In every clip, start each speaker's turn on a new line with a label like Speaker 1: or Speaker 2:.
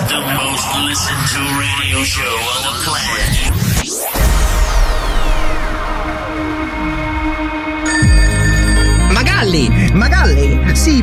Speaker 1: most listened to radio show on the planet.
Speaker 2: Magalli!
Speaker 3: Magalli! Sì,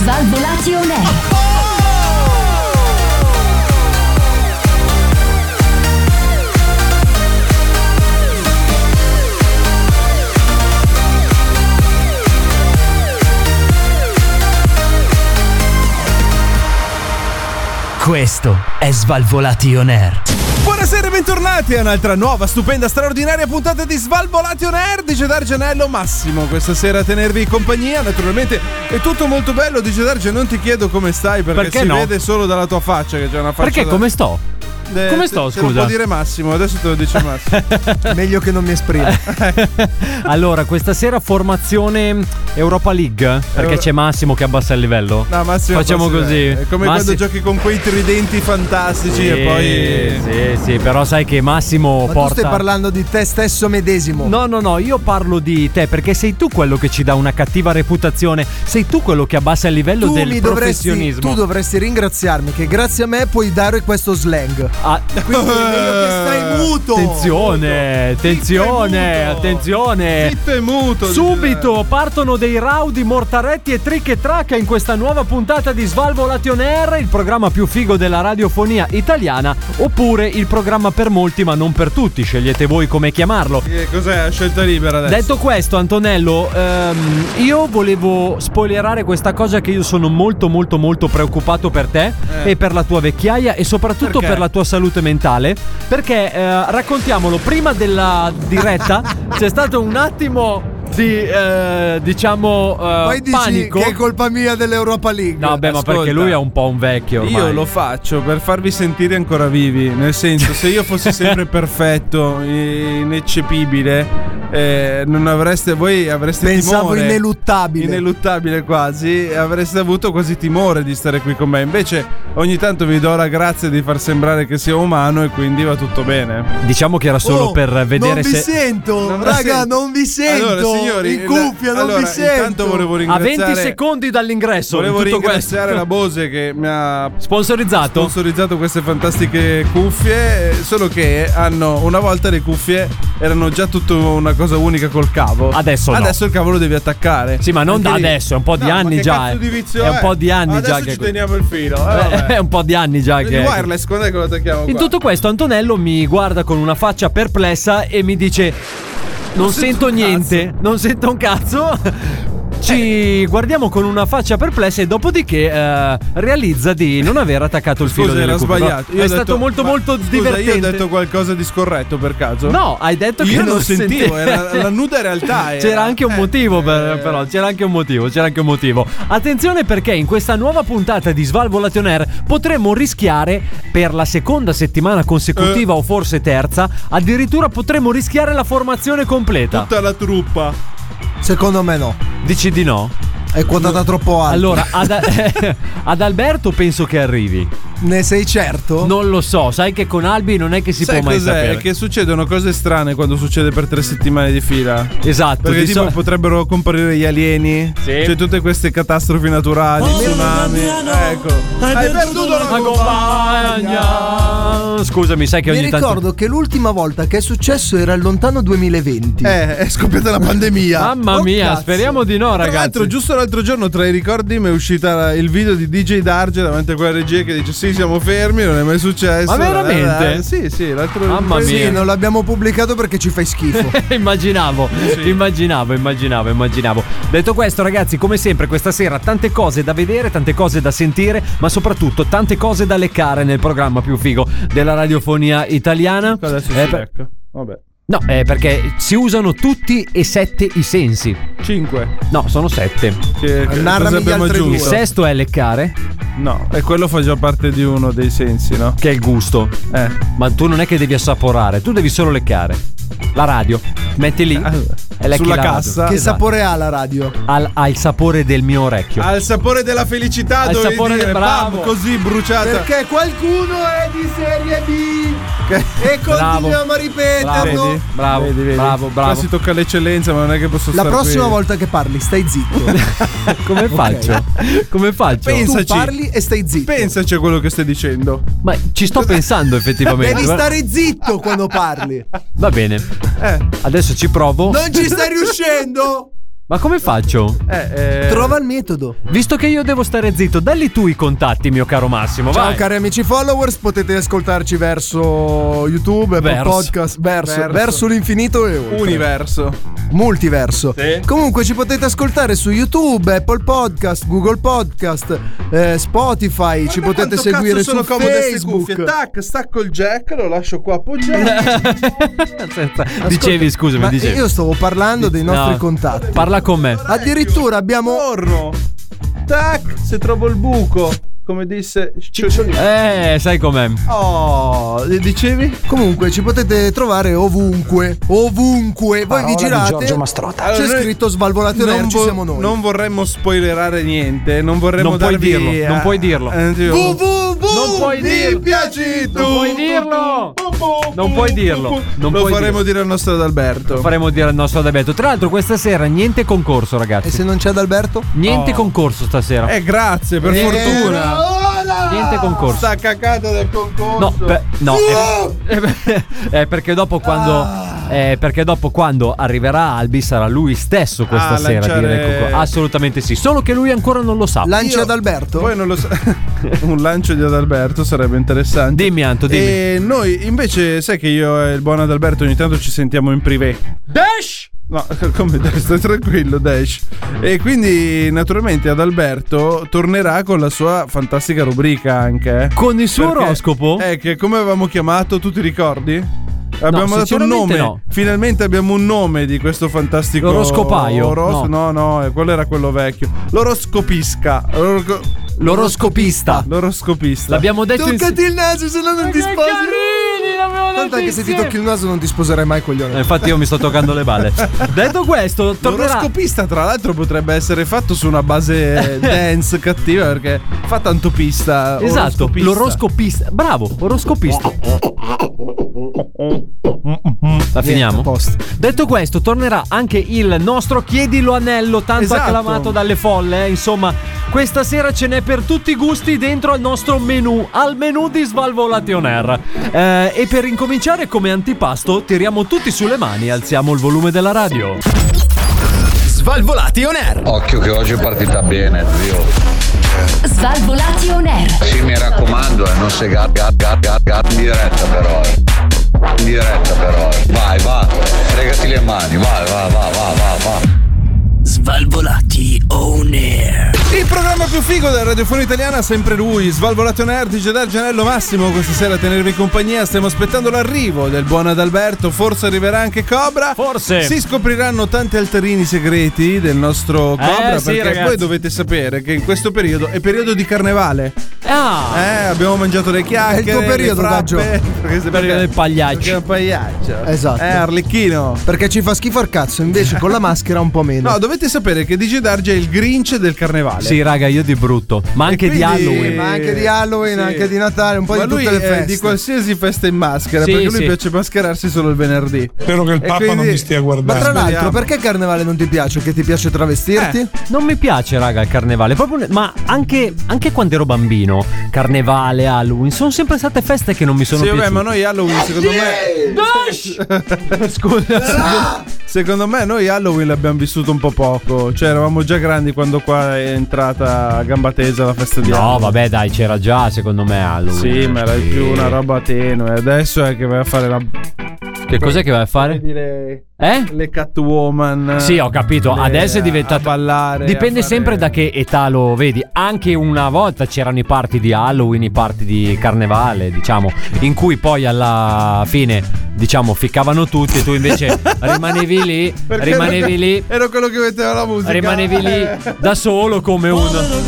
Speaker 4: Svalvolati on air.
Speaker 5: Questo è Svalvolati On Air.
Speaker 6: Buonasera e bentornati a un'altra nuova, stupenda, straordinaria puntata di Svalvolati on Air di Gedar Gianello Massimo questa sera a tenervi compagnia, naturalmente è tutto molto bello di Darge, non ti chiedo come stai perché,
Speaker 7: Perché
Speaker 6: si
Speaker 7: no?
Speaker 6: vede solo dalla tua faccia che c'è una faccia
Speaker 7: Perché
Speaker 6: da-
Speaker 7: come sto?
Speaker 6: Eh,
Speaker 7: come
Speaker 6: te-
Speaker 7: sto,
Speaker 6: Te lo può
Speaker 7: scusa?
Speaker 6: dire Massimo, adesso te lo dice Massimo
Speaker 3: Meglio che non mi esprimo.
Speaker 7: Allora, questa sera formazione Europa League. Perché
Speaker 6: Euro-
Speaker 7: c'è Massimo che abbassa il livello.
Speaker 6: No Massimo
Speaker 7: Facciamo
Speaker 6: forse-
Speaker 7: così.
Speaker 6: È come
Speaker 7: Massi-
Speaker 6: quando giochi con quei tridenti fantastici e poi...
Speaker 7: Sì, sì, però sai che Massimo
Speaker 3: Ma tu
Speaker 7: porta.
Speaker 3: stai parlando di te stesso medesimo.
Speaker 7: No, no, no, io parlo di te perché sei tu quello che ci dà una cattiva reputazione. Sei tu quello che abbassa il livello
Speaker 3: tu,
Speaker 7: del
Speaker 3: mi dovresti,
Speaker 7: professionismo.
Speaker 3: tu dovresti ringraziarmi che grazie a me puoi dare questo slang.
Speaker 7: Ah,
Speaker 3: Quindi è meglio che stai muto.
Speaker 7: attenzione, attenzione,
Speaker 6: muto.
Speaker 7: attenzione.
Speaker 6: Zitto e muto dice
Speaker 7: Subito partono dei raudi, mortaretti e trick e tracca in questa nuova puntata di Svalvo Lation Air, il programma più figo della radiofonia italiana, oppure il programma per molti ma non per tutti, scegliete voi come chiamarlo.
Speaker 6: Darge. Eh, Cos'è? A Scelta libera adesso
Speaker 7: Detto questo, Antonello, ehm, io volevo spoilerare questa cosa che io sono molto molto molto preoccupato per te
Speaker 6: Eh.
Speaker 7: e per la tua vecchiaia e soprattutto
Speaker 6: Perché?
Speaker 7: per la tua salute mentale, perché eh, raccontiamolo, prima della diretta c'è stato un attimo di eh, diciamo eh,
Speaker 3: Poi dici
Speaker 7: panico.
Speaker 3: che è colpa mia dell'Europa League.
Speaker 7: No, beh, ma
Speaker 6: Ascolta.
Speaker 7: perché lui è un po' un vecchio ormai.
Speaker 6: Io lo faccio per farvi sentire ancora vivi. Nel senso, se io fossi sempre perfetto, eh, ineccepibile, eh, non avreste voi avreste
Speaker 3: Pensavo
Speaker 6: timore.
Speaker 3: ineluttabile.
Speaker 6: Ineluttabile quasi, avreste avuto quasi timore di stare qui con me. Invece, ogni tanto vi do la grazia di far sembrare che sia umano e quindi va tutto bene.
Speaker 7: Diciamo che era solo
Speaker 3: Oh,
Speaker 7: per vedere
Speaker 3: non
Speaker 7: se
Speaker 3: vi sento,
Speaker 6: Non la
Speaker 3: raga,
Speaker 6: sento.
Speaker 3: non vi sento.
Speaker 6: Allora, signori,
Speaker 3: in cuffia,
Speaker 6: allora,
Speaker 3: non vi sento.
Speaker 6: Intanto volevo
Speaker 7: a
Speaker 6: ringraziare
Speaker 7: 20 secondi dall'ingresso
Speaker 6: Volevo
Speaker 7: tutto questo
Speaker 6: ringraziare la Bose che mi ha
Speaker 7: sponsorizzato.
Speaker 6: sponsorizzato queste fantastiche cuffie. eh, Solo che hanno una volta le cuffie erano già tutto una cosa unica col cavo.
Speaker 7: Adesso no.
Speaker 6: Adesso il cavo lo devi attaccare.
Speaker 7: Sì, ma non
Speaker 6: Anche
Speaker 7: da
Speaker 6: lì-
Speaker 7: adesso, è un po' di
Speaker 6: No, ma
Speaker 7: anni
Speaker 6: che
Speaker 7: già,
Speaker 6: cazzo
Speaker 7: eh.
Speaker 6: di vizio
Speaker 7: È un po' di anni
Speaker 6: adesso
Speaker 7: già
Speaker 6: Ci
Speaker 7: che-
Speaker 6: teniamo il filo. eh,
Speaker 7: Eh,
Speaker 6: vabbè.
Speaker 7: è un po' di anni già
Speaker 6: Il
Speaker 7: che.
Speaker 6: wireless, quando è che lo attacchiamo?
Speaker 7: In
Speaker 6: qua?
Speaker 7: tutto questo, Antonello mi guarda con una faccia perplessa e mi dice: Non, sento,
Speaker 6: un
Speaker 7: niente, non sento un cazzo. Ci guardiamo con una faccia perplessa e dopodiché eh, realizza di non aver attaccato il filo
Speaker 6: Scusa,
Speaker 7: delle
Speaker 6: era
Speaker 7: cuffie.
Speaker 6: sbagliato.
Speaker 7: È
Speaker 6: Io ho
Speaker 7: stato
Speaker 6: detto-
Speaker 7: molto
Speaker 6: ma-
Speaker 7: molto
Speaker 6: scusa,
Speaker 7: divertente.
Speaker 6: Io ho detto qualcosa di scorretto per caso.
Speaker 7: No, hai detto che
Speaker 6: Io non
Speaker 7: sentivi.
Speaker 6: sentivo, era la nuda realtà. era.
Speaker 7: C'era anche un
Speaker 6: Eh,
Speaker 7: motivo, per-
Speaker 6: eh.
Speaker 7: però c'era anche un motivo, c'era anche un motivo. Attenzione perché in questa nuova puntata di Svalvolation Air potremmo rischiare per la seconda settimana
Speaker 6: Eh.
Speaker 7: consecutiva o forse terza, addirittura potremmo rischiare la formazione completa.
Speaker 6: Tutta la truppa.
Speaker 3: Secondo me no.
Speaker 7: Dici di no?
Speaker 3: È quotata troppo alta.
Speaker 7: Allora, ad, ad Alberto penso che arrivi.
Speaker 3: ne sei certo?
Speaker 7: Non lo so, sai che con Albi non è che si
Speaker 6: Sai
Speaker 7: può mai
Speaker 6: cos'è?
Speaker 7: sapere.
Speaker 6: È Che succedono cose strane quando succede per tre settimane di fila.
Speaker 7: Esatto,
Speaker 6: Perché
Speaker 7: di
Speaker 6: tipo
Speaker 7: so-
Speaker 6: potrebbero comparire gli alieni.
Speaker 7: Sì.
Speaker 6: C'è tutte queste catastrofi naturali,
Speaker 3: Oh,
Speaker 6: tsunami. Ecco. Hai, perduto la
Speaker 7: La compagna. Scusami, sai che
Speaker 3: Mi
Speaker 7: ogni tanto
Speaker 3: ricordo che l'ultima volta che è successo era il lontano 2020.
Speaker 6: Eh, è scoppiata la pandemia.
Speaker 7: Mamma
Speaker 3: Oh,
Speaker 7: mia,
Speaker 3: cazzo.
Speaker 7: speriamo di no,
Speaker 6: Tra l'altro,
Speaker 7: ragazzi.
Speaker 6: giusto l'altro giorno, tra i ricordi, mi è uscita il video di DJ Darge davanti a quella regia che dice: Sì, siamo fermi, non è mai successo.
Speaker 7: Ma veramente?
Speaker 6: Eh, Sì, sì, l'altro
Speaker 7: Mamma
Speaker 6: poi-
Speaker 7: mia.
Speaker 3: Sì, non l'abbiamo pubblicato perché ci fai schifo.
Speaker 7: immaginavo, immaginavo, immaginavo, immaginavo. Detto questo, ragazzi, come sempre, questa sera tante cose da vedere, tante cose da sentire, ma soprattutto tante cose da leccare nel programma più figo della radiofonia italiana.
Speaker 6: Adesso
Speaker 7: Eh,
Speaker 6: sì,
Speaker 7: per-
Speaker 6: ecco. Vabbè.
Speaker 7: No, eh, perché si usano tutti e sette i sensi.
Speaker 6: 5.
Speaker 7: No, sono sette.
Speaker 6: Che, che
Speaker 3: Narrami
Speaker 6: cosa
Speaker 3: gli
Speaker 6: abbiamo
Speaker 3: altri
Speaker 7: Il
Speaker 6: aggiunto?
Speaker 3: due.
Speaker 7: sesto è leccare,
Speaker 6: No, e quello fa già parte di uno dei sensi, no?
Speaker 7: che è il gusto.
Speaker 6: Eh.
Speaker 7: Ma tu non è che devi assaporare, tu devi solo leccare. La radio, metti lì
Speaker 6: Ah,
Speaker 7: e lecchi
Speaker 6: sulla
Speaker 7: la radio.
Speaker 6: cassa.
Speaker 7: Che
Speaker 6: Che
Speaker 7: esatto.
Speaker 3: sapore ha la radio?
Speaker 7: Al- ha il sapore del mio orecchio.
Speaker 6: Ha il sapore della felicità,
Speaker 7: il
Speaker 6: dovevi
Speaker 7: sapore del
Speaker 6: dire,
Speaker 7: bravo.
Speaker 6: bam, così bruciata.
Speaker 3: Perché qualcuno è di serie B e
Speaker 7: Bravo.
Speaker 3: continuiamo a ripeterlo.
Speaker 7: Vedi? Bravo,
Speaker 6: Vedi, vedi?
Speaker 7: bravo,
Speaker 6: Qua
Speaker 7: bravo.
Speaker 6: si tocca l'eccellenza, ma non è che posso
Speaker 3: La
Speaker 6: stare
Speaker 3: prossima
Speaker 6: qui.
Speaker 3: volta che parli, stai zitto.
Speaker 7: Come faccio? Come faccio?
Speaker 6: Pensa-
Speaker 3: tu
Speaker 6: Pensaci.
Speaker 3: parli e stai zitto.
Speaker 6: Pensaci a quello che stai dicendo.
Speaker 7: Ma ci sto pensando effettivamente.
Speaker 3: Devi
Speaker 7: guarda-
Speaker 3: stare zitto quando parli.
Speaker 7: Va bene. Adesso ci provo.
Speaker 3: Non ci Eh. stai riuscendo?
Speaker 7: Ma come faccio?
Speaker 6: Eh, eh,
Speaker 3: Trova il metodo.
Speaker 7: Visto che io devo stare zitto, dalli tu i contatti, mio caro Massimo.
Speaker 4: Ciao
Speaker 7: vai.
Speaker 4: cari amici followers, potete ascoltarci
Speaker 6: Oh,
Speaker 4: verso YouTube, Apple
Speaker 7: Verso.
Speaker 4: podcast, verso,
Speaker 6: Verso.
Speaker 4: verso. l'infinito e oltre.
Speaker 6: universo.
Speaker 4: multiverso.
Speaker 6: Sì.
Speaker 4: Comunque ci potete ascoltare su YouTube, Apple Podcast, Google Podcast, eh, Spotify, ci
Speaker 6: Guarda
Speaker 4: potete
Speaker 6: quanto cazzo
Speaker 4: seguire
Speaker 6: sono
Speaker 4: su
Speaker 6: comode ste cuffie.
Speaker 4: Facebook.
Speaker 6: Tac, stacco il jack, lo lascio qua appoggiato.
Speaker 7: Senza- Dicevi, scusami,
Speaker 4: Ma
Speaker 7: dicevi.
Speaker 4: io stavo parlando dei nostri
Speaker 7: No.
Speaker 4: contatti. Ah.
Speaker 7: Parla con me.
Speaker 4: Addirittura abbiamo
Speaker 6: Torno. Tac, se trovo il buco, come disse Cicciolino.
Speaker 7: Eh, sai com'è.
Speaker 6: Oh, dicevi?
Speaker 4: Comunque ci potete trovare ovunque, ovunque. Voi vi girate. C'è
Speaker 6: Allora, noi
Speaker 4: scritto svalvolato
Speaker 6: non
Speaker 4: e ci
Speaker 6: vo-
Speaker 4: siamo noi.
Speaker 6: Non vorremmo spoilerare niente, non vorremmo
Speaker 7: Non puoi
Speaker 6: darvi
Speaker 7: dirlo,
Speaker 6: eh,
Speaker 7: non puoi dirlo.
Speaker 6: eh, tipo-
Speaker 7: Non puoi dirlo.
Speaker 6: Mi piaci tu.
Speaker 7: Non puoi dirlo.
Speaker 6: Tu, tu, tu,
Speaker 7: Non puoi
Speaker 6: tu, tu,
Speaker 7: dirlo.
Speaker 6: tu.
Speaker 7: Non
Speaker 6: Lo
Speaker 7: puoi
Speaker 6: faremo
Speaker 7: dirlo.
Speaker 6: dire al nostro Adalberto.
Speaker 7: Faremo dire al nostro Adalberto. Tra l'altro, questa sera niente concorso,
Speaker 4: E
Speaker 7: ragazzi.
Speaker 4: se Oh. non c'è Adalberto?
Speaker 7: Niente concorso stasera.
Speaker 6: Eh, grazie, per fortuna.
Speaker 7: Niente concorso.
Speaker 6: Sta cacata del concorso.
Speaker 7: No, beh, no. eh, eh, perché dopo quando.
Speaker 4: Ah.
Speaker 7: eh, perché dopo quando arriverà Albi sarà lui stesso questa
Speaker 6: Ah,
Speaker 7: sera. a dire il
Speaker 6: lanciare-
Speaker 7: concorso. Assolutamente sì. Solo che lui ancora non lo sa.
Speaker 4: Lanci
Speaker 6: Io-
Speaker 4: Adalberto?
Speaker 6: Voi non lo sa- un lancio di Adalberto sarebbe interessante.
Speaker 7: Dimmi, Anto, dimmi.
Speaker 6: E noi invece, sai che io e il buon Adalberto ogni tanto ci sentiamo in privé. Dash! No, come Dash, stai tranquillo, Dash. E quindi, naturalmente, Adalberto tornerà con la sua fantastica rubrica anche. eh.
Speaker 7: Con il suo
Speaker 6: Perché-
Speaker 7: oroscopo?
Speaker 6: Eh, che come avevamo chiamato, tu ti ricordi? Abbiamo dato un nome.
Speaker 7: sinceramente no.
Speaker 6: Finalmente abbiamo un nome di questo fantastico
Speaker 7: L'oroscopaio?
Speaker 6: oros- no. no, eh, quello era quello vecchio. L'oroscopisca. L'orosco-
Speaker 7: L'oroscopista.
Speaker 6: L'oroscopista.
Speaker 7: L'abbiamo detto in
Speaker 4: Toccati il naso, se no non ti sposi. Tanto anche se ti tocchi il naso non ti sposerai mai
Speaker 7: Eh,
Speaker 4: coglione.
Speaker 7: Infatti io mi sto toccando le balle. Detto questo, tornerà
Speaker 6: L'oroscopista, tra l'altro, potrebbe essere fatto su una base eh, dance cattiva perché fa tanto pista.
Speaker 7: Esatto,
Speaker 6: oroscopista.
Speaker 7: l'oroscopista. Bravo, oroscopista. La finiamo. Detto questo, tornerà anche il nostro chiedilo anello, tanto
Speaker 6: Esatto.
Speaker 7: acclamato dalle folle. eh. Insomma, questa sera ce n'è per tutti i gusti dentro al nostro menù, al menù di Svalvolation Air. Eh, e per incominciare, come antipasto, tiriamo tutti sulle mani e alziamo il volume della radio.
Speaker 5: Svalvolati on air.
Speaker 8: Occhio che oggi è partita bene, zio.
Speaker 9: Svalvolati on air.
Speaker 8: Sì, mi raccomando, eh, non sei gat, gat, gat, gat, gat, in diretta però. eh. In diretta però. eh. Vai, va, fregati le mani, vai, va, va, va, va, va.
Speaker 1: Svalvolati on air.
Speaker 6: Il programma più figo della radiofonia italiana, sempre lui, Svalvolato Nerd, DJ Dargianello Massimo, questa sera a tenervi compagnia, stiamo aspettando l'arrivo del buon Adalberto, forse arriverà anche Cobra.
Speaker 7: Forse.
Speaker 6: Si scopriranno tanti alterini segreti del nostro Cobra,
Speaker 7: Eh, sì,
Speaker 6: perché
Speaker 7: ragazzi.
Speaker 6: voi dovete sapere che in questo periodo è periodo di carnevale.
Speaker 7: Ah,
Speaker 6: Eh, abbiamo mangiato le chiacchiere,
Speaker 4: È il tuo periodo,
Speaker 6: le frappe,
Speaker 4: Daggio.
Speaker 6: perché sei
Speaker 7: periodo del pagliaccio.
Speaker 6: Perché è un pagliaccio.
Speaker 4: Esatto.
Speaker 6: Eh, Arlecchino.
Speaker 4: Perché ci fa schifo il cazzo, invece con la maschera un po' meno.
Speaker 6: No, dovete sapere che DJ Darge è il Grinch del carnevale.
Speaker 7: sì, raga, io di brutto, ma anche
Speaker 6: quindi-
Speaker 7: di Halloween.
Speaker 4: Ma anche di Halloween,
Speaker 6: Sì.
Speaker 4: anche di Natale, un po'
Speaker 6: Ma
Speaker 4: di tutte
Speaker 6: lui
Speaker 4: le
Speaker 6: è
Speaker 4: feste.
Speaker 6: di qualsiasi festa in maschera,
Speaker 7: Sì,
Speaker 6: perché lui
Speaker 7: sì.
Speaker 6: piace mascherarsi solo il venerdì.
Speaker 8: Spero che il
Speaker 6: E Papa non quindi- mi stia
Speaker 8: guardando.
Speaker 4: Ma tra
Speaker 6: Speriamo.
Speaker 4: l'altro, perché carnevale non ti piace? Che ti piace travestirti?
Speaker 6: Eh.
Speaker 7: Non mi piace, raga, il carnevale. Proprio ne- ma anche, anche quando ero bambino, carnevale, Halloween, sono sempre state feste che non mi sono
Speaker 6: Sì, vabbè,
Speaker 7: piaciute.
Speaker 6: ma noi Halloween, secondo me. Scusa. Secondo me noi Halloween l'abbiamo vissuto un po' poco. Cioè, eravamo già grandi quando qua è entrata a gamba tesa la festa di
Speaker 7: No,
Speaker 6: Halloween.
Speaker 7: vabbè, dai, c'era già, secondo me, Halloween.
Speaker 6: Sì, ma era
Speaker 7: Sì.
Speaker 6: più una roba tenue. Adesso è che vai a fare la.
Speaker 7: Che cos'è che vai a fare?
Speaker 6: dire.
Speaker 7: Eh?
Speaker 6: Le Catwoman.
Speaker 7: Sì, ho capito.
Speaker 6: le-
Speaker 7: Adesso è diventato.
Speaker 6: a ballare,
Speaker 7: Dipende
Speaker 6: a fare-
Speaker 7: sempre da che età lo vedi. Anche una volta c'erano i party di Halloween, i party di carnevale, diciamo, in cui poi alla fine, diciamo, ficcavano tutti e tu invece rimanevi lì,
Speaker 6: Perché
Speaker 7: rimanevi
Speaker 6: ero-
Speaker 7: lì,
Speaker 6: Ero quello che metteva la musica.
Speaker 7: rimanevi lì
Speaker 4: Eh.
Speaker 7: da solo come un.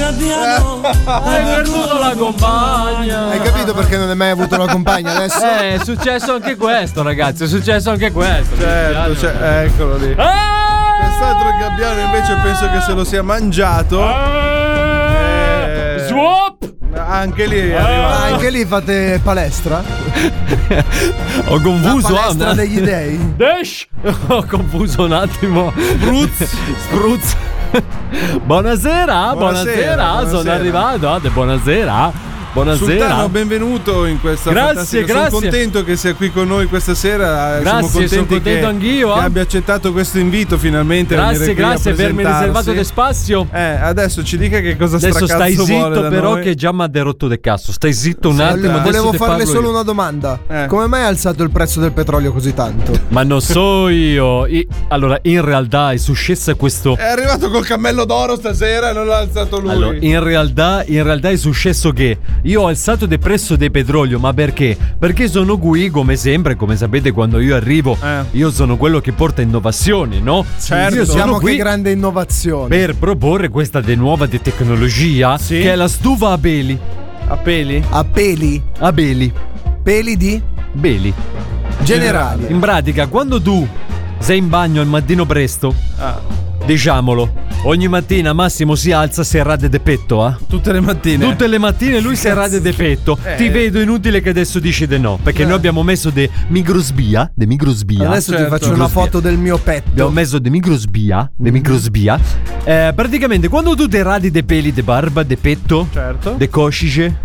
Speaker 7: Hai perduto la compagna.
Speaker 4: Hai capito perché non hai mai avuto una compagna adesso?
Speaker 7: Eh, è successo anche questo, ragazzi. È successo anche questo.
Speaker 6: Certo, cioè, eccolo lì.
Speaker 7: Ah!
Speaker 6: Quest'altro il gabbiano invece penso che se lo sia mangiato.
Speaker 7: Ah!
Speaker 6: Eh.
Speaker 7: Swap!
Speaker 6: Anche lì
Speaker 4: Ma
Speaker 6: è
Speaker 7: Ah.
Speaker 6: arrivato.
Speaker 4: anche lì fate palestra?
Speaker 7: Ho confuso
Speaker 4: Palestra degli dei?
Speaker 7: Dash! Ho confuso un attimo. Spruz. Spruz. Buonasera, buonasera, sono
Speaker 6: buonasera.
Speaker 7: arrivato. Ade, Buonasera,
Speaker 6: Sultano,
Speaker 7: buonasera.
Speaker 6: benvenuto in questa
Speaker 7: Grazie,
Speaker 6: fantastica-
Speaker 7: grazie.
Speaker 6: Sono contento che sia qui con noi questa sera. eh,
Speaker 7: Grazie,
Speaker 6: Siamo contenti
Speaker 7: sono contento
Speaker 6: che,
Speaker 7: anch'io,
Speaker 6: che
Speaker 7: eh.
Speaker 6: abbia accettato questo invito finalmente. a
Speaker 7: Grazie,
Speaker 6: venire qui a
Speaker 7: grazie per avermi
Speaker 6: presentarsi.
Speaker 7: riservato del spazio.
Speaker 6: Eh, adesso ci dica che cosa
Speaker 7: Adesso
Speaker 6: stracazzo
Speaker 7: stai
Speaker 6: vuole
Speaker 7: zitto,
Speaker 6: da
Speaker 7: però,
Speaker 6: noi.
Speaker 7: che già mi ha derotto del cazzo. Stai zitto un attimo.
Speaker 4: Allora,
Speaker 7: adesso
Speaker 4: volevo
Speaker 7: te
Speaker 4: farle
Speaker 7: parlo
Speaker 4: solo
Speaker 7: io.
Speaker 4: una domanda.
Speaker 6: Eh.
Speaker 4: Come mai ha alzato il prezzo del petrolio così tanto?
Speaker 7: Ma non so io. I- Allora, in realtà è successo questo.
Speaker 6: È arrivato col cammello d'oro stasera e non l'ha alzato lui.
Speaker 7: Allora, in realtà, in realtà è successo che io ho alzato il prezzo del petrolio, ma perché? Perché sono qui, come sempre, come sapete quando io arrivo,
Speaker 6: Eh.
Speaker 7: io sono quello che porta innovazioni, no?
Speaker 6: Certo.
Speaker 7: io sono
Speaker 4: Diciamo che
Speaker 7: qui
Speaker 4: grande innovazione.
Speaker 7: per proporre questa de nuova de tecnologia
Speaker 6: Sì.
Speaker 7: che è la stufa a beli.
Speaker 6: A peli?
Speaker 4: A peli,
Speaker 7: A beli.
Speaker 4: peli di
Speaker 7: Beli.
Speaker 4: generali.
Speaker 7: In pratica, quando tu sei in bagno al mattino presto,
Speaker 6: Ah,
Speaker 7: diciamolo, ogni mattina Massimo si alza se rade de petto, ah?
Speaker 6: tutte le mattine.
Speaker 7: Tutte le mattine lui si arradia de petto.
Speaker 6: Eh.
Speaker 7: Ti vedo inutile che adesso dici de no. Perché noi abbiamo messo de microsbia. De microsbia.
Speaker 4: Adesso
Speaker 6: certo.
Speaker 4: ti faccio una
Speaker 7: Così via.
Speaker 4: foto del mio
Speaker 7: Abbiamo
Speaker 4: petto.
Speaker 7: messo de microsbia. De microsbia. Eh, praticamente quando tu te radi de peli, de barba, de petto,
Speaker 6: Certo.
Speaker 7: de coscige,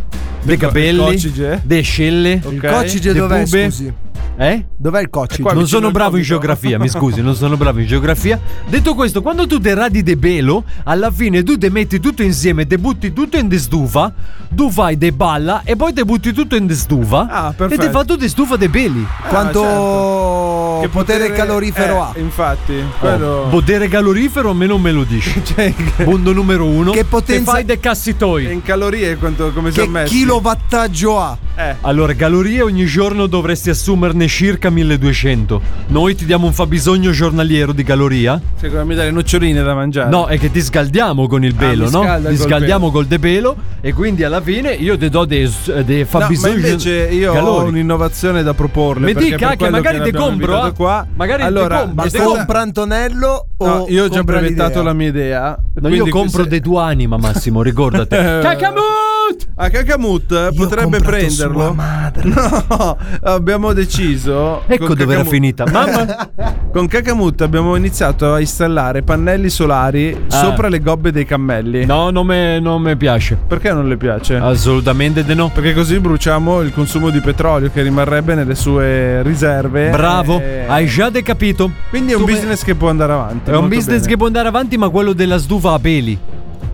Speaker 7: de
Speaker 6: co-
Speaker 7: capelli,
Speaker 6: coccige.
Speaker 7: de scelle.
Speaker 6: Ok.
Speaker 4: Il cocige
Speaker 7: Le
Speaker 4: dov'è,
Speaker 7: pube.
Speaker 4: scusi?
Speaker 7: Eh?
Speaker 4: Dov'è il cocige?
Speaker 6: qua-
Speaker 7: non
Speaker 6: vicino
Speaker 7: sono
Speaker 6: al
Speaker 7: bravo in
Speaker 6: gomito.
Speaker 7: geografia, mi scusi, non sono bravo in geografia. Detto questo, quando tu te radi de belo, alla fine tu te metti tutto insieme, te butti tutto in de stufa, tu fai de balla e poi te butti tutto in de stufa.
Speaker 6: Ah,
Speaker 7: E
Speaker 6: perfetto.
Speaker 7: te fa tutto in stufa de beli.
Speaker 4: Quanto
Speaker 6: certo.
Speaker 4: potere, calorifero
Speaker 6: eh,
Speaker 4: ha?
Speaker 6: Infatti,
Speaker 7: Oh,
Speaker 6: quello.
Speaker 7: Potere calorifero a me non me lo dici.
Speaker 6: Cioè,
Speaker 7: Punto numero uno.
Speaker 4: Che potenza-
Speaker 7: Te fai dei cassitoi.
Speaker 6: in calorie quanto, come si è
Speaker 4: Che
Speaker 6: messo?
Speaker 4: kilowattaggio ha?
Speaker 6: Eh.
Speaker 7: Allora, calorie ogni giorno dovresti assumerne circa 1200. Noi ti diamo un fabbisogno giornaliero di caloria.
Speaker 6: Secondo me delle noccioline da mangiare.
Speaker 7: No, è che ti scaldiamo con il pelo,
Speaker 6: Eh. Ah, mi
Speaker 7: no?
Speaker 6: scalda
Speaker 7: Ti
Speaker 6: col
Speaker 7: scaldiamo col depelo e quindi alla fine io ti do dei, dei
Speaker 6: No, ma
Speaker 7: fabbisogni.
Speaker 6: invece io ho
Speaker 7: calorici.
Speaker 6: un'innovazione da proporle.
Speaker 7: Mi
Speaker 6: perché
Speaker 7: dica
Speaker 6: per
Speaker 7: che
Speaker 6: quello
Speaker 7: magari
Speaker 6: ne
Speaker 7: te
Speaker 6: abbiamo
Speaker 7: compro,
Speaker 6: invitato
Speaker 7: eh.
Speaker 6: Qua.
Speaker 7: Magari te
Speaker 6: allora,
Speaker 7: compro,
Speaker 4: Ma
Speaker 7: te
Speaker 6: aspetta-
Speaker 7: compro.
Speaker 4: compra Antonello o
Speaker 6: No, io ho già
Speaker 4: compra
Speaker 6: brevettato
Speaker 4: l'idea?
Speaker 6: la mia idea.
Speaker 7: No, io compro de tua anima, Massimo, ricordati. Cacamut!
Speaker 6: A Kakamut Ah, potrebbe
Speaker 4: comprato
Speaker 6: prenderlo.
Speaker 4: sua madre.
Speaker 6: No, abbiamo deciso.
Speaker 7: Ecco
Speaker 6: con
Speaker 7: dove era
Speaker 6: Kakamut-
Speaker 7: finita. Mamma,
Speaker 6: Con Kakamut abbiamo iniziato a installare pannelli solari
Speaker 7: Ah.
Speaker 6: sopra le gobbe dei cammelli.
Speaker 7: no, Ah. non me- non mi piace.
Speaker 6: Perché non le piace?
Speaker 7: Assolutamente de no.
Speaker 6: Perché così bruciamo il consumo di petrolio che rimarrebbe nelle sue riserve.
Speaker 7: Bravo,
Speaker 6: Eh,
Speaker 7: hai già de capito.
Speaker 6: Quindi è un
Speaker 7: Tu me-
Speaker 6: business che può andare avanti.
Speaker 7: È un
Speaker 6: molto
Speaker 7: business
Speaker 6: bene.
Speaker 7: che può andare avanti, ma quello della sduva a peli.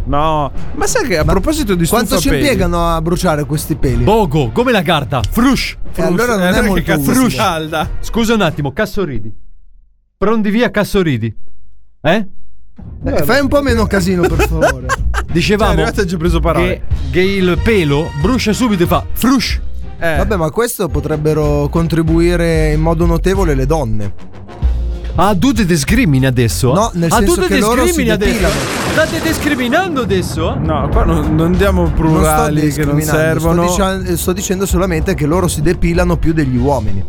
Speaker 6: No, ma sai che a proposito di
Speaker 4: Quanto ci
Speaker 6: stufapeli-
Speaker 4: impiegano a bruciare questi peli?
Speaker 6: Boh.
Speaker 7: Bogo, come la carta. Frush.
Speaker 4: E allora non
Speaker 6: Eh,
Speaker 4: è
Speaker 6: sai che
Speaker 4: molto
Speaker 6: cazzo
Speaker 4: utile.
Speaker 6: calda.
Speaker 7: Scusa un attimo, Cassoridi. Pronti via, Cassoridi. Eh?
Speaker 4: Eh, fai un po' meno casino, per favore.
Speaker 6: Cioè, è
Speaker 7: Dicevamo
Speaker 6: arrivato e ci ha preso
Speaker 7: che,
Speaker 6: parole.
Speaker 7: che il pelo brucia subito e fa frush.
Speaker 6: Eh,
Speaker 4: Vabbè, ma questo potrebbero contribuire in modo notevole le donne.
Speaker 7: Ah, tu ti discrimini adesso? eh?
Speaker 4: No, nel
Speaker 7: ah,
Speaker 4: senso
Speaker 7: tu ti
Speaker 4: che loro
Speaker 7: discrimini
Speaker 4: si
Speaker 7: adesso.
Speaker 4: depilano.
Speaker 7: State discriminando adesso? eh?
Speaker 6: No, qua non, non diamo
Speaker 4: Non sto
Speaker 6: plurali che non
Speaker 4: discriminando,
Speaker 6: servono.
Speaker 4: Sto, dicia- eh, sto dicendo solamente che loro si depilano più degli uomini.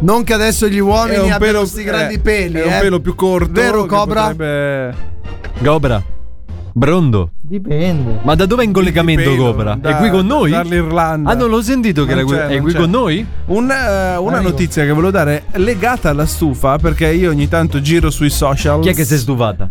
Speaker 4: Non che adesso gli
Speaker 6: È
Speaker 4: uomini
Speaker 6: un
Speaker 4: abbiano
Speaker 6: pelo
Speaker 4: questi grandi
Speaker 6: eh,
Speaker 4: peli.
Speaker 6: È un
Speaker 4: eh.
Speaker 6: pelo più corto.
Speaker 4: Vero,
Speaker 6: che
Speaker 4: Cobra?
Speaker 6: potrebbe-
Speaker 7: Gobra. Brondo.
Speaker 4: Dipende.
Speaker 7: Ma da dove è in collegamento
Speaker 6: pelo,
Speaker 7: Gobra?
Speaker 6: da-
Speaker 7: è qui con noi?
Speaker 6: dall'Irlanda.
Speaker 7: Ah, non l'ho sentito che
Speaker 6: Non
Speaker 7: era qui-
Speaker 6: c'è,
Speaker 7: è
Speaker 6: non
Speaker 7: qui
Speaker 6: c'è.
Speaker 7: con noi?
Speaker 6: Un, eh, una notizia che volevo dare legata alla stufa, perché io ogni tanto giro sui social.
Speaker 7: Chi è che si è stufata?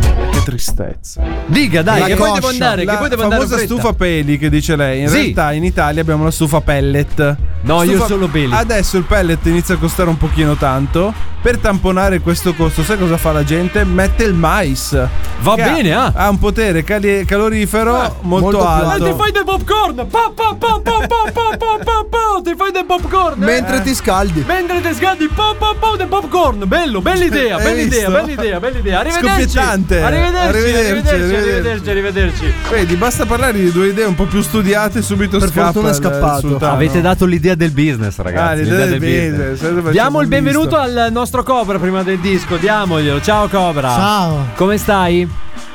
Speaker 6: Che tristezza.
Speaker 7: Dica, dai,
Speaker 4: La
Speaker 7: che poi devo
Speaker 4: coscia,
Speaker 7: andare, che
Speaker 6: La
Speaker 7: poi devo andare in
Speaker 6: famosa
Speaker 7: fretta.
Speaker 6: stufa peli che dice lei. In
Speaker 7: Sì.
Speaker 6: realtà in Italia abbiamo la stufa pellet.
Speaker 7: No, io
Speaker 6: Stufa-
Speaker 7: solo peli.
Speaker 6: Adesso il pellet inizia a costare un pochino tanto. per tamponare questo costo, sai cosa fa la gente? Mette il mais.
Speaker 7: Va
Speaker 6: Che
Speaker 7: bene,
Speaker 6: ha,
Speaker 7: ah.
Speaker 6: ha un potere cali- calorifero molto,
Speaker 4: Eh, molto più
Speaker 6: alto.
Speaker 4: alto.
Speaker 7: Ti fai del popcorn! Pa, pa, pa, pa, pa, pa, pa, pa, pa. Ti fai del popcorn!
Speaker 4: Mentre
Speaker 6: Eh.
Speaker 4: ti scaldi.
Speaker 7: Vendere dei sgadi, pom pom pom del popcorn. Bello, bella idea,
Speaker 6: Hai
Speaker 7: bella
Speaker 6: visto?
Speaker 7: idea, bella idea, bella idea. Arrivederci. Arrivederci,
Speaker 6: Scoppiettante.
Speaker 7: arrivederci,
Speaker 6: Arrivederci,
Speaker 7: arrivederci,
Speaker 6: arrivederci.
Speaker 7: arrivederci,
Speaker 6: Vedi, basta parlare di due idee un po' più studiate e subito
Speaker 4: Per
Speaker 6: scappa
Speaker 4: fortuna è
Speaker 6: il-
Speaker 4: scappato.
Speaker 6: il sultano.
Speaker 7: Avete dato l'idea del business,
Speaker 6: Ah,
Speaker 7: ragazzi.
Speaker 6: l'idea del business. Sempre facciamo
Speaker 7: Diamo il
Speaker 6: un misto.
Speaker 7: benvenuto al nostro Cobra prima del disco, diamoglielo. Ciao Cobra.
Speaker 10: Ciao.
Speaker 7: Come stai?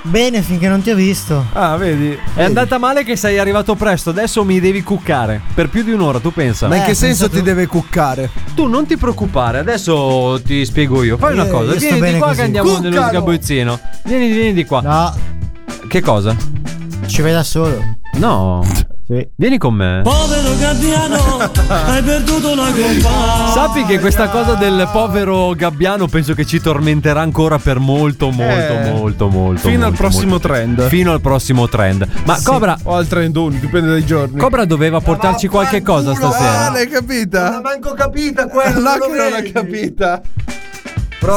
Speaker 10: Bene, finché non ti ho visto.
Speaker 6: Ah, vedi.
Speaker 7: È andata male che sei arrivato presto, adesso mi devi cuccare. Per più di un'ora, tu pensa.
Speaker 4: Ma in
Speaker 10: Eh,
Speaker 4: che
Speaker 10: pensa
Speaker 4: senso ti
Speaker 10: tu.
Speaker 4: deve cuccare?
Speaker 7: Tu non ti preoccupare, adesso ti spiego io. Fai una
Speaker 10: Eh,
Speaker 7: cosa,
Speaker 10: io sto
Speaker 7: vieni di
Speaker 10: bene
Speaker 7: qua
Speaker 10: così.
Speaker 7: che andiamo nello
Speaker 4: Cuccalo!
Speaker 7: sgabuzzino. Vieni, vieni di qua.
Speaker 10: No,
Speaker 7: Che cosa?
Speaker 10: ci vai da solo.
Speaker 7: No. Vieni con me.
Speaker 5: Povero gabbiano, hai perduto la compagna.
Speaker 7: Sappi che questa cosa del povero gabbiano penso che ci tormenterà ancora per molto, molto,
Speaker 6: Eh,
Speaker 7: molto, molto.
Speaker 6: fino al
Speaker 7: molto,
Speaker 6: prossimo
Speaker 7: molto.
Speaker 6: trend.
Speaker 7: Fino al prossimo trend. Ma Cobra,
Speaker 6: O al trend uno, dipende dai giorni.
Speaker 7: Cobra doveva portarci qualche cosa
Speaker 6: Ah,
Speaker 7: stasera.
Speaker 6: l'hai capita?
Speaker 4: manco capita
Speaker 6: Là che Eh, non l'ha capita.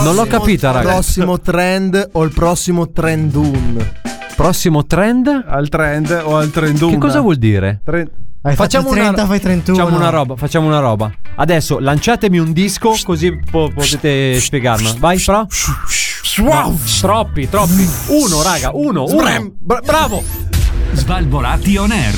Speaker 7: Non l'ho capita, raga.
Speaker 4: Prossimo trend o il prossimo trendun.
Speaker 7: Prossimo trend?
Speaker 6: Al trend o al trend uno.
Speaker 7: Che cosa vuol dire?
Speaker 6: Trend-
Speaker 10: Hai
Speaker 7: Facciamo
Speaker 10: fatto
Speaker 7: una-
Speaker 10: 30, fai 31.
Speaker 7: Facciamo una roba, facciamo una roba. Adesso lanciatemi un disco così po- potete spiegarmi. Vai, fra. No, troppi, troppi. Uno, raga, uno, uno. Bra- bravo.
Speaker 5: Svalvolati on air.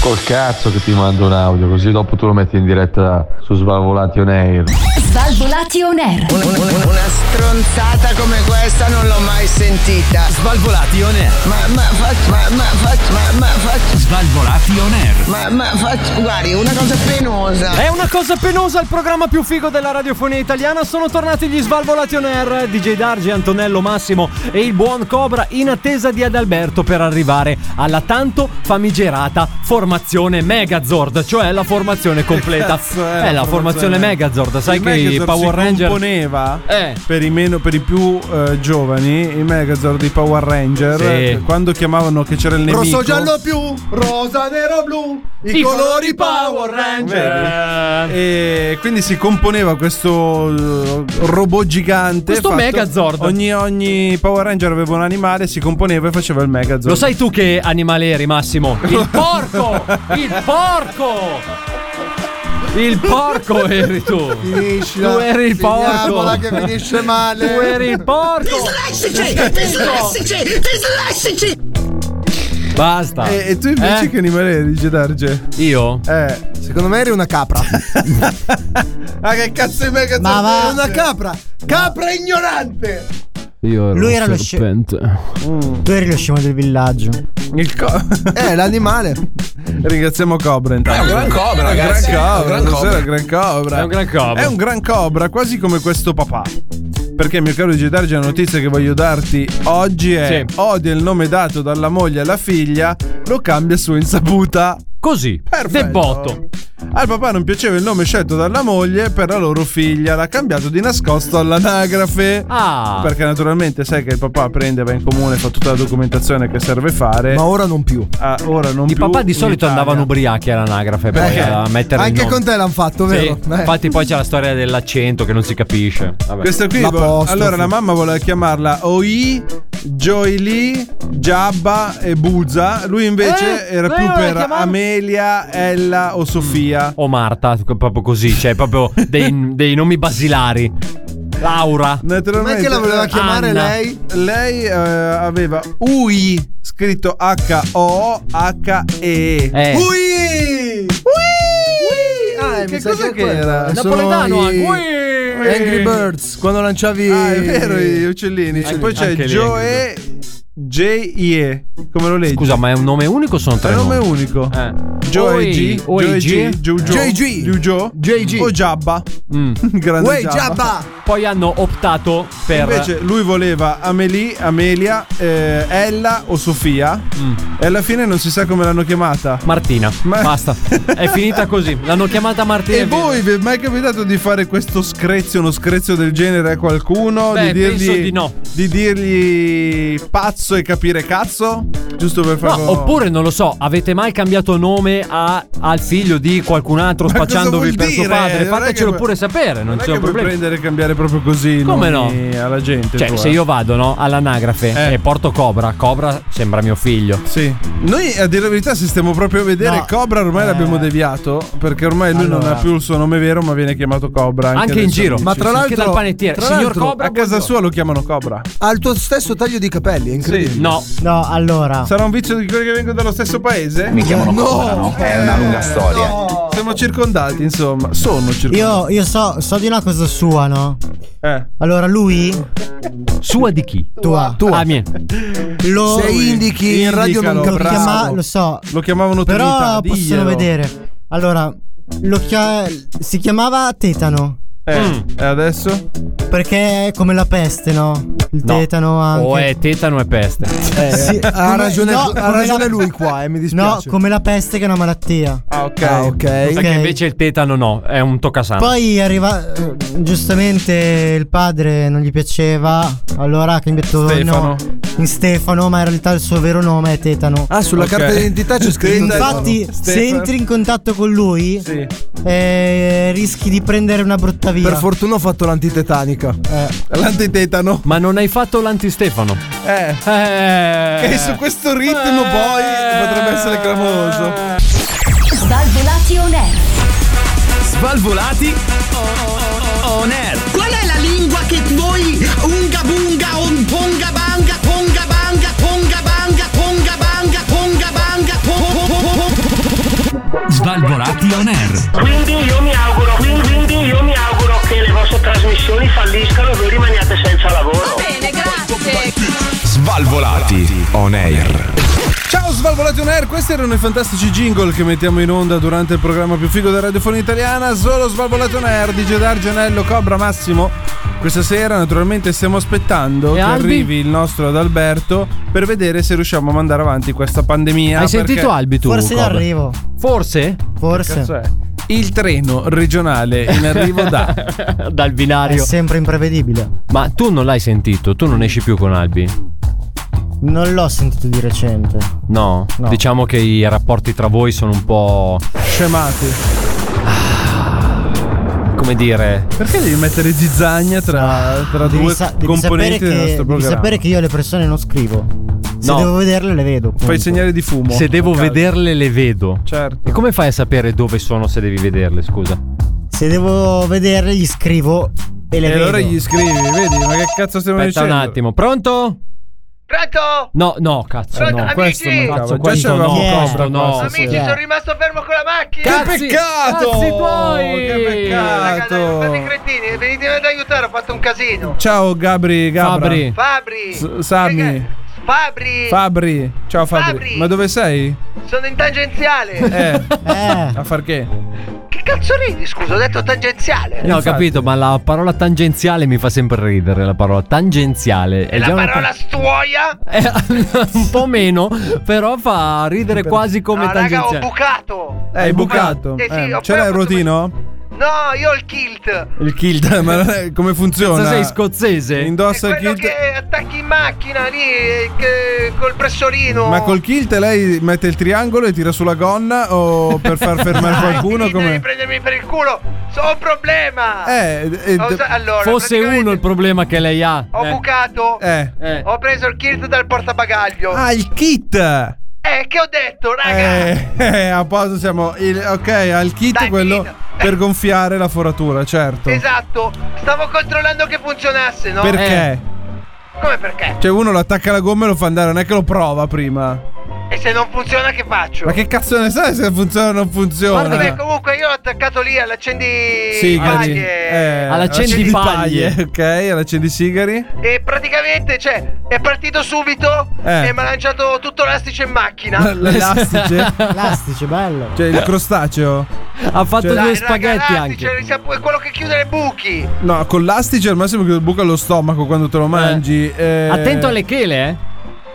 Speaker 8: Col cazzo che ti mando un audio, così dopo tu lo metti in diretta su Svalvolati on Air.
Speaker 9: Svalvolati on air.
Speaker 2: Una stronzata come questa non l'ho mai sentita.
Speaker 5: Svalvolati on air.
Speaker 2: Ma, ma, fac- ma, ma, fac- ma, ma, fac-
Speaker 5: Svalvolati on air.
Speaker 2: ma, ma, fac- guardi, una cosa penosa.
Speaker 7: È una cosa penosa, il programma più figo della radiofonia italiana. Sono tornati gli Svalvolati on Air, DJ Darge, Antonello Massimo e il buon Cobra in attesa di Adalberto per arrivare alla tanto famigerata formazione Megazord, cioè la formazione completa.
Speaker 6: cazzo è la
Speaker 7: la formazione
Speaker 6: formazione?
Speaker 7: Megazord, sai
Speaker 6: il
Speaker 7: che i
Speaker 6: Megazord
Speaker 7: Power
Speaker 6: si
Speaker 7: Ranger
Speaker 6: componeva
Speaker 7: Eh.
Speaker 6: per i meno per i più eh, giovani i Megazord di Power Ranger
Speaker 7: Sì.
Speaker 6: eh, quando chiamavano che c'era il nemico
Speaker 4: Rosso giallo più, rosa nero blu, i, colori Power Ranger.
Speaker 7: Ranger.
Speaker 6: eh. e quindi si componeva questo eh, robot gigante
Speaker 7: Questo
Speaker 6: fatto-
Speaker 7: Megazord.
Speaker 6: ogni, ogni Power Ranger aveva un animale si componeva e faceva il Megazord
Speaker 7: Lo sai tu che animale eri, Massimo? Il porco! Il porco! Il porco eri tu!
Speaker 4: Finiscila,
Speaker 7: Tu eri il
Speaker 4: finiamola
Speaker 7: porco.
Speaker 4: che finisce male.
Speaker 7: Tu eri il porco!
Speaker 2: Dislessici, dislessici, dislessici.
Speaker 7: Basta!
Speaker 6: e, e tu invece
Speaker 7: Eh?
Speaker 6: che animale eri Gedarge?
Speaker 7: Io?
Speaker 6: eh
Speaker 4: Secondo me eri una capra.
Speaker 6: ah che cazzo i Megazord
Speaker 10: Ma va.
Speaker 4: una capra. Capra ignorante.
Speaker 7: Io ero
Speaker 10: Lui era lo scemo. Tu eri lo scemo del villaggio.
Speaker 6: il co-
Speaker 4: Eh, l'animale.
Speaker 6: Ringraziamo Cobra intanto. È un gran Cobra, ragazzi. Gran cobra, cos'era il gran cobra.
Speaker 7: È un gran cobra.
Speaker 6: È un gran cobra, quasi come questo papà. Perché, mio caro DJ Darge, la notizia che voglio darti oggi è:
Speaker 7: Sì.
Speaker 6: odia il nome dato dalla moglie alla figlia, lo cambia su insaputa.
Speaker 7: Così,
Speaker 6: Perfetto.
Speaker 7: de botto.
Speaker 6: Al papà non piaceva il nome scelto dalla moglie per la loro figlia, l'ha cambiato di nascosto all'anagrafe.
Speaker 7: Ah.
Speaker 6: Perché naturalmente sai che il papà prende, va in comune, fa tutta la documentazione che serve fare.
Speaker 4: Ma ora non più.
Speaker 6: Ah, ora non
Speaker 7: I
Speaker 6: più
Speaker 7: papà di
Speaker 6: in
Speaker 7: solito
Speaker 6: Italia. Eh,
Speaker 7: andavano ubriachi all'anagrafe poi
Speaker 4: Perché?
Speaker 7: a eh, mettere il
Speaker 4: Eh. Anche
Speaker 7: nome.
Speaker 4: con te l'hanno fatto,
Speaker 7: Sì,
Speaker 4: vero? Eh.
Speaker 7: Infatti poi c'è la storia dell'accento che non si capisce. Vabbè.
Speaker 6: Questa qui,
Speaker 4: L'apostrofo.
Speaker 6: allora la mamma voleva chiamarla Oi, Joy Lee, Giabba e Buzza. Lui invece
Speaker 7: Eh,
Speaker 6: era
Speaker 7: lei
Speaker 6: più
Speaker 7: voleva
Speaker 6: per
Speaker 7: chiamare-
Speaker 6: Amelia, Ella o
Speaker 4: Mm.
Speaker 6: Sofia.
Speaker 7: O Marta, proprio così, cioè proprio dei, dei nomi basilari. Laura.
Speaker 6: Naturalmente,
Speaker 4: Com'è che la voleva chiamare
Speaker 7: Anna.
Speaker 4: lei?
Speaker 6: Lei eh, aveva Ui scritto H-O-H-E.
Speaker 7: Eh.
Speaker 6: Ui! Ui!
Speaker 4: Ah,
Speaker 6: che
Speaker 4: mi sa
Speaker 6: cosa
Speaker 4: che è
Speaker 6: che
Speaker 4: quello.
Speaker 6: era?
Speaker 4: Sono
Speaker 7: Napoletano, ah,
Speaker 4: i-
Speaker 7: anche-
Speaker 4: Angry Birds, quando lanciavi...
Speaker 6: Ah, è vero, gli uccellini.
Speaker 7: Anche-
Speaker 6: Poi c'è
Speaker 7: anche lì,
Speaker 6: Joe J-I-E. Come lo leggi?
Speaker 7: Scusa, ma è un nome unico o sono tre?
Speaker 6: È nome
Speaker 7: nomi?
Speaker 6: unico.
Speaker 7: Eh.
Speaker 6: Joe
Speaker 7: Oi,
Speaker 6: G,
Speaker 7: Oi
Speaker 6: Joe
Speaker 7: G.
Speaker 6: G, Joe Joe,
Speaker 4: JG.
Speaker 6: Liu Joe,
Speaker 4: JG.
Speaker 6: o Jabba.
Speaker 7: Mm.
Speaker 6: Grande
Speaker 4: Wey,
Speaker 6: Jabba.
Speaker 4: Jabba!
Speaker 7: Poi hanno optato per.
Speaker 6: Invece lui voleva Amelie, Amelia, eh, Ella o Sofia
Speaker 7: Mm.
Speaker 6: e alla fine non si sa come l'hanno chiamata.
Speaker 7: Martina.
Speaker 6: Ma-
Speaker 7: Basta. È finita così. L'hanno chiamata Martina.
Speaker 6: E
Speaker 7: via.
Speaker 6: voi vi è mai capitato di fare questo screzio, uno screzio del genere a qualcuno?
Speaker 7: Beh,
Speaker 6: di dirgli
Speaker 7: penso di no.
Speaker 6: di dirgli pazzo cazzo e capire cazzo? Giusto per farlo.
Speaker 7: No, oppure non lo so, avete mai cambiato nome a- al figlio di qualcun altro
Speaker 6: Ma cosa
Speaker 7: spacciandovi
Speaker 6: vuol
Speaker 7: per suo
Speaker 6: dire?
Speaker 7: padre?
Speaker 6: Non è
Speaker 7: Fatecelo
Speaker 6: che-
Speaker 7: pure sapere, non,
Speaker 6: è
Speaker 7: c'è
Speaker 6: che
Speaker 7: un
Speaker 6: puoi
Speaker 7: problema.
Speaker 6: prendere e cambiare proprio così.
Speaker 7: Come no?
Speaker 6: nomi Alla gente.
Speaker 7: Cioè,
Speaker 6: tua.
Speaker 7: se io vado no, all'anagrafe
Speaker 6: Eh.
Speaker 7: e porto Cobra, Cobra sembra mio figlio.
Speaker 6: Sì. Noi a dire la verità se stiamo proprio a vedere
Speaker 7: No.
Speaker 6: Cobra ormai l'abbiamo deviato perché ormai lui non
Speaker 7: Allora.
Speaker 6: ha più il suo nome vero ma viene chiamato Cobra anche,
Speaker 7: Anche
Speaker 6: dai
Speaker 7: in
Speaker 6: suoi
Speaker 7: giro.
Speaker 6: amici.
Speaker 7: Ma tra
Speaker 6: Sì,
Speaker 7: l'altro-
Speaker 6: anche dal
Speaker 7: tra l'altro,
Speaker 6: a casa sua lo chiamano Cobra.
Speaker 4: Ha il tuo stesso taglio di capelli, è incredibile.
Speaker 7: No.
Speaker 10: No, allora.
Speaker 6: Sarà un vizio di quelli che vengono dallo stesso paese? Mi
Speaker 4: chiamano No. Cobra,
Speaker 6: no? È una lunga storia. Siamo circondati, insomma. Sono circondati.
Speaker 10: Io, io so, so di una cosa sua, no?
Speaker 6: Eh.
Speaker 10: Allora lui.
Speaker 7: Sua di chi?
Speaker 10: Tua.
Speaker 7: Ah, mie.
Speaker 10: Lo,
Speaker 4: Se indichi in
Speaker 6: Indicalo,
Speaker 4: radio non
Speaker 10: lo,
Speaker 6: bravo.
Speaker 10: chiama- lo so.
Speaker 6: Lo chiamavano
Speaker 10: Però
Speaker 6: Trinità, diglielo.
Speaker 10: possono vedere. Allora, lo chia- si chiamava Tetano.
Speaker 6: Eh, e adesso?
Speaker 10: Perché è come la peste, no? Il tetano anche.
Speaker 7: O Oh, è tetano e peste.
Speaker 4: Eh,
Speaker 10: Sì,
Speaker 4: ha
Speaker 10: come-
Speaker 4: ragione,
Speaker 10: no,
Speaker 4: ha
Speaker 10: come
Speaker 4: ragione
Speaker 10: la-
Speaker 4: lui qua, eh, mi
Speaker 10: No,
Speaker 4: dispiace.
Speaker 10: come la peste che è una malattia.
Speaker 6: Ah, ok.
Speaker 4: Ah, ok.
Speaker 7: Sai
Speaker 10: Ok.
Speaker 7: che invece il tetano no, è un toccasano.
Speaker 10: Poi arriva. eh, Giustamente il padre non gli piaceva. Allora ha cambiato
Speaker 6: Stefano.
Speaker 10: nome in Stefano, ma in realtà il suo vero nome è Tetano.
Speaker 4: Ah, sulla
Speaker 6: Ok.
Speaker 4: carta d'identità c'è scritto.
Speaker 10: Infatti,
Speaker 6: Stefano.
Speaker 10: se entri in contatto con lui,
Speaker 6: Sì.
Speaker 10: eh, rischi di prendere una brutta via.
Speaker 4: Per fortuna ho fatto l'antitetanica.
Speaker 6: L'antitetano.
Speaker 7: Ma non hai fatto l'antistefano.
Speaker 6: Eh.
Speaker 7: Eh.
Speaker 6: E su questo ritmo
Speaker 7: Eh.
Speaker 6: poi potrebbe essere clamoroso.
Speaker 9: Svalvolati on air.
Speaker 5: Svalvolati on air.
Speaker 2: Qual è la lingua che voi unga bunga on ponga banga ponga banga ponga banga ponga banga ponga banga
Speaker 5: Svalvolati on air.
Speaker 1: Quindi io mi auguro, quindi, quindi io mi auguro che le vostre trasmissioni falliscano e voi rimaniate senza lavoro.
Speaker 11: Svalvolati on air.
Speaker 6: Ciao Svalvolati on Air, questi erano i fantastici jingle che mettiamo in onda durante il programma più figo della radiofonia italiana, solo Svalvolati on Air di Gedar Gianello, Cobra Massimo. Questa sera naturalmente stiamo aspettando
Speaker 7: E
Speaker 6: che
Speaker 7: Albi?
Speaker 6: arrivi il nostro Adalberto per vedere se riusciamo a mandare avanti questa pandemia.
Speaker 7: Hai sentito
Speaker 6: Alberto?
Speaker 7: Albi tu?
Speaker 10: Forse in
Speaker 7: Cobra?
Speaker 10: arrivo.
Speaker 7: Forse?
Speaker 10: Forse.
Speaker 6: Il treno regionale in arrivo da...
Speaker 7: Dal
Speaker 10: È
Speaker 7: binario.
Speaker 10: sempre imprevedibile.
Speaker 7: Ma tu non l'hai sentito, tu non esci più con Albi.
Speaker 10: Non l'ho sentito di recente.
Speaker 7: No,
Speaker 10: No.
Speaker 7: diciamo che i rapporti tra voi sono un po'.
Speaker 6: Scemati.
Speaker 7: come dire.
Speaker 6: Perché devi mettere zizzagna tra, tra
Speaker 10: Devi
Speaker 6: due
Speaker 10: sa- devi
Speaker 6: componenti del
Speaker 10: sapere che-
Speaker 6: nostro
Speaker 10: Devi
Speaker 6: programma?
Speaker 10: sapere che io le persone non scrivo. Se
Speaker 7: No.
Speaker 10: devo vederle, le vedo.
Speaker 6: Fai
Speaker 10: punto.
Speaker 6: segnale di fumo.
Speaker 7: Se devo
Speaker 6: a caso.
Speaker 7: vederle, le vedo.
Speaker 6: Certo.
Speaker 7: E come fai a sapere dove sono se devi vederle, scusa?
Speaker 10: Se devo vederle, gli scrivo e le
Speaker 6: E
Speaker 10: vedo.
Speaker 6: allora gli scrivi, vedi, ma che cazzo stiamo
Speaker 7: Aspetta un
Speaker 6: dicendo?
Speaker 7: attimo, pronto?
Speaker 2: Pronto?
Speaker 7: No, no, cazzo,
Speaker 2: Pronto,
Speaker 7: no.
Speaker 2: amici?
Speaker 7: Questo
Speaker 6: Cavolo,
Speaker 7: cazzo,
Speaker 6: già
Speaker 7: questo
Speaker 10: c'avevamo
Speaker 7: no,
Speaker 10: Cobra
Speaker 7: questo
Speaker 10: qua
Speaker 7: no.
Speaker 10: stasera.
Speaker 2: Amici,
Speaker 10: Sì.
Speaker 2: sono rimasto fermo con la macchina.
Speaker 6: Che
Speaker 7: Cazzi-
Speaker 6: peccato!
Speaker 7: cazzi tuoi!
Speaker 2: Raga,
Speaker 6: Che
Speaker 2: dai, non fate i
Speaker 6: peccato!
Speaker 2: cretini, venitemi ad aiutare, ho fatto un casino.
Speaker 6: Ciao Gabri, Gabra.
Speaker 7: Fabri.
Speaker 2: Fabri!
Speaker 6: S- Sammy.
Speaker 2: Fabri!
Speaker 6: Fabri. Ciao Fabri.
Speaker 2: Fabri.
Speaker 6: Ma dove sei?
Speaker 2: sono in tangenziale!
Speaker 6: Eh,
Speaker 10: Eh,
Speaker 6: a far che?
Speaker 2: Che cazzo ridi, scusa? Ho detto tangenziale!
Speaker 7: No, ho
Speaker 6: Infatti.
Speaker 7: capito, ma la parola tangenziale mi fa sempre ridere. La parola tangenziale è
Speaker 2: E la
Speaker 7: già una
Speaker 2: parola stuoia?
Speaker 7: Eh, un po' meno, però fa ridere quasi come
Speaker 2: No, Ah, raga, ho
Speaker 7: tangenziale.
Speaker 2: bucato!
Speaker 6: Eh, hai bucato.
Speaker 2: Eh sì, ho
Speaker 6: ce l'hai
Speaker 2: proprio-
Speaker 6: il ruotino?
Speaker 2: No, io ho il kilt!
Speaker 6: Il kilt, ma non è- come funziona?
Speaker 7: Cazzo, sei scozzese?
Speaker 6: Indossa
Speaker 2: È
Speaker 6: il
Speaker 2: Eh, quello
Speaker 6: kilt.
Speaker 2: che attacchi in macchina lì eh, che- col pressorino.
Speaker 6: Ma col kilt lei mette il triangolo e tira sulla gonna o per far fermare
Speaker 2: Dai, finitela
Speaker 6: qualcuno
Speaker 2: di
Speaker 6: come...
Speaker 2: prendermi per il culo. So ho un problema.
Speaker 6: Eh, eh,
Speaker 2: Ho usa- allora,
Speaker 7: Fosse
Speaker 2: praticamente
Speaker 7: uno il problema che lei ha.
Speaker 2: Ho
Speaker 7: Eh,
Speaker 2: bucato.
Speaker 6: eh.
Speaker 7: eh.
Speaker 2: Ho preso il kit dal portabagaglio.
Speaker 6: Ah, il kit!
Speaker 2: Eh, che ho detto, raga?
Speaker 6: Eh, eh, a posto siamo. il- ok, al kit
Speaker 2: Dai,
Speaker 6: quello
Speaker 2: finito.
Speaker 6: per gonfiare la foratura, certo.
Speaker 2: Esatto. Stavo controllando che funzionasse, no?
Speaker 6: Perché?
Speaker 2: Come perché?
Speaker 6: Cioè, uno lo attacca alla gomma e lo fa andare, non è che lo prova prima.
Speaker 2: E se non funziona che faccio?
Speaker 6: Ma che cazzo ne sai se funziona o non funziona?
Speaker 2: Vabbè, comunque io l'ho attaccato lì all'accendi
Speaker 6: Sigari.
Speaker 2: paglie.
Speaker 6: Eh,
Speaker 7: all'accendipaglie.
Speaker 6: all'accendipaglie, Ok, all'accendi sigari.
Speaker 2: E praticamente, cioè, è partito subito
Speaker 6: Eh.
Speaker 2: e mi ha lanciato tutto l'astice in macchina.
Speaker 6: L'elastice.
Speaker 10: elastice, bello.
Speaker 6: cioè, il crostaceo.
Speaker 7: Ha fatto
Speaker 6: Cioè-
Speaker 7: due
Speaker 2: Dai,
Speaker 7: spaghetti
Speaker 2: raga, cioè-
Speaker 7: anche.
Speaker 2: l'astice, sia- è quello che chiude le buchi.
Speaker 6: No, con l'astice al massimo che buca lo stomaco quando te lo mangi. eh.
Speaker 7: Attento alle chele, eh.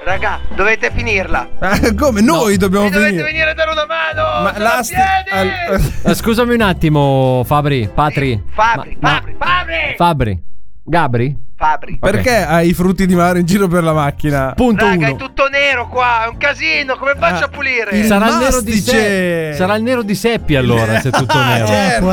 Speaker 2: Raga, dovete finirla.
Speaker 6: Eh, come? Noi dobbiamo
Speaker 2: Mi dovete
Speaker 6: venire.
Speaker 2: venire a dare una mano.
Speaker 6: Ma
Speaker 2: sono a
Speaker 6: l'asti-
Speaker 2: piedi!
Speaker 6: al-
Speaker 7: Eh,
Speaker 12: Eh,
Speaker 7: Scusami un attimo, Fabri. Patri.
Speaker 2: Fabri,
Speaker 7: Ma- ma-
Speaker 2: Fabri, Fabri,
Speaker 7: Fabri. Gabri?
Speaker 12: Fabri.
Speaker 6: Perché hai i frutti di mare in giro per la macchina? Punto
Speaker 12: Raga, è tutto nero qua, è un casino, come
Speaker 6: Ah,
Speaker 12: faccio a pulire?
Speaker 7: Sarà il, nero di se- sarà il nero di seppia allora, se è tutto nero.
Speaker 6: certo.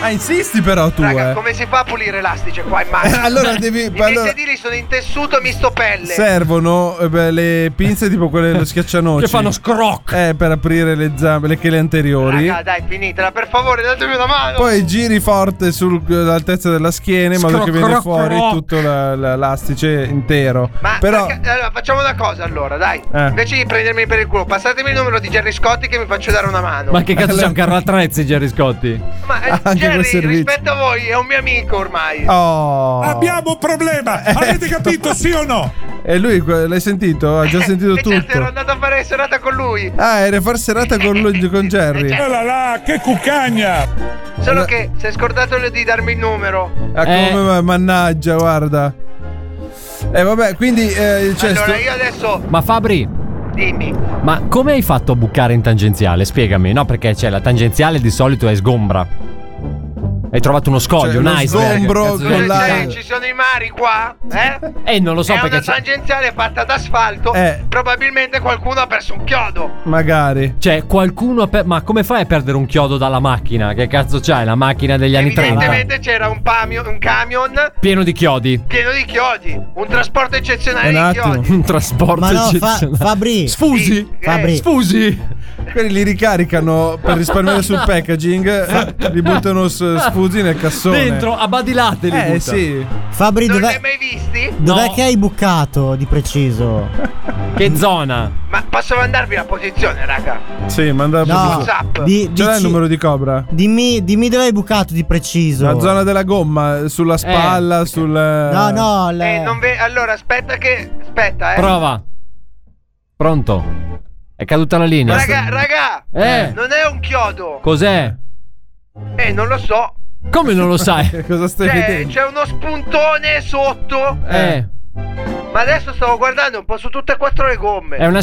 Speaker 6: Ah, insisti però tu,
Speaker 12: Raga,
Speaker 6: eh.
Speaker 12: come si fa a pulire l'astice qua in macchina? Cioè,
Speaker 6: Allora devi-
Speaker 12: I miei
Speaker 6: allora-
Speaker 12: sedili sono in tessuto misto pelle.
Speaker 6: Servono eh, beh, le pinze tipo quelle dello schiaccianoci
Speaker 12: Che fanno
Speaker 6: scroc Eh, per aprire le zampe, le chele anteriori
Speaker 12: Raga, dai, finitela, per favore, datemi una mano.
Speaker 6: Poi giri forte sull'altezza della schiena in modo che
Speaker 12: Scroc,
Speaker 6: viene
Speaker 12: croc,
Speaker 6: fuori
Speaker 12: croc.
Speaker 6: tutto la- la- l'astice intero
Speaker 12: Ma
Speaker 6: Però
Speaker 12: perché- allora, facciamo una cosa allora, dai.
Speaker 6: Eh.
Speaker 12: Invece di prendermi per il culo, passatemi il numero di Gerry Scotti che mi faccio dare una mano.
Speaker 7: Ma che cazzo c'è un carro attrezzi, Gerry Scotti?
Speaker 12: Ma eh,
Speaker 7: anche quel
Speaker 12: Gerry,
Speaker 7: servizio. Ah,
Speaker 12: rispetto a voi, è un mio amico ormai.
Speaker 6: oh.
Speaker 13: Abbiamo un problema. Avete capito sì o no?
Speaker 6: Eh. E lui, que- l'hai sentito? Ha già sentito
Speaker 12: E certo, ero
Speaker 6: tutto
Speaker 12: andato a fare serata con lui.
Speaker 6: Ah, era far serata con, lui- con Jerry
Speaker 12: Eh, là,
Speaker 6: che cucagna
Speaker 12: Solo che si è scordato di darmi il numero.
Speaker 6: Ah, come ma- mannaggia, guarda. E vabbè, quindi eh, cioè,
Speaker 12: Allora
Speaker 6: sto-
Speaker 12: io adesso.
Speaker 7: Ma Fabri,
Speaker 12: Dimmi.
Speaker 7: ma come hai fatto a bucare in tangenziale? Spiegami, no? Perché c'è la tangenziale di solito è sgombra. Hai trovato uno scoglio,
Speaker 6: Cioè,
Speaker 7: un
Speaker 6: lo
Speaker 7: iceberg.
Speaker 6: sgombro
Speaker 7: Cazzo,
Speaker 6: con
Speaker 7: eh,
Speaker 6: la-
Speaker 7: sai,
Speaker 12: Ci sono i mari qua? Eh?
Speaker 7: Eh, non lo so
Speaker 12: È
Speaker 7: perché
Speaker 12: una
Speaker 7: c'è-
Speaker 12: tangenziale fatta d'asfalto.
Speaker 7: Eh.
Speaker 12: Probabilmente qualcuno ha perso un chiodo.
Speaker 6: Magari.
Speaker 7: Cioè, qualcuno. ha per- Ma come fai a perdere un chiodo dalla macchina? Che cazzo c'hai? La macchina degli anni 30?
Speaker 12: Evidentemente c'era un, pamio- un camion
Speaker 7: Pieno di chiodi.
Speaker 12: pieno di chiodi. Un trasporto eccezionale di chiodi.
Speaker 7: Un trasporto
Speaker 12: Ma no, fa-
Speaker 7: eccezionale.
Speaker 10: Fabri.
Speaker 7: Sfusi.
Speaker 12: eh. Fabri.
Speaker 7: Sfusi.
Speaker 6: Quelli li ricaricano per risparmiare sul packaging, fa- Eh, li buttano s- sfusi nel cassone.
Speaker 7: Dentro, a badilate li
Speaker 6: Eh
Speaker 7: butta.
Speaker 6: sì.
Speaker 10: Fabri,
Speaker 12: non
Speaker 10: dov'è-
Speaker 12: li hai mai visti?
Speaker 10: Dov'è che hai bucato di preciso?
Speaker 7: Che zona?
Speaker 12: Ma posso mandarvi la posizione, raga?
Speaker 6: Sì, manda
Speaker 10: No,
Speaker 12: WhatsApp.
Speaker 10: di-
Speaker 6: Ce l'hai
Speaker 10: dici-
Speaker 6: il numero di Cobra?
Speaker 10: Dimmi, dimmi dove hai bucato di preciso.
Speaker 6: La zona della gomma,
Speaker 7: Eh.
Speaker 6: sulla spalla, sul...
Speaker 10: No, no, la-
Speaker 12: Eh, non ve- allora, aspetta che. Aspetta, eh.
Speaker 7: Prova. Pronto. È caduta la linea.
Speaker 12: Raga, raga.
Speaker 7: Eh.
Speaker 12: Non è un chiodo.
Speaker 7: Cos'è?
Speaker 12: Eh, non lo so.
Speaker 7: Come non lo sai?
Speaker 6: eh, Cosa stai
Speaker 12: C'è, c'è uno spuntone sotto.
Speaker 7: Eh.
Speaker 12: Ma adesso stavo guardando un po' su tutte e quattro le gomme.
Speaker 7: È una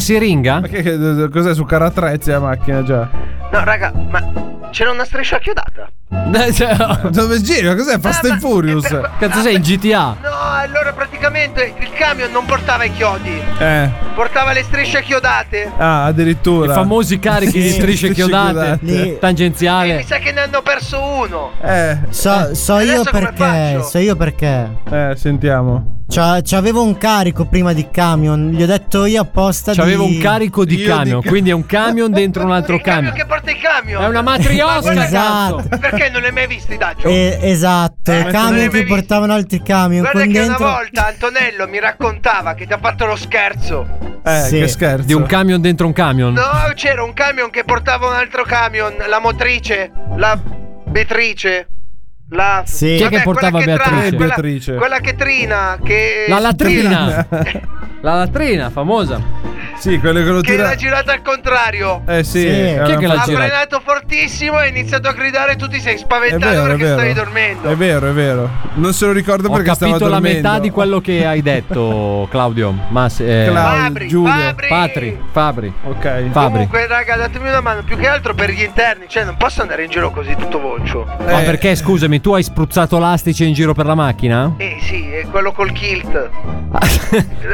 Speaker 7: siringa?
Speaker 6: Ma che, che- cos'è su carattrezzi la macchina già?
Speaker 12: No, raga, ma c'era una striscia chiodata. Ah,
Speaker 6: Dove gira? Cos'è? Fast
Speaker 7: Eh,
Speaker 6: and Furious?
Speaker 7: Cazzo sei in GTA?
Speaker 12: No, allora praticamente il camion non portava i chiodi,
Speaker 6: Eh.
Speaker 12: portava le strisce chiodate.
Speaker 6: Ah, addirittura.
Speaker 7: I famosi carichi di strisce chiodate,
Speaker 12: E mi
Speaker 7: tangenziale.
Speaker 12: sa che ne hanno perso uno.
Speaker 2: Eh,
Speaker 10: So, so io
Speaker 12: Adesso come
Speaker 10: perché. So io perché.
Speaker 6: Eh, sentiamo.
Speaker 10: C'ha- C'avevo un carico prima di camion. Gli ho detto io apposta.
Speaker 7: C'aveva
Speaker 10: di-
Speaker 7: un carico di camion, quindi è un camion dentro un altro camion.
Speaker 12: Che porta i camion? È una
Speaker 7: matriosca,
Speaker 10: cazzo.
Speaker 12: Perché non li hai mai visti, Daggio?
Speaker 10: Eh, esatto,
Speaker 12: Eh,
Speaker 10: i
Speaker 12: ma
Speaker 10: camion
Speaker 12: tu
Speaker 10: che
Speaker 12: devi-
Speaker 10: portavano altri camion.
Speaker 12: Guarda
Speaker 10: con
Speaker 12: che
Speaker 10: dentro...
Speaker 12: una volta Antonello mi raccontava che ti ha fatto lo scherzo.
Speaker 6: Eh,
Speaker 10: Sì.
Speaker 6: che scherzo.
Speaker 7: Di un camion dentro un camion.
Speaker 12: No, c'era un camion che portava un altro camion, la motrice, la beatrice, la...
Speaker 7: Sì. Chi è che portava
Speaker 12: quella
Speaker 6: Eh,
Speaker 12: che
Speaker 7: Beatrice?
Speaker 12: quella-
Speaker 7: Beatrice.
Speaker 12: Quella che trina, che...
Speaker 7: La latrina. La latrina famosa.
Speaker 6: Sì, quello che lo
Speaker 12: Che
Speaker 6: tira.
Speaker 12: l'ha girata al contrario.
Speaker 6: Eh sì, Sì. è
Speaker 7: Chi è
Speaker 6: una-
Speaker 7: che l'ha
Speaker 12: Ha
Speaker 7: girata?
Speaker 12: frenato fortissimo e ha iniziato a gridare tu ti sei
Speaker 6: È
Speaker 12: spaventato
Speaker 6: vero, è
Speaker 12: perché
Speaker 6: vero.
Speaker 12: stavi dormendo.
Speaker 6: È vero, è vero. Non se lo ricordo
Speaker 7: Ho
Speaker 6: perché stava
Speaker 7: capito la
Speaker 6: dormendo.
Speaker 7: metà di quello che hai detto, Claudio. Ma se, eh,
Speaker 6: Clau-
Speaker 12: Fabri,
Speaker 7: Giulio,
Speaker 12: Fabri.
Speaker 7: Patri, Fabri.
Speaker 6: Ok.
Speaker 7: Fabri.
Speaker 12: Comunque raga datemi una mano più che altro per gli interni Cioè non posso andare in giro così tutto vocio
Speaker 7: Ma perché scusami, tu hai spruzzato l'astice in giro per la macchina?
Speaker 12: Eh sì è quello col kilt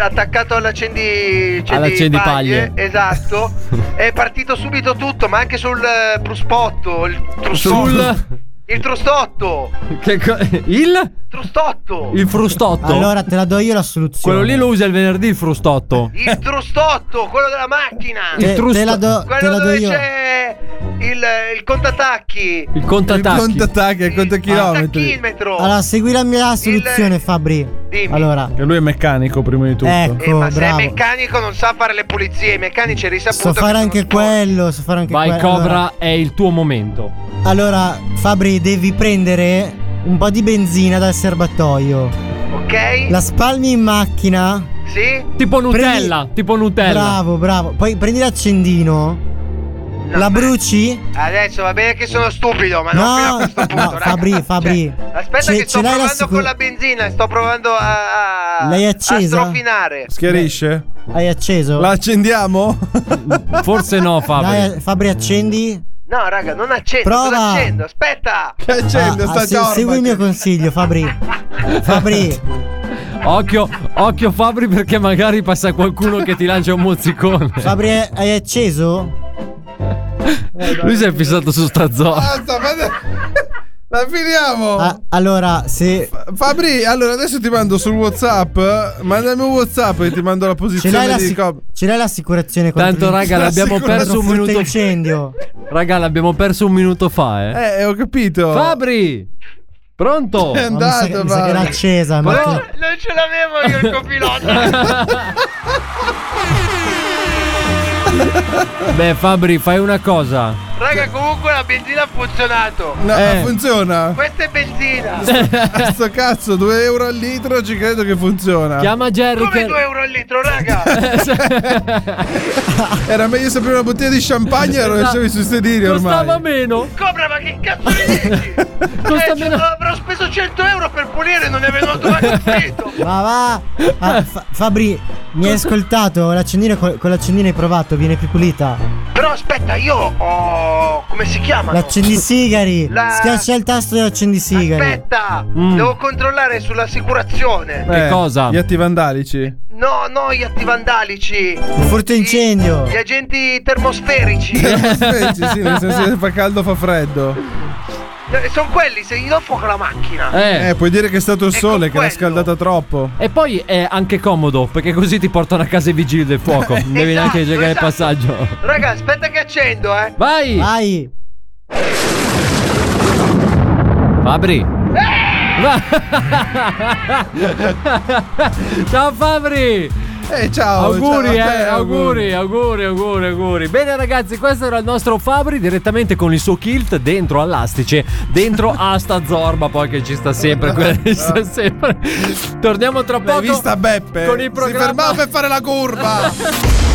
Speaker 12: Attaccato all'accendi
Speaker 7: All'accendipaglie.
Speaker 12: Esatto È partito subito tutto ma anche sul eh, pruspotto Il trustotto
Speaker 7: Sul-
Speaker 12: Il trustotto
Speaker 7: Che co- il?
Speaker 12: Trustotto
Speaker 7: Il frustotto.
Speaker 10: Allora te la do io la soluzione.
Speaker 7: Quello lì lo usa il venerdì il frustotto.
Speaker 12: Il trustotto quello della macchina
Speaker 7: Il Te- te trusto- la do- te
Speaker 12: Quello
Speaker 7: la do
Speaker 12: dove
Speaker 7: io.
Speaker 12: c'è il, il contatacchi
Speaker 7: Il contatacchi.
Speaker 6: Il contatacchi, il contachilometri.
Speaker 12: Metro
Speaker 10: Allora, segui la mia soluzione, Fabri.
Speaker 12: Dimmi.
Speaker 10: Allora,
Speaker 6: E lui è meccanico prima di tutto.
Speaker 10: Ecco, Eh, ma se è bravo.
Speaker 12: meccanico non sa fare le pulizie, i meccanici
Speaker 10: so
Speaker 12: risaputo
Speaker 10: fare anche quello. So fare anche
Speaker 7: Vai
Speaker 10: quello.
Speaker 7: Cobra, è il tuo momento.
Speaker 10: Allora, allora, Fabri, devi prendere un po' di benzina dal serbatoio.
Speaker 12: Ok?
Speaker 10: La spalmi in macchina.
Speaker 12: Sì?
Speaker 7: Tipo Nutella,
Speaker 10: Prendi-
Speaker 7: tipo Nutella.
Speaker 10: Bravo, bravo. Poi prendi l'accendino. La bruci?
Speaker 12: Adesso va bene che sono stupido, ma non fino a
Speaker 10: No,
Speaker 12: questo punto,
Speaker 10: no,
Speaker 12: raga. Cioè,
Speaker 10: Fabri, Fabri.
Speaker 12: Ah, Aspetta
Speaker 10: ce-
Speaker 12: che sto
Speaker 10: ce l'hai la
Speaker 12: provando
Speaker 10: sicur-
Speaker 12: con la benzina e sto provando a, a
Speaker 10: L'hai accesa?
Speaker 12: a strofinare.
Speaker 7: Ecco.
Speaker 6: Schiarisce?
Speaker 10: Hai acceso?
Speaker 6: La accendiamo?
Speaker 7: Forse no, Fabri.
Speaker 10: Dai, Fabri, accendi.
Speaker 12: No, raga, non accendo,
Speaker 10: Prova.
Speaker 12: cosa accendo? Aspetta!
Speaker 6: Che accende
Speaker 10: Ah,
Speaker 6: sta
Speaker 10: ah, se-
Speaker 6: giorba.
Speaker 10: Segui il mio consiglio, Fabri. Fabri,
Speaker 7: Occhio, occhio Fabri perché magari passa qualcuno che ti lancia un mozzicone.
Speaker 10: Fabri, hai acceso?
Speaker 7: Lui si è fissato su sta zona.
Speaker 6: Basta, ma- La finiamo.
Speaker 10: Ah, allora, se
Speaker 6: Fabri, allora adesso ti mando sul WhatsApp. Mandami un WhatsApp e ti mando la
Speaker 10: ce
Speaker 6: posizione
Speaker 10: l'hai, la
Speaker 6: di
Speaker 10: sic-
Speaker 6: Cop.
Speaker 10: ce l'hai l'assicurazione contro
Speaker 7: Tanto, raga, l'abbiamo perso un minuto.
Speaker 10: incendio.
Speaker 7: Raga, l'abbiamo perso un minuto fa, eh.
Speaker 6: Eh, ho capito.
Speaker 7: Fabri! Pronto?
Speaker 6: È andato,
Speaker 10: mi sa che l'ha
Speaker 6: Fabri.
Speaker 10: accesa, ma
Speaker 7: Però-
Speaker 12: Non ce l'avevo io il copilota.
Speaker 7: Beh, Fabri, fai una cosa.
Speaker 12: Raga, comunque la benzina ha funzionato.
Speaker 6: No,
Speaker 7: Eh.
Speaker 6: funziona.
Speaker 12: Questa è benzina.
Speaker 6: Sto cazzo, 2 euro al litro, ci credo che funziona.
Speaker 7: Chiama Jerry.
Speaker 12: Come
Speaker 7: che-
Speaker 12: 2 euro al litro, raga?
Speaker 6: Era meglio sapere una bottiglia di champagne e la rovesciavi sui sedili ormai.
Speaker 7: Esatto. Costava meno.
Speaker 12: Cobra, ma che cazzo dici?
Speaker 7: Costa
Speaker 12: Eh,
Speaker 7: meno.
Speaker 12: avrò speso 100 euro per pulire, non ne avevo mai capito.
Speaker 10: Ma va! Ah, Fa- Fabri, mi hai ascoltato? L'accendino col- con l'accendino hai provato, viene più pulita.
Speaker 12: Però aspetta, io ho. come si chiama?
Speaker 10: L'accendisigari!
Speaker 12: La-
Speaker 10: Schiaccia il tasto dell'accendisigari.
Speaker 12: Aspetta,
Speaker 7: Mm.
Speaker 12: devo controllare sull'assicurazione.
Speaker 7: Che cosa?
Speaker 6: Eh, Gli attivandalici.
Speaker 12: No, no, gli attivandalici.
Speaker 10: Il furto incendio!
Speaker 12: Gli agenti termosferici.
Speaker 6: Invece, sì, nel senso che se fa caldo fa freddo.
Speaker 12: Sono Eh, quelli, se gli do fuoco alla macchina.
Speaker 7: Eh.
Speaker 6: Eh, puoi dire che è stato il
Speaker 12: Ecco
Speaker 6: sole che l'ha
Speaker 12: quello.
Speaker 6: scaldata troppo.
Speaker 7: E poi è anche comodo, perché così ti portano a casa i vigili del fuoco. Non devi
Speaker 12: Esatto,
Speaker 7: neanche cercare il
Speaker 12: esatto.
Speaker 7: passaggio.
Speaker 12: Raga, aspetta che accendo, eh.
Speaker 7: Vai!
Speaker 10: Vai!
Speaker 7: Fabri! Ciao Fabri!
Speaker 6: Eh, ciao.
Speaker 7: auguri,
Speaker 6: ciao a te,
Speaker 7: eh, auguri, auguri, auguri, auguri. Bene ragazzi, questo era il nostro Fabri direttamente con il suo kilt dentro all'astice, dentro a sta zorba poi che ci sta sempre, quella che ci sta sempre. Torniamo tra poco.
Speaker 6: L'hai vista Beppe?
Speaker 7: Con il
Speaker 6: Si
Speaker 7: programma-
Speaker 6: fermava per fare la curva.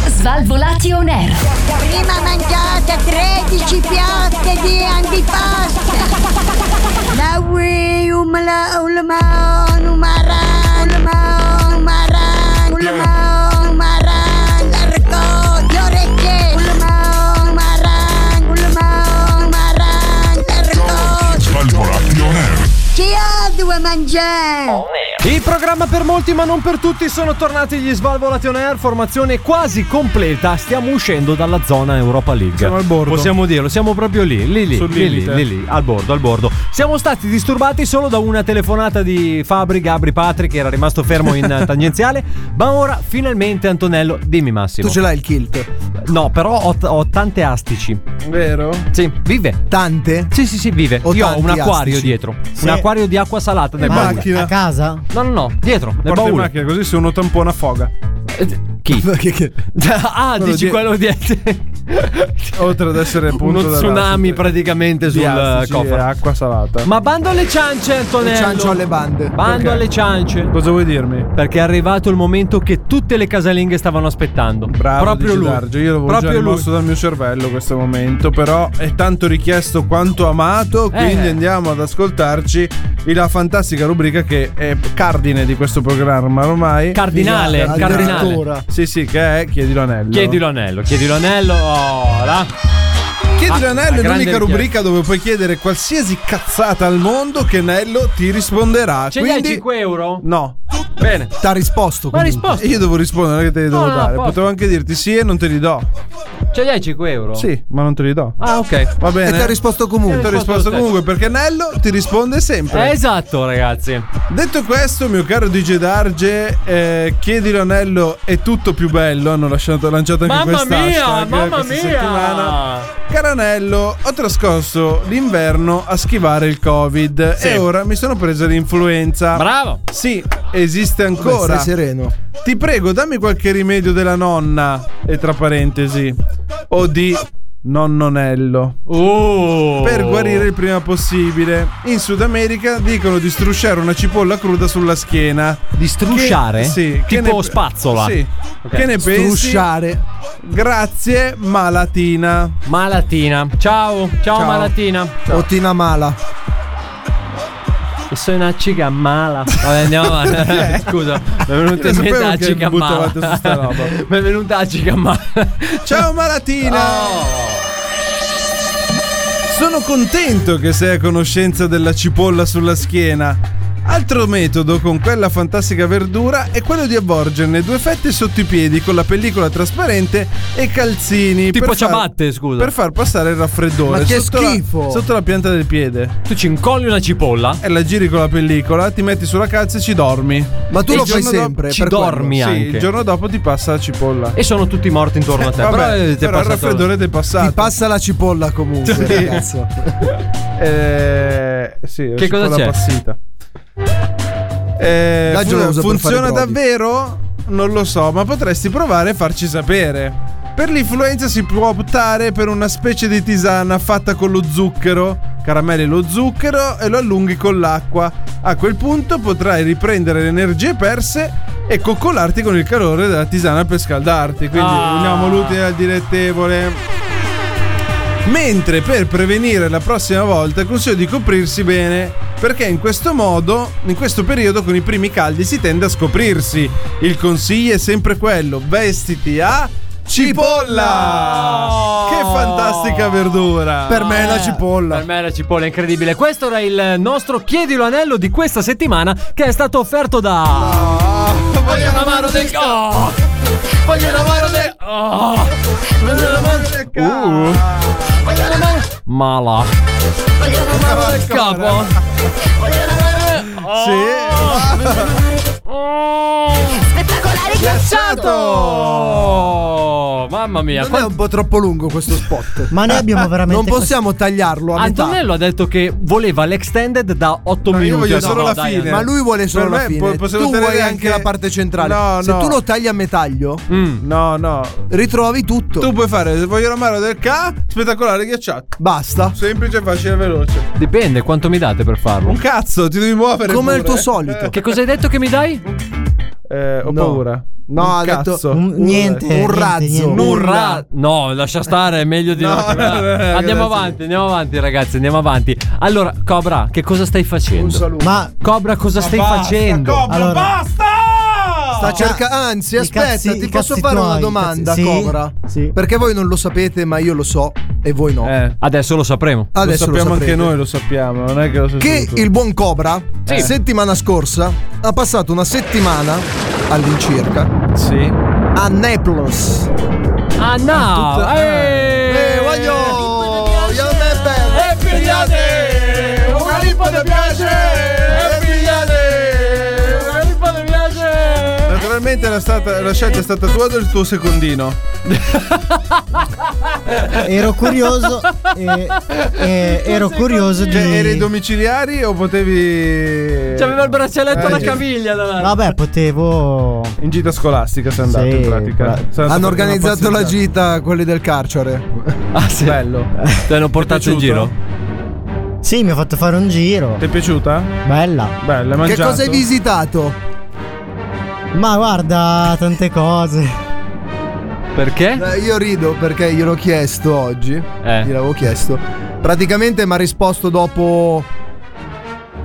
Speaker 9: Svalvolati on air.
Speaker 14: Prima mangiate 13 piatte di antipasto. La ui umla ulman umaran ulman umaran ulman umaran largo le orecchie ulman umaran ulman umaran largo Chi ha due mangiare?
Speaker 7: Il programma per molti ma non per tutti sono tornati gli Svalvolati on Air, formazione quasi completa, stiamo uscendo dalla zona Europa League.
Speaker 6: Siamo al bordo.
Speaker 7: Possiamo dirlo, siamo proprio lì, lì lì,
Speaker 6: Sul
Speaker 7: lì, lì,
Speaker 6: limite.
Speaker 7: lì, lì, al bordo, al bordo. Siamo stati disturbati solo da una telefonata di Fabri Gabri Patri che era rimasto fermo in eh, tangenziale, ma ora finalmente Antonello, dimmi Massimo.
Speaker 3: Tu ce l'hai il kilt?
Speaker 7: No, però ho, ho tante astici.
Speaker 6: Vero?
Speaker 7: Sì, vive.
Speaker 3: Tante?
Speaker 7: Sì, sì, sì, vive.
Speaker 3: Ho
Speaker 7: Io ho
Speaker 3: tanti
Speaker 7: un acquario
Speaker 3: astici.
Speaker 7: dietro.
Speaker 10: Sì.
Speaker 7: Un acquario di acqua salata nel
Speaker 6: In
Speaker 7: baule.
Speaker 6: macchina.
Speaker 10: A casa?
Speaker 7: No, no, no, dietro, nel
Speaker 6: Porta in
Speaker 7: baule.
Speaker 6: macchina così se uno tampona foga.
Speaker 7: Eh, Chi?
Speaker 3: Che- che-
Speaker 7: ah,
Speaker 6: Quello
Speaker 7: dici
Speaker 6: di-
Speaker 7: quello dietro.
Speaker 6: Oltre ad essere appunto
Speaker 7: Uno
Speaker 6: della-
Speaker 7: tsunami praticamente
Speaker 6: di
Speaker 7: sul eh,
Speaker 6: astici e
Speaker 7: cofano.
Speaker 6: acqua salata.
Speaker 7: Ma bando alle ciance, Antonello.
Speaker 3: Ciancio alle bande.
Speaker 7: Bando
Speaker 6: Perché?
Speaker 7: alle ciance.
Speaker 6: Cosa vuoi dirmi?
Speaker 7: Perché è arrivato il momento che tutte le casalinghe stavano aspettando.
Speaker 6: Bravo,
Speaker 7: Proprio
Speaker 6: dici
Speaker 7: lui.
Speaker 6: Darge, Io l'avevo già
Speaker 7: Proprio lui.
Speaker 6: rimosso dal mio cervello questo momento, però è tanto richiesto quanto amato, quindi
Speaker 7: Eh.
Speaker 6: andiamo ad ascoltarci la fantastica rubrica che è cardine di questo programma ormai.
Speaker 7: Cardinale,
Speaker 3: Esatto,
Speaker 7: cardinale.
Speaker 3: addirittura.
Speaker 6: Sì, sì, che è Chiedilo Anello.
Speaker 7: Chiedilo anello, chiedilo anello. Oh, là.
Speaker 6: Chiedilo
Speaker 7: Ah,
Speaker 6: Anello
Speaker 7: la
Speaker 6: è
Speaker 7: grande
Speaker 6: l'unica
Speaker 7: richiesta.
Speaker 6: rubrica dove puoi chiedere qualsiasi cazzata al mondo che Nello ti risponderà.
Speaker 7: Ce li hai
Speaker 6: quindi
Speaker 7: 5 euro?
Speaker 6: No,
Speaker 7: Bene.
Speaker 3: T'ha risposto
Speaker 7: Ma
Speaker 3: comunque.
Speaker 7: risposta.
Speaker 6: io devo rispondere, non è che te li devo
Speaker 7: no,
Speaker 6: dare.
Speaker 7: posto.
Speaker 6: Potevo anche dirti sì e non te li do.
Speaker 7: Ce li hai 5 euro?
Speaker 6: Sì, ma non te li do.
Speaker 7: Ah, ok.
Speaker 6: Va bene.
Speaker 3: E ti ha risposto
Speaker 6: Ti
Speaker 3: comunque.
Speaker 6: ho risposto comunque perché Nello ti risponde sempre.
Speaker 7: Eh, esatto, ragazzi.
Speaker 6: Detto questo, mio caro DJ Darge, eh, chiedi l'anello è tutto più bello. Hanno lasciato, lanciato anche eh,
Speaker 7: Mamma
Speaker 6: questa
Speaker 7: mia,
Speaker 6: hashtag
Speaker 7: mamma
Speaker 6: questa
Speaker 7: mia.
Speaker 6: settimana. Caro Anello, ho trascorso l'inverno a schivare il Covid
Speaker 7: Sì.
Speaker 6: e ora mi sono preso l'influenza.
Speaker 7: Bravo.
Speaker 6: Sì, esiste
Speaker 3: Vabbè,
Speaker 6: ancora.
Speaker 3: stai sereno.
Speaker 6: Ti prego, dammi qualche rimedio della nonna. E tra parentesi, o di nonnonello
Speaker 7: Oh.
Speaker 6: per guarire il prima possibile. In Sud America dicono di strusciare una cipolla cruda sulla schiena.
Speaker 7: Di strusciare?
Speaker 6: Che- sì, che
Speaker 7: tipo
Speaker 6: ne-
Speaker 7: spazzola.
Speaker 6: Sì.
Speaker 7: Ok.
Speaker 6: Che ne pensi?
Speaker 3: Strusciare.
Speaker 6: Grazie, malatina.
Speaker 7: Malatina. Ciao, ciao,
Speaker 6: Ciao.
Speaker 7: Malatina.
Speaker 3: Ottina mala.
Speaker 7: Sono una cica mala. Vabbè, andiamo avanti. Scusa, mi è venuta
Speaker 6: Eh. Io
Speaker 7: in mente
Speaker 6: sapevo
Speaker 7: la
Speaker 6: che
Speaker 7: cica mala.
Speaker 6: buttavate su sta roba.
Speaker 7: Mi è venuta la cica mala.
Speaker 6: Ciao malatina.
Speaker 7: Oh.
Speaker 6: Sono contento che sei a conoscenza della cipolla sulla schiena. Altro metodo con quella fantastica verdura è quello di avvolgerne due fette sotto i piedi con la pellicola trasparente e calzini.
Speaker 7: Tipo
Speaker 6: per far-
Speaker 7: ciabatte, scusa.
Speaker 6: Per far passare il raffreddore.
Speaker 7: Ma che
Speaker 6: sotto la-
Speaker 7: schifo!
Speaker 6: sotto la pianta del piede.
Speaker 7: Tu ci incolli una cipolla.
Speaker 6: E la giri con la pellicola, ti metti sulla calza e ci dormi.
Speaker 7: Ma tu
Speaker 6: E
Speaker 7: lo
Speaker 6: il giorno
Speaker 7: fai sempre,
Speaker 6: Ci
Speaker 7: per quello.
Speaker 6: dormi
Speaker 7: Sì,
Speaker 6: anche.
Speaker 7: il giorno
Speaker 6: dopo ti passa la cipolla.
Speaker 7: E sono tutti morti intorno a te.
Speaker 6: Vabbè,
Speaker 7: però eh, ti è
Speaker 6: però il
Speaker 7: passato-
Speaker 6: raffreddore ti è passato.
Speaker 4: Ti passa la cipolla comunque,
Speaker 6: Sì.
Speaker 4: ragazzo.
Speaker 6: Eh, sì, la
Speaker 4: Che cosa
Speaker 6: cipolla
Speaker 4: c'è?
Speaker 6: Passita. Eh,
Speaker 4: Dai,
Speaker 6: fun-
Speaker 4: ce la uso per fare
Speaker 6: funziona
Speaker 4: i brodi.
Speaker 6: davvero? Non lo so, ma potresti provare e farci sapere. Per l'influenza si può optare per una specie di tisana fatta con lo zucchero, caramelli lo zucchero e lo allunghi con l'acqua. A quel punto potrai riprendere le energie perse e coccolarti con il calore della tisana per scaldarti. Quindi
Speaker 13: Ah.
Speaker 6: uniamo l'utile al dilettevole. Mentre per prevenire la prossima volta consiglio di coprirsi bene, perché in questo modo, in questo periodo con i primi caldi si tende a scoprirsi. Il consiglio è sempre quello, vestiti a cipolla!
Speaker 4: Oh!
Speaker 6: Che fantastica verdura! Eh.
Speaker 7: cipolla. Per me è la cipolla, incredibile. Questo era il nostro Chiedilo Anello di questa settimana che è stato offerto da...
Speaker 2: Voglio una mano del oh. Voglio una mano del oh. Voglio una mano del
Speaker 7: Uh,
Speaker 2: Voglio una mano
Speaker 7: mala.
Speaker 2: Voglio una mano del capo Voglio una
Speaker 4: Oh!
Speaker 2: mano Sì Spettacolare
Speaker 7: Oh, mamma mia.
Speaker 4: Non è un po' troppo lungo questo spot.
Speaker 7: Ma noi abbiamo veramente
Speaker 4: Non possiamo tagliarlo a metà.
Speaker 7: Antonello ha detto che voleva l'extended da 8
Speaker 4: No,
Speaker 7: minuti.
Speaker 4: io voglio
Speaker 7: No,
Speaker 4: solo
Speaker 7: no,
Speaker 4: la
Speaker 7: dai,
Speaker 4: fine.
Speaker 7: Andrea.
Speaker 4: Ma lui vuole solo
Speaker 6: Per
Speaker 4: la
Speaker 6: me
Speaker 4: fine.
Speaker 6: po- possiamo
Speaker 4: tu vuoi
Speaker 6: tenere
Speaker 4: anche...
Speaker 6: anche-
Speaker 4: la parte centrale.
Speaker 6: No,
Speaker 4: Se
Speaker 6: no.
Speaker 4: tu lo tagli a metaglio,
Speaker 6: No, no.
Speaker 4: ritrovi tutto.
Speaker 6: Tu puoi fare, voglio l'amaro del ca, spettacolare ghiacciato.
Speaker 4: Basta.
Speaker 6: Semplice, facile e veloce.
Speaker 7: Dipende quanto mi date per farlo.
Speaker 6: Un cazzo, ti devi muovere.
Speaker 7: Come
Speaker 6: pure.
Speaker 7: il tuo solito. Che cosa hai detto che mi dai?
Speaker 6: Eh, ho
Speaker 7: No.
Speaker 6: paura.
Speaker 7: No, ha detto un- niente,
Speaker 6: Un
Speaker 7: niente,
Speaker 6: razzo.
Speaker 7: niente. Un
Speaker 6: Nulla.
Speaker 7: ra- no, lascia stare, è meglio di no. andiamo avanti, andiamo avanti, ragazzi, andiamo avanti. Allora, Cobra, che cosa stai facendo? Un saluto.
Speaker 10: Ma
Speaker 7: Cobra, cosa stai facendo?
Speaker 10: Allora,
Speaker 4: Sta cerca- Anzi,
Speaker 10: Ah, i
Speaker 4: aspetta,
Speaker 10: cazzi-
Speaker 4: ti
Speaker 10: i
Speaker 4: posso
Speaker 10: cazzi
Speaker 4: fare una
Speaker 10: tuoi,
Speaker 4: domanda,
Speaker 10: cazzi- sì,
Speaker 4: Cobra? Perché voi non lo sapete, ma io lo so e voi no.
Speaker 7: Adesso lo sapremo.
Speaker 4: Adesso lo
Speaker 6: Eh, sappiamo anche
Speaker 4: saprete.
Speaker 6: noi, lo sappiamo. Non è che lo
Speaker 4: Che il buon Cobra,
Speaker 6: Sì.
Speaker 4: settimana scorsa, ha passato una settimana all'incirca
Speaker 6: sì.
Speaker 4: a Naples.
Speaker 7: Ah no!
Speaker 4: Tutta-
Speaker 7: Eh,
Speaker 4: voglio! Io
Speaker 2: E
Speaker 4: pigliate
Speaker 2: Una lippa di piace E pigliate Una lippa di piace
Speaker 6: Naturalmente la, stata- la scelta è stata tua del tuo secondino.
Speaker 10: Eh, Ero curioso e, e ero curioso di
Speaker 6: Cioè, eri domiciliari o potevi.
Speaker 7: C'aveva Cioè, il braccialetto alla
Speaker 6: sì.
Speaker 7: caviglia davanti.
Speaker 10: Vabbè, potevo
Speaker 6: In gita scolastica sei andato
Speaker 10: Sì,
Speaker 6: in pratica.
Speaker 10: bra-
Speaker 6: Sei andato
Speaker 4: Hanno
Speaker 6: per una
Speaker 4: organizzato la
Speaker 6: passeggiata.
Speaker 4: gita quelli del carcere.
Speaker 7: Ah, sì.
Speaker 6: Bello.
Speaker 7: Ti hanno portato in
Speaker 6: piaciuto?
Speaker 7: giro?
Speaker 10: Sì, mi ha fatto fare un giro.
Speaker 6: Ti è piaciuta?
Speaker 10: Bella.
Speaker 6: Bella, hai
Speaker 4: Che
Speaker 6: mangiato?
Speaker 4: cosa hai visitato?
Speaker 10: Ma guarda, tante cose.
Speaker 7: Perché? Eh.
Speaker 4: Eh, Io rido perché gliel'ho chiesto oggi.
Speaker 6: Eh.
Speaker 4: Gliel'avevo chiesto. Praticamente mi ha risposto dopo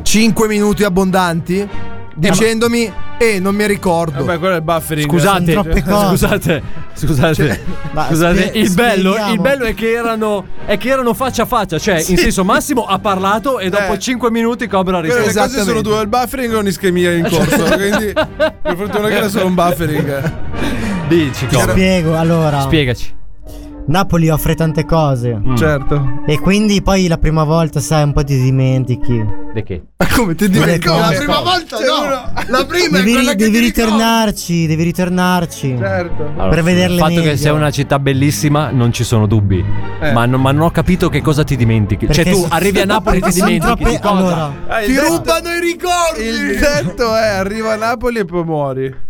Speaker 4: 5 minuti
Speaker 6: Eh,
Speaker 4: abbondanti dicendomi "Eh, non mi ricordo".
Speaker 6: Vabbè, quello è il buffering.
Speaker 7: Scusate,
Speaker 6: Sono troppe cose.
Speaker 7: scusate, scusate,
Speaker 6: Cioè, ma
Speaker 7: scusate,
Speaker 6: spie-
Speaker 7: il, bello,
Speaker 6: spieghiamo.
Speaker 7: il bello è che erano è che erano faccia a faccia, cioè in
Speaker 6: Sì. Eh.
Speaker 7: senso Massimo ha parlato e dopo 5 minuti Cobra ha
Speaker 6: Quelle
Speaker 7: risposto.
Speaker 6: cose sono due, il buffering e un'ischemia in corso. quindi, per fortuna che era solo un buffering.
Speaker 7: Dici,
Speaker 10: Ti spiego, allora.
Speaker 7: Spiegaci.
Speaker 10: Napoli offre tante cose.
Speaker 6: Certo.
Speaker 10: E quindi poi la prima volta, sai, un po' ti dimentichi.
Speaker 7: De che?
Speaker 4: Come ti
Speaker 10: dimentichi?
Speaker 4: La prima volta no. La prima è
Speaker 10: Devi,
Speaker 4: quella che
Speaker 10: devi ritornarci, devi ritornarci.
Speaker 4: Certo.
Speaker 7: Allora,
Speaker 10: per
Speaker 7: il
Speaker 10: vederle
Speaker 7: fatto
Speaker 10: meglio.
Speaker 7: che sia una città bellissima non ci sono dubbi,
Speaker 6: Eh.
Speaker 7: ma, non, ma non ho capito che cosa ti dimentichi.
Speaker 10: Perché
Speaker 7: cioè tu
Speaker 10: so-
Speaker 7: arrivi a Napoli e ti
Speaker 10: sono
Speaker 7: dimentichi di
Speaker 10: troppe-
Speaker 7: cosa?
Speaker 10: allora,
Speaker 4: Eh,
Speaker 6: Ti
Speaker 4: rubano i ricordi.
Speaker 6: Il detto è arriva a Napoli e poi muori.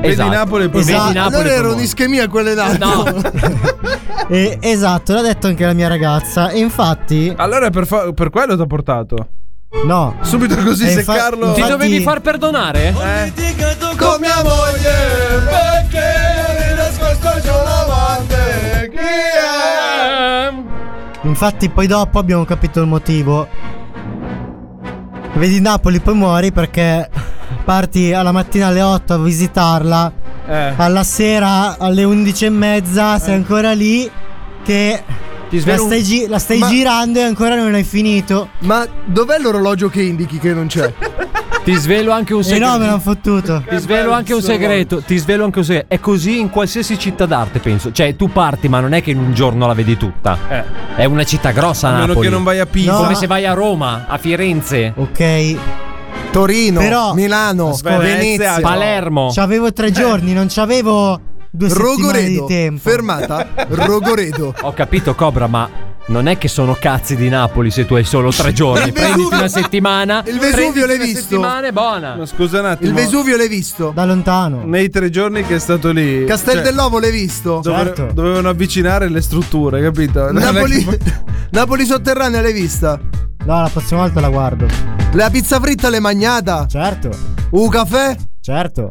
Speaker 7: Esatto.
Speaker 6: Vedi Napoli e poi
Speaker 10: Esatto.
Speaker 6: muori.
Speaker 10: Allora era
Speaker 4: un'ischemia quella
Speaker 10: Eh, esatto, l'ha detto anche la mia ragazza. E infatti,
Speaker 6: Allora per, fa- per quello ti ho portato.
Speaker 10: no.
Speaker 6: Subito così
Speaker 10: Eh, infa-
Speaker 6: seccarlo.
Speaker 10: infatti-
Speaker 7: Ti dovevi far perdonare?
Speaker 10: Eh.
Speaker 6: Con mia moglie perché mi nascosto giù davanti. Chi è?
Speaker 10: Infatti, poi dopo abbiamo capito il motivo. Vedi Napoli, poi muori perché parti alla mattina alle 8 a visitarla.
Speaker 6: Eh.
Speaker 10: Alla sera alle 11 e mezza sei ancora lì. Che
Speaker 7: Ti
Speaker 10: la
Speaker 7: svelo un-
Speaker 10: stai, gi- la stai
Speaker 4: Ma-
Speaker 10: girando e ancora non hai finito.
Speaker 4: Ma dov'è l'orologio che indichi che non c'è?
Speaker 7: Eh. Ti svelo anche un
Speaker 10: E
Speaker 7: segreto.
Speaker 10: Eh, no, me l'hanno fottuto.
Speaker 7: Ti svelo anche un segreto, ti svelo anche un segreto. È così in qualsiasi città d'arte, penso. Cioè, tu parti, ma non è che in un giorno la vedi tutta. È una città grossa,
Speaker 6: A meno
Speaker 7: Napoli.
Speaker 6: che non vai a Pisa.
Speaker 7: Come
Speaker 6: No.
Speaker 7: se vai a Roma, a Firenze.
Speaker 10: Ok.
Speaker 4: Torino,
Speaker 10: Però-
Speaker 4: Milano,
Speaker 7: Ascolta,
Speaker 4: Venezia,
Speaker 7: Palermo.
Speaker 10: C'avevo tre giorni, non c'avevo due settimane di
Speaker 4: Rogoredo,
Speaker 10: tempo.
Speaker 4: fermata, Rogoredo.
Speaker 7: Ho capito, Cobra, ma non è che sono cazzi di Napoli se tu hai solo tre giorni. Prenditi una settimana.
Speaker 4: Il Vesuvio l'hai visto?
Speaker 7: settimana è buona.
Speaker 6: Ma scusa un attimo.
Speaker 4: Il Vesuvio l'hai visto?
Speaker 10: Da lontano.
Speaker 6: Nei tre giorni che è stato lì.
Speaker 4: Castel
Speaker 6: cioè,
Speaker 4: dell'Ovo l'hai visto?
Speaker 6: dove- Dovevano avvicinare le strutture, capito? Non è
Speaker 4: Napoli,
Speaker 6: che-
Speaker 4: Napoli sotterranea l'hai vista?
Speaker 10: No, la prossima volta la guardo.
Speaker 4: La pizza fritta l'hai mangiata?
Speaker 10: Certo.
Speaker 4: Un caffè?
Speaker 10: Certo.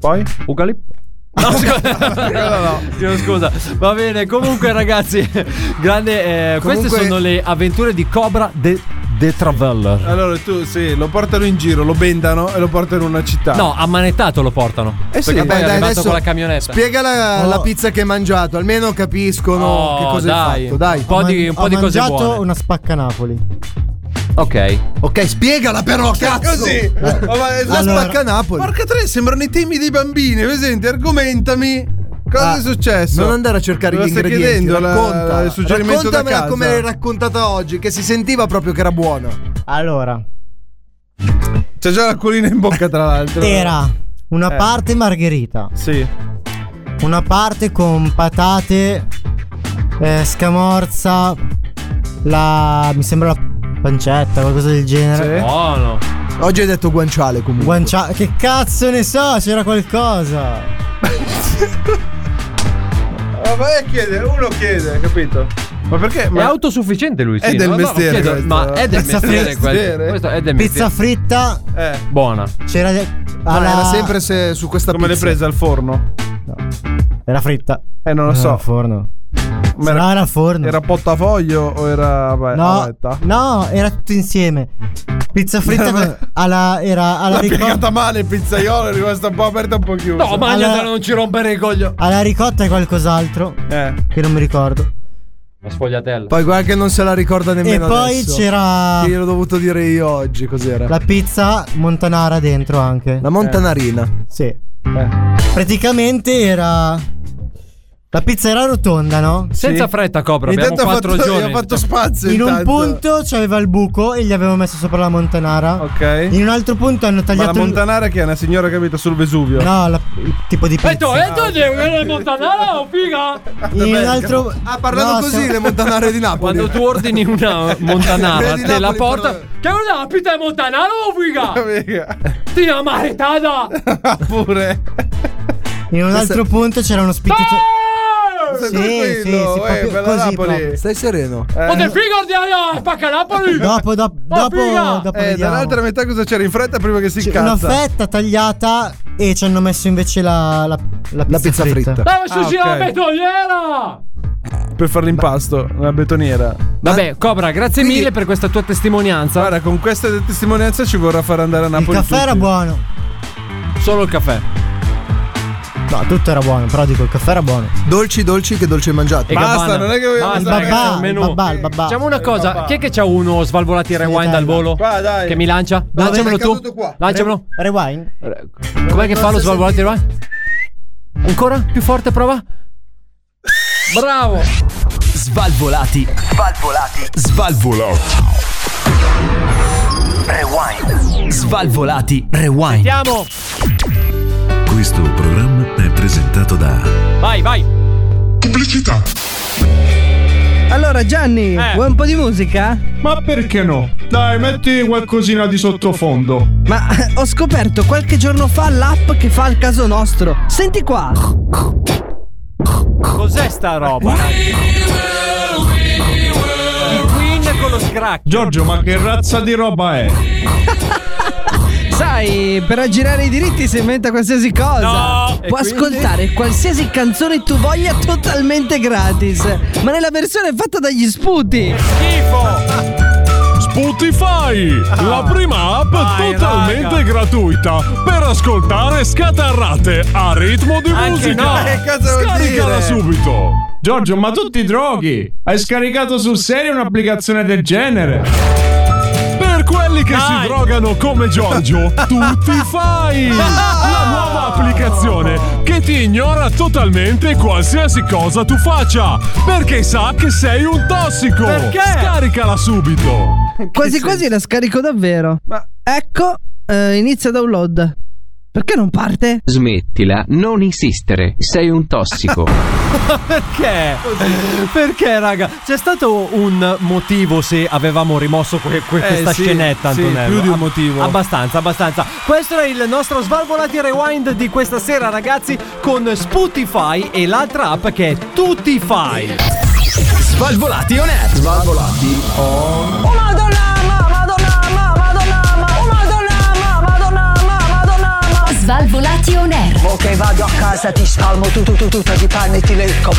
Speaker 6: Poi?
Speaker 7: Ugalippo. No, scusa. Chiedo scusa. Va bene, comunque ragazzi, grande eh, queste
Speaker 6: Comunque-
Speaker 7: sono le avventure di Cobra the, the Traveller.
Speaker 6: Allora tu sì, lo portano in giro, lo bendano e lo portano in una città.
Speaker 7: No, ammanettato lo portano.
Speaker 6: Eh sì,
Speaker 7: perché poi
Speaker 6: beh,
Speaker 7: è
Speaker 6: dai,
Speaker 7: arrivato
Speaker 6: adesso
Speaker 7: con la camionetta.
Speaker 4: Spiega la,
Speaker 7: Oh.
Speaker 4: Ah, la pizza che hai mangiato, almeno capiscono
Speaker 7: Oh,
Speaker 4: che cosa
Speaker 7: dai.
Speaker 4: hai fatto. Dai,
Speaker 7: Un po' di- un po'
Speaker 10: Ho
Speaker 7: di cose
Speaker 10: mangiato
Speaker 7: buone.
Speaker 10: una spacca Napoli.
Speaker 7: Ok.
Speaker 4: Ok, spiegala però, cazzo.
Speaker 6: Così. Oh, ma-
Speaker 4: La
Speaker 6: Allora-
Speaker 4: spacca Napoli.
Speaker 6: Porca tre, sembrano i temi dei bambini, presente? Argomentami. Cosa
Speaker 4: Ah,
Speaker 6: è successo?
Speaker 4: Non andare a cercare
Speaker 6: Me lo
Speaker 4: gli
Speaker 6: stai
Speaker 4: ingredienti,
Speaker 6: chiedendo, la-
Speaker 4: racconta.
Speaker 6: il suggerimento da
Speaker 4: Raccontamela
Speaker 6: casa.
Speaker 4: come l'hai raccontata oggi, che si sentiva proprio che era buona.
Speaker 10: Allora,
Speaker 6: C'è già la colina in bocca, tra l'altro.
Speaker 10: era una
Speaker 6: Eh.
Speaker 10: parte margherita,
Speaker 6: Sì.
Speaker 10: una parte con patate, eh, scamorza, la mi sembra la pancetta, qualcosa del
Speaker 6: Eh?
Speaker 10: genere.
Speaker 7: Buono.
Speaker 4: Oggi hai detto guanciale comunque.
Speaker 10: Guancia- che cazzo ne so, c'era qualcosa.
Speaker 6: Ma vai a chiedere, uno chiede, capito? Ma perché?
Speaker 7: È
Speaker 6: Ma
Speaker 7: autosufficiente lui, sì.
Speaker 6: È del
Speaker 7: no? No, no,
Speaker 6: mestiere
Speaker 7: chiedo-
Speaker 6: questo.
Speaker 7: ma è del
Speaker 6: Pizza
Speaker 7: mestiere
Speaker 6: fritta.
Speaker 7: questo. Questo è del
Speaker 10: Pizza
Speaker 7: mestiere.
Speaker 10: fritta,
Speaker 6: Eh.
Speaker 7: Buona.
Speaker 10: c'era
Speaker 4: Ah,
Speaker 10: alla-
Speaker 4: era sempre se- su questa
Speaker 6: Come l'hai
Speaker 4: pizza.
Speaker 6: presa al forno?
Speaker 10: era fritta.
Speaker 6: Eh, non lo
Speaker 10: Era
Speaker 6: so.
Speaker 10: al forno.
Speaker 6: Ma
Speaker 10: No,
Speaker 6: era,
Speaker 10: era al forno.
Speaker 6: era pottafoglio o era. Beh,
Speaker 10: No,
Speaker 6: aspetta.
Speaker 10: no, era tutto insieme. Pizza fritta
Speaker 6: Vabbè.
Speaker 10: alla, era alla,
Speaker 6: L'ha
Speaker 10: ricot-
Speaker 6: piegata male il pizzaiolo, è rimasta un po' aperta, un po' chiusa.
Speaker 7: No, mangiatela,
Speaker 10: Allora-
Speaker 7: non ci rompere il coglio.
Speaker 10: alla ricotta e qualcos'altro
Speaker 6: Eh.
Speaker 10: che non mi ricordo.
Speaker 7: La sfogliatella.
Speaker 4: Poi guarda che non se la ricorda
Speaker 10: E
Speaker 4: nemmeno
Speaker 10: poi
Speaker 4: adesso.
Speaker 10: c'era
Speaker 4: Che gliel'ho dovuto dire io oggi cos'era.
Speaker 10: la pizza montanara dentro anche.
Speaker 4: La montanarina.
Speaker 10: Sì.
Speaker 6: Eh,
Speaker 10: Praticamente era la pizza era rotonda, no?
Speaker 7: Senza fretta, Cobra. Abbiamo
Speaker 6: Intanto ha fatto,
Speaker 7: quattro giorni.
Speaker 6: ha fatto spazio.
Speaker 10: In un
Speaker 6: intanto.
Speaker 10: punto c'aveva il buco e gli avevo messo sopra la montanara.
Speaker 6: Ok.
Speaker 10: In un altro punto hanno
Speaker 6: Ma la
Speaker 10: tagliato il-
Speaker 6: Montanara Eh, che è una signora capita sul Vesuvio.
Speaker 10: No, la- il tipo di pizza.
Speaker 7: E tu, e tu, devi montanara o figa?
Speaker 10: In un altro
Speaker 6: Ah,
Speaker 4: Ha parlato
Speaker 10: No,
Speaker 4: Ah, così
Speaker 10: siamo-
Speaker 4: le montanare di Napoli.
Speaker 7: Quando tu ordini una montanara, te la porta. Che è una pita montanara o figa?
Speaker 6: Amica.
Speaker 7: Ti amaretata!
Speaker 6: Ah, Pure.
Speaker 10: In un altro punto c'era uno spicciotto.
Speaker 6: Stai
Speaker 10: Sì,
Speaker 6: tranquillo,
Speaker 10: sì, sì,
Speaker 6: eh,
Speaker 10: proprio
Speaker 6: bella
Speaker 10: così
Speaker 6: Napoli. Eh,
Speaker 10: proprio.
Speaker 4: Stai sereno.
Speaker 7: O del figa ordinaria, oh, spacca Napoli!
Speaker 10: Dopo, dopo,
Speaker 7: Oh,
Speaker 10: dopo,
Speaker 7: figa!
Speaker 10: dopo
Speaker 6: Eh,
Speaker 10: vediamo.
Speaker 6: dall'altra metà cosa c'era in fretta prima che si
Speaker 10: C'è
Speaker 6: incazza?
Speaker 10: Cioè, una fetta tagliata e ci hanno messo invece la, la, la pizza,
Speaker 4: La pizza fritta.
Speaker 7: Dai, ma su
Speaker 6: Ah,
Speaker 7: gira
Speaker 6: ok.
Speaker 7: la betoniera!
Speaker 6: Per fare l'impasto, una betoniera.
Speaker 7: Vabbè, Cobra, grazie
Speaker 4: Quindi-
Speaker 7: mille per questa tua testimonianza.
Speaker 6: Guarda, con questa testimonianza ci vorrà far andare a
Speaker 10: Il
Speaker 6: Napoli.
Speaker 10: caffè era
Speaker 6: tutti.
Speaker 10: buono.
Speaker 7: Solo il caffè.
Speaker 10: No, tutto era buono, però dico il caffè era buono.
Speaker 4: Dolci, dolci che dolci hai mangiato.
Speaker 7: E
Speaker 6: Basta,
Speaker 7: Gabbana.
Speaker 6: non è che vogliamo
Speaker 7: Basta,
Speaker 10: Il
Speaker 6: stare
Speaker 7: ragazzi,
Speaker 10: babà,
Speaker 7: un
Speaker 10: il
Speaker 7: menù.
Speaker 10: babà, il babà.
Speaker 7: Facciamo una cosa, chi è che c'ha uno svalvolati rewind
Speaker 10: dai,
Speaker 7: al volo?
Speaker 6: Qua, Eh, dai.
Speaker 7: Che mi lancia? Lanciamelo
Speaker 6: è
Speaker 7: tu.
Speaker 6: caduto qua.
Speaker 7: Lanciamelo.
Speaker 10: Rewind.
Speaker 7: Com'è che fa lo svalvolati rewind? Ancora? Più forte, prova. Bravo.
Speaker 5: Svalvolati. Svalvolati. Svalvolati. Rewind. Svalvolati. Rewind.
Speaker 7: Andiamo.
Speaker 15: Questo programma è presentato da
Speaker 7: Vai, vai.
Speaker 13: Pubblicità.
Speaker 16: Allora Gianni,
Speaker 7: Eh.
Speaker 16: vuoi un po' di musica?
Speaker 13: Ma perché no? Dai, metti qualcosina di sottofondo.
Speaker 16: Ma eh, ho scoperto qualche giorno fa l'app che fa il caso nostro. Senti qua.
Speaker 7: Cos'è sta roba? I Queen con lo scrack.
Speaker 13: Giorgio, ma che razza di roba è?
Speaker 16: Sai, per aggirare i diritti si inventa qualsiasi cosa.
Speaker 7: No, e
Speaker 16: Puoi
Speaker 7: quindi?
Speaker 16: ascoltare qualsiasi canzone tu voglia totalmente gratis. Ma nella versione fatta dagli sputi.
Speaker 7: Schifo.
Speaker 13: Spotify, la prima app
Speaker 7: Vai,
Speaker 13: totalmente
Speaker 7: raga.
Speaker 13: gratuita per ascoltare scatarrate a ritmo di
Speaker 7: Anche
Speaker 13: musica.
Speaker 7: no. Che
Speaker 6: cosa vuol
Speaker 13: Scaricala
Speaker 6: dire?
Speaker 13: subito. Giorgio, ma
Speaker 7: Eh,
Speaker 13: tu ti droghi? Hai scaricato sul serio un'applicazione del genere? Per Per quelli che si drogano come Giorgio, tu ti fai la nuova applicazione che ti ignora totalmente qualsiasi cosa tu faccia, perché sa che sei un tossico.
Speaker 16: Perché?
Speaker 13: Scaricala subito.
Speaker 16: Quasi quasi la scarico davvero. Ma ecco, eh, inizia download. Perché non parte?
Speaker 17: Smettila, non insistere, sei un tossico.
Speaker 7: Perché? Perché, raga? C'è stato un motivo se avevamo rimosso que- que-
Speaker 6: Eh,
Speaker 7: questa
Speaker 6: sì,
Speaker 7: scenetta,
Speaker 6: sì,
Speaker 7: Antonello. Ah,
Speaker 6: più di un
Speaker 7: Ab-
Speaker 6: motivo.
Speaker 7: abbastanza, abbastanza. Questo era il nostro Svalvolati Rewind di questa sera, ragazzi, con Spotify e l'altra app che è Tutify. Svalvolati on air. Svalvolati on
Speaker 16: Oh madonna, ma, madonna, ma, madonna, ma, oh madonna, ma, madonna, ma, madonna, ma.
Speaker 9: Svalvolati on air.
Speaker 18: Ok, vado a casa, ti spalmo tu, tu, tu, tu, ti panni e ti lecco.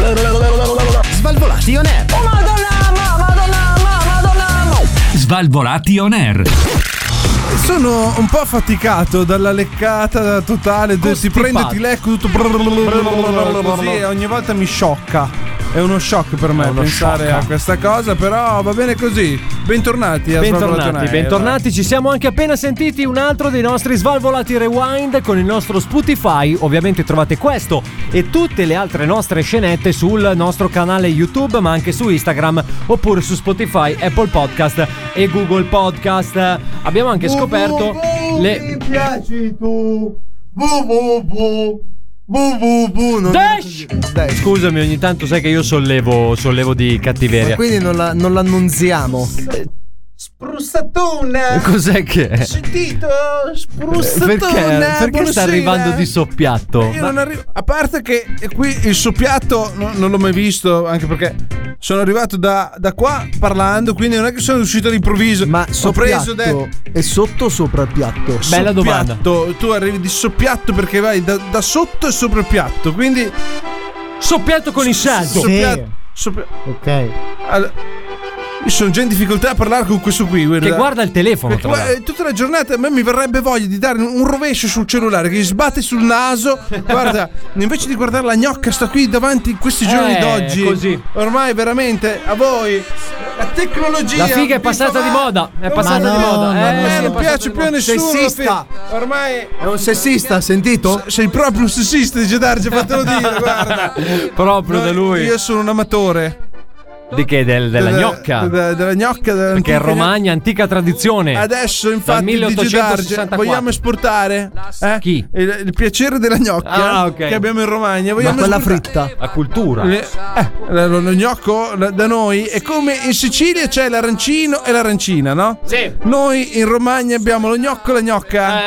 Speaker 18: Svalvolati on air.
Speaker 16: Oh madonna, ma, madonna, ma, madonna, ma.
Speaker 6: Svalvolati on air. Sono un po' affaticato dalla leccata totale. de- Ti prendo, ti lecco tutto. Così e ogni volta mi sciocca. È uno shock per me
Speaker 7: uno
Speaker 6: pensare
Speaker 7: shock.
Speaker 6: a questa cosa, però va bene così. Bentornati a Svalvolati on
Speaker 7: Bentornati,
Speaker 6: Air.
Speaker 7: bentornati, ci siamo anche appena sentiti un altro dei nostri Svalvolati Rewind con il nostro Spotify, ovviamente trovate questo e tutte le altre nostre scenette sul nostro canale YouTube ma anche su Instagram oppure su Spotify, Apple Podcast e Google Podcast. Abbiamo anche scoperto le...
Speaker 4: piaci tu. Www. Www. non-
Speaker 7: Scusami, ogni tanto sai che io sollevo, sollevo di cattiveria.
Speaker 4: Quindi non, la- non l'annunziamo.
Speaker 18: Spruzzatone.
Speaker 7: Cos'è che è?
Speaker 18: Sentito,
Speaker 7: Perché, perché sta
Speaker 6: eh, buonasera.
Speaker 7: arrivando di soppiatto?
Speaker 6: Io non arrivo. A parte che qui il soppiatto no- non l'ho mai visto, anche perché sono arrivato da, da qua parlando, quindi non è che sono uscito all'improvviso. Ma ho preso
Speaker 4: Soppiatto E sotto o sopra il piatto?
Speaker 6: soppiatto. Tu arrivi di soppiatto perché vai da, da sotto e sopra il piatto, quindi.
Speaker 7: Soppiatto con il salto.
Speaker 6: Soppiatto. Ok. io sono già in difficoltà a parlare con questo qui.
Speaker 7: Che guarda il telefono,
Speaker 6: Perché,
Speaker 7: tra
Speaker 6: guarda,
Speaker 7: l'altro.
Speaker 6: tutta la giornata a me mi verrebbe voglia di dare un rovescio sul cellulare che gli sbatte sul naso. Guarda, invece di guardare la gnocca, sto qui davanti in questi giorni
Speaker 7: Eh,
Speaker 6: d'oggi.
Speaker 7: così.
Speaker 6: Ormai veramente a voi. La tecnologia.
Speaker 7: La figa è
Speaker 6: vi
Speaker 7: passata di
Speaker 6: fa-
Speaker 7: moda, è passata
Speaker 6: Ma
Speaker 7: di
Speaker 6: no,
Speaker 7: moda,
Speaker 6: ma
Speaker 7: eh,
Speaker 6: a me
Speaker 7: sì, è
Speaker 6: non
Speaker 7: passata
Speaker 6: piace
Speaker 7: di
Speaker 6: più a
Speaker 7: moda.
Speaker 6: nessuno. la
Speaker 7: Sessista.
Speaker 6: figa. Ormai
Speaker 4: È un sessista, sentito?
Speaker 6: Sei proprio un sessista di Gedarge, fatelo dire, guarda.
Speaker 7: Proprio da lui.
Speaker 6: Io sono un amatore.
Speaker 7: Di che? Del- della
Speaker 6: Della-
Speaker 7: gnocca.
Speaker 6: della- della gnocca.
Speaker 7: Perché
Speaker 6: dell'antica
Speaker 7: in Romagna antica tradizione.
Speaker 6: Adesso,
Speaker 7: Eh. Dal
Speaker 6: infatti, Digi Darge
Speaker 7: 1864.
Speaker 6: vogliamo esportare eh,
Speaker 7: Chi?
Speaker 6: Il, il piacere della gnocca
Speaker 7: Ah, ok.
Speaker 6: che abbiamo in Romagna. Vogliamo esportare-
Speaker 7: fritta. La cultura.
Speaker 6: Le- eh, la- lo, lo gnocco la- da noi è come in Sicilia c'è l'arancino e l'arancina, no?
Speaker 7: Sì. Eh,
Speaker 6: Noi in Romagna abbiamo lo gnocco e la gnocca.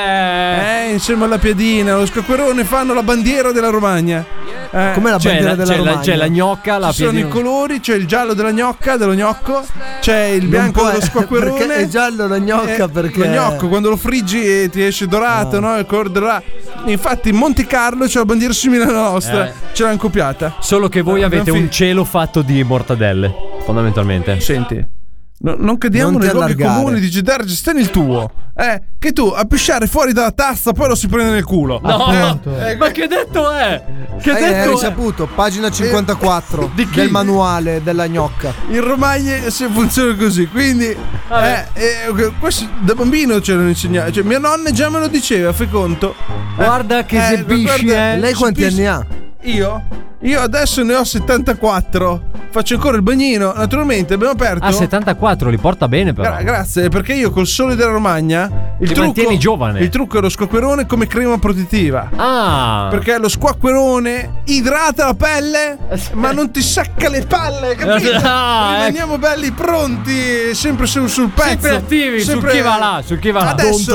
Speaker 6: Eh. insieme alla piadina, lo scacquerone fanno la bandiera della Romagna. Eh.
Speaker 4: Com'è la C'è bandiera la- della c'è la- Romagna?
Speaker 7: c'è Cioè, la gnocca, la
Speaker 6: Ci sono
Speaker 7: piadina-
Speaker 6: i colori, c'è il giallo della gnocca, dello gnocco, c'è il
Speaker 4: Non
Speaker 6: bianco
Speaker 4: può-
Speaker 6: dello scacquerone.
Speaker 4: perché è giallo la gnocca,
Speaker 6: Eh,
Speaker 4: perché-
Speaker 6: Lo gnocco, quando lo friggi eh, ti esce dorato,
Speaker 7: Ah.
Speaker 6: no? Il colore dorato. Infatti in Monte Carlo c'è la bandiera simile alla nostra,
Speaker 7: Eh.
Speaker 6: ce l'hanno copiata.
Speaker 7: Solo che voi
Speaker 6: Eh,
Speaker 7: avete
Speaker 6: abbiamo
Speaker 7: un cielo fatto di mortadelle, fondamentalmente.
Speaker 6: Senti. non cadiamo
Speaker 7: Non ti
Speaker 6: nei luoghi
Speaker 7: allargare.
Speaker 6: comuni di Gedarge, stai nel tuo. Eh, che tu a pisciare fuori dalla tazza poi lo si prende nel culo.
Speaker 7: No,
Speaker 6: Eh, eh,
Speaker 7: ma che detto è? Che
Speaker 4: Hai
Speaker 7: detto è?
Speaker 4: risaputo, pagina 54
Speaker 6: Di chi?
Speaker 4: del manuale della gnocca.
Speaker 6: in Romagna se funziona così, quindi eh, eh, questo da bambino ce l'hanno insegnato, cioè mia nonna già me lo diceva, fai conto.
Speaker 7: Guarda che esibisci, eh. Lei quanti anni ha?
Speaker 6: Io? Io adesso ne ho 74, faccio ancora il bagnino, naturalmente abbiamo aperto...
Speaker 7: Ah, 74 li porta bene però.
Speaker 6: Gra- grazie, perché io col sole della Romagna il
Speaker 7: Ti
Speaker 6: trucco,
Speaker 7: mantieni giovane.
Speaker 6: il trucco è lo squacquerone come crema protettiva.
Speaker 7: Ah.
Speaker 6: Perché lo squacquerone idrata la pelle, ma non ti secca le palle, capito?
Speaker 7: Eh, Ah, ecco.
Speaker 6: Rimaniamo belli pronti, sempre su- sul pezzo.
Speaker 7: Sempre attivi, su chi va là, su chi va là.
Speaker 6: Adesso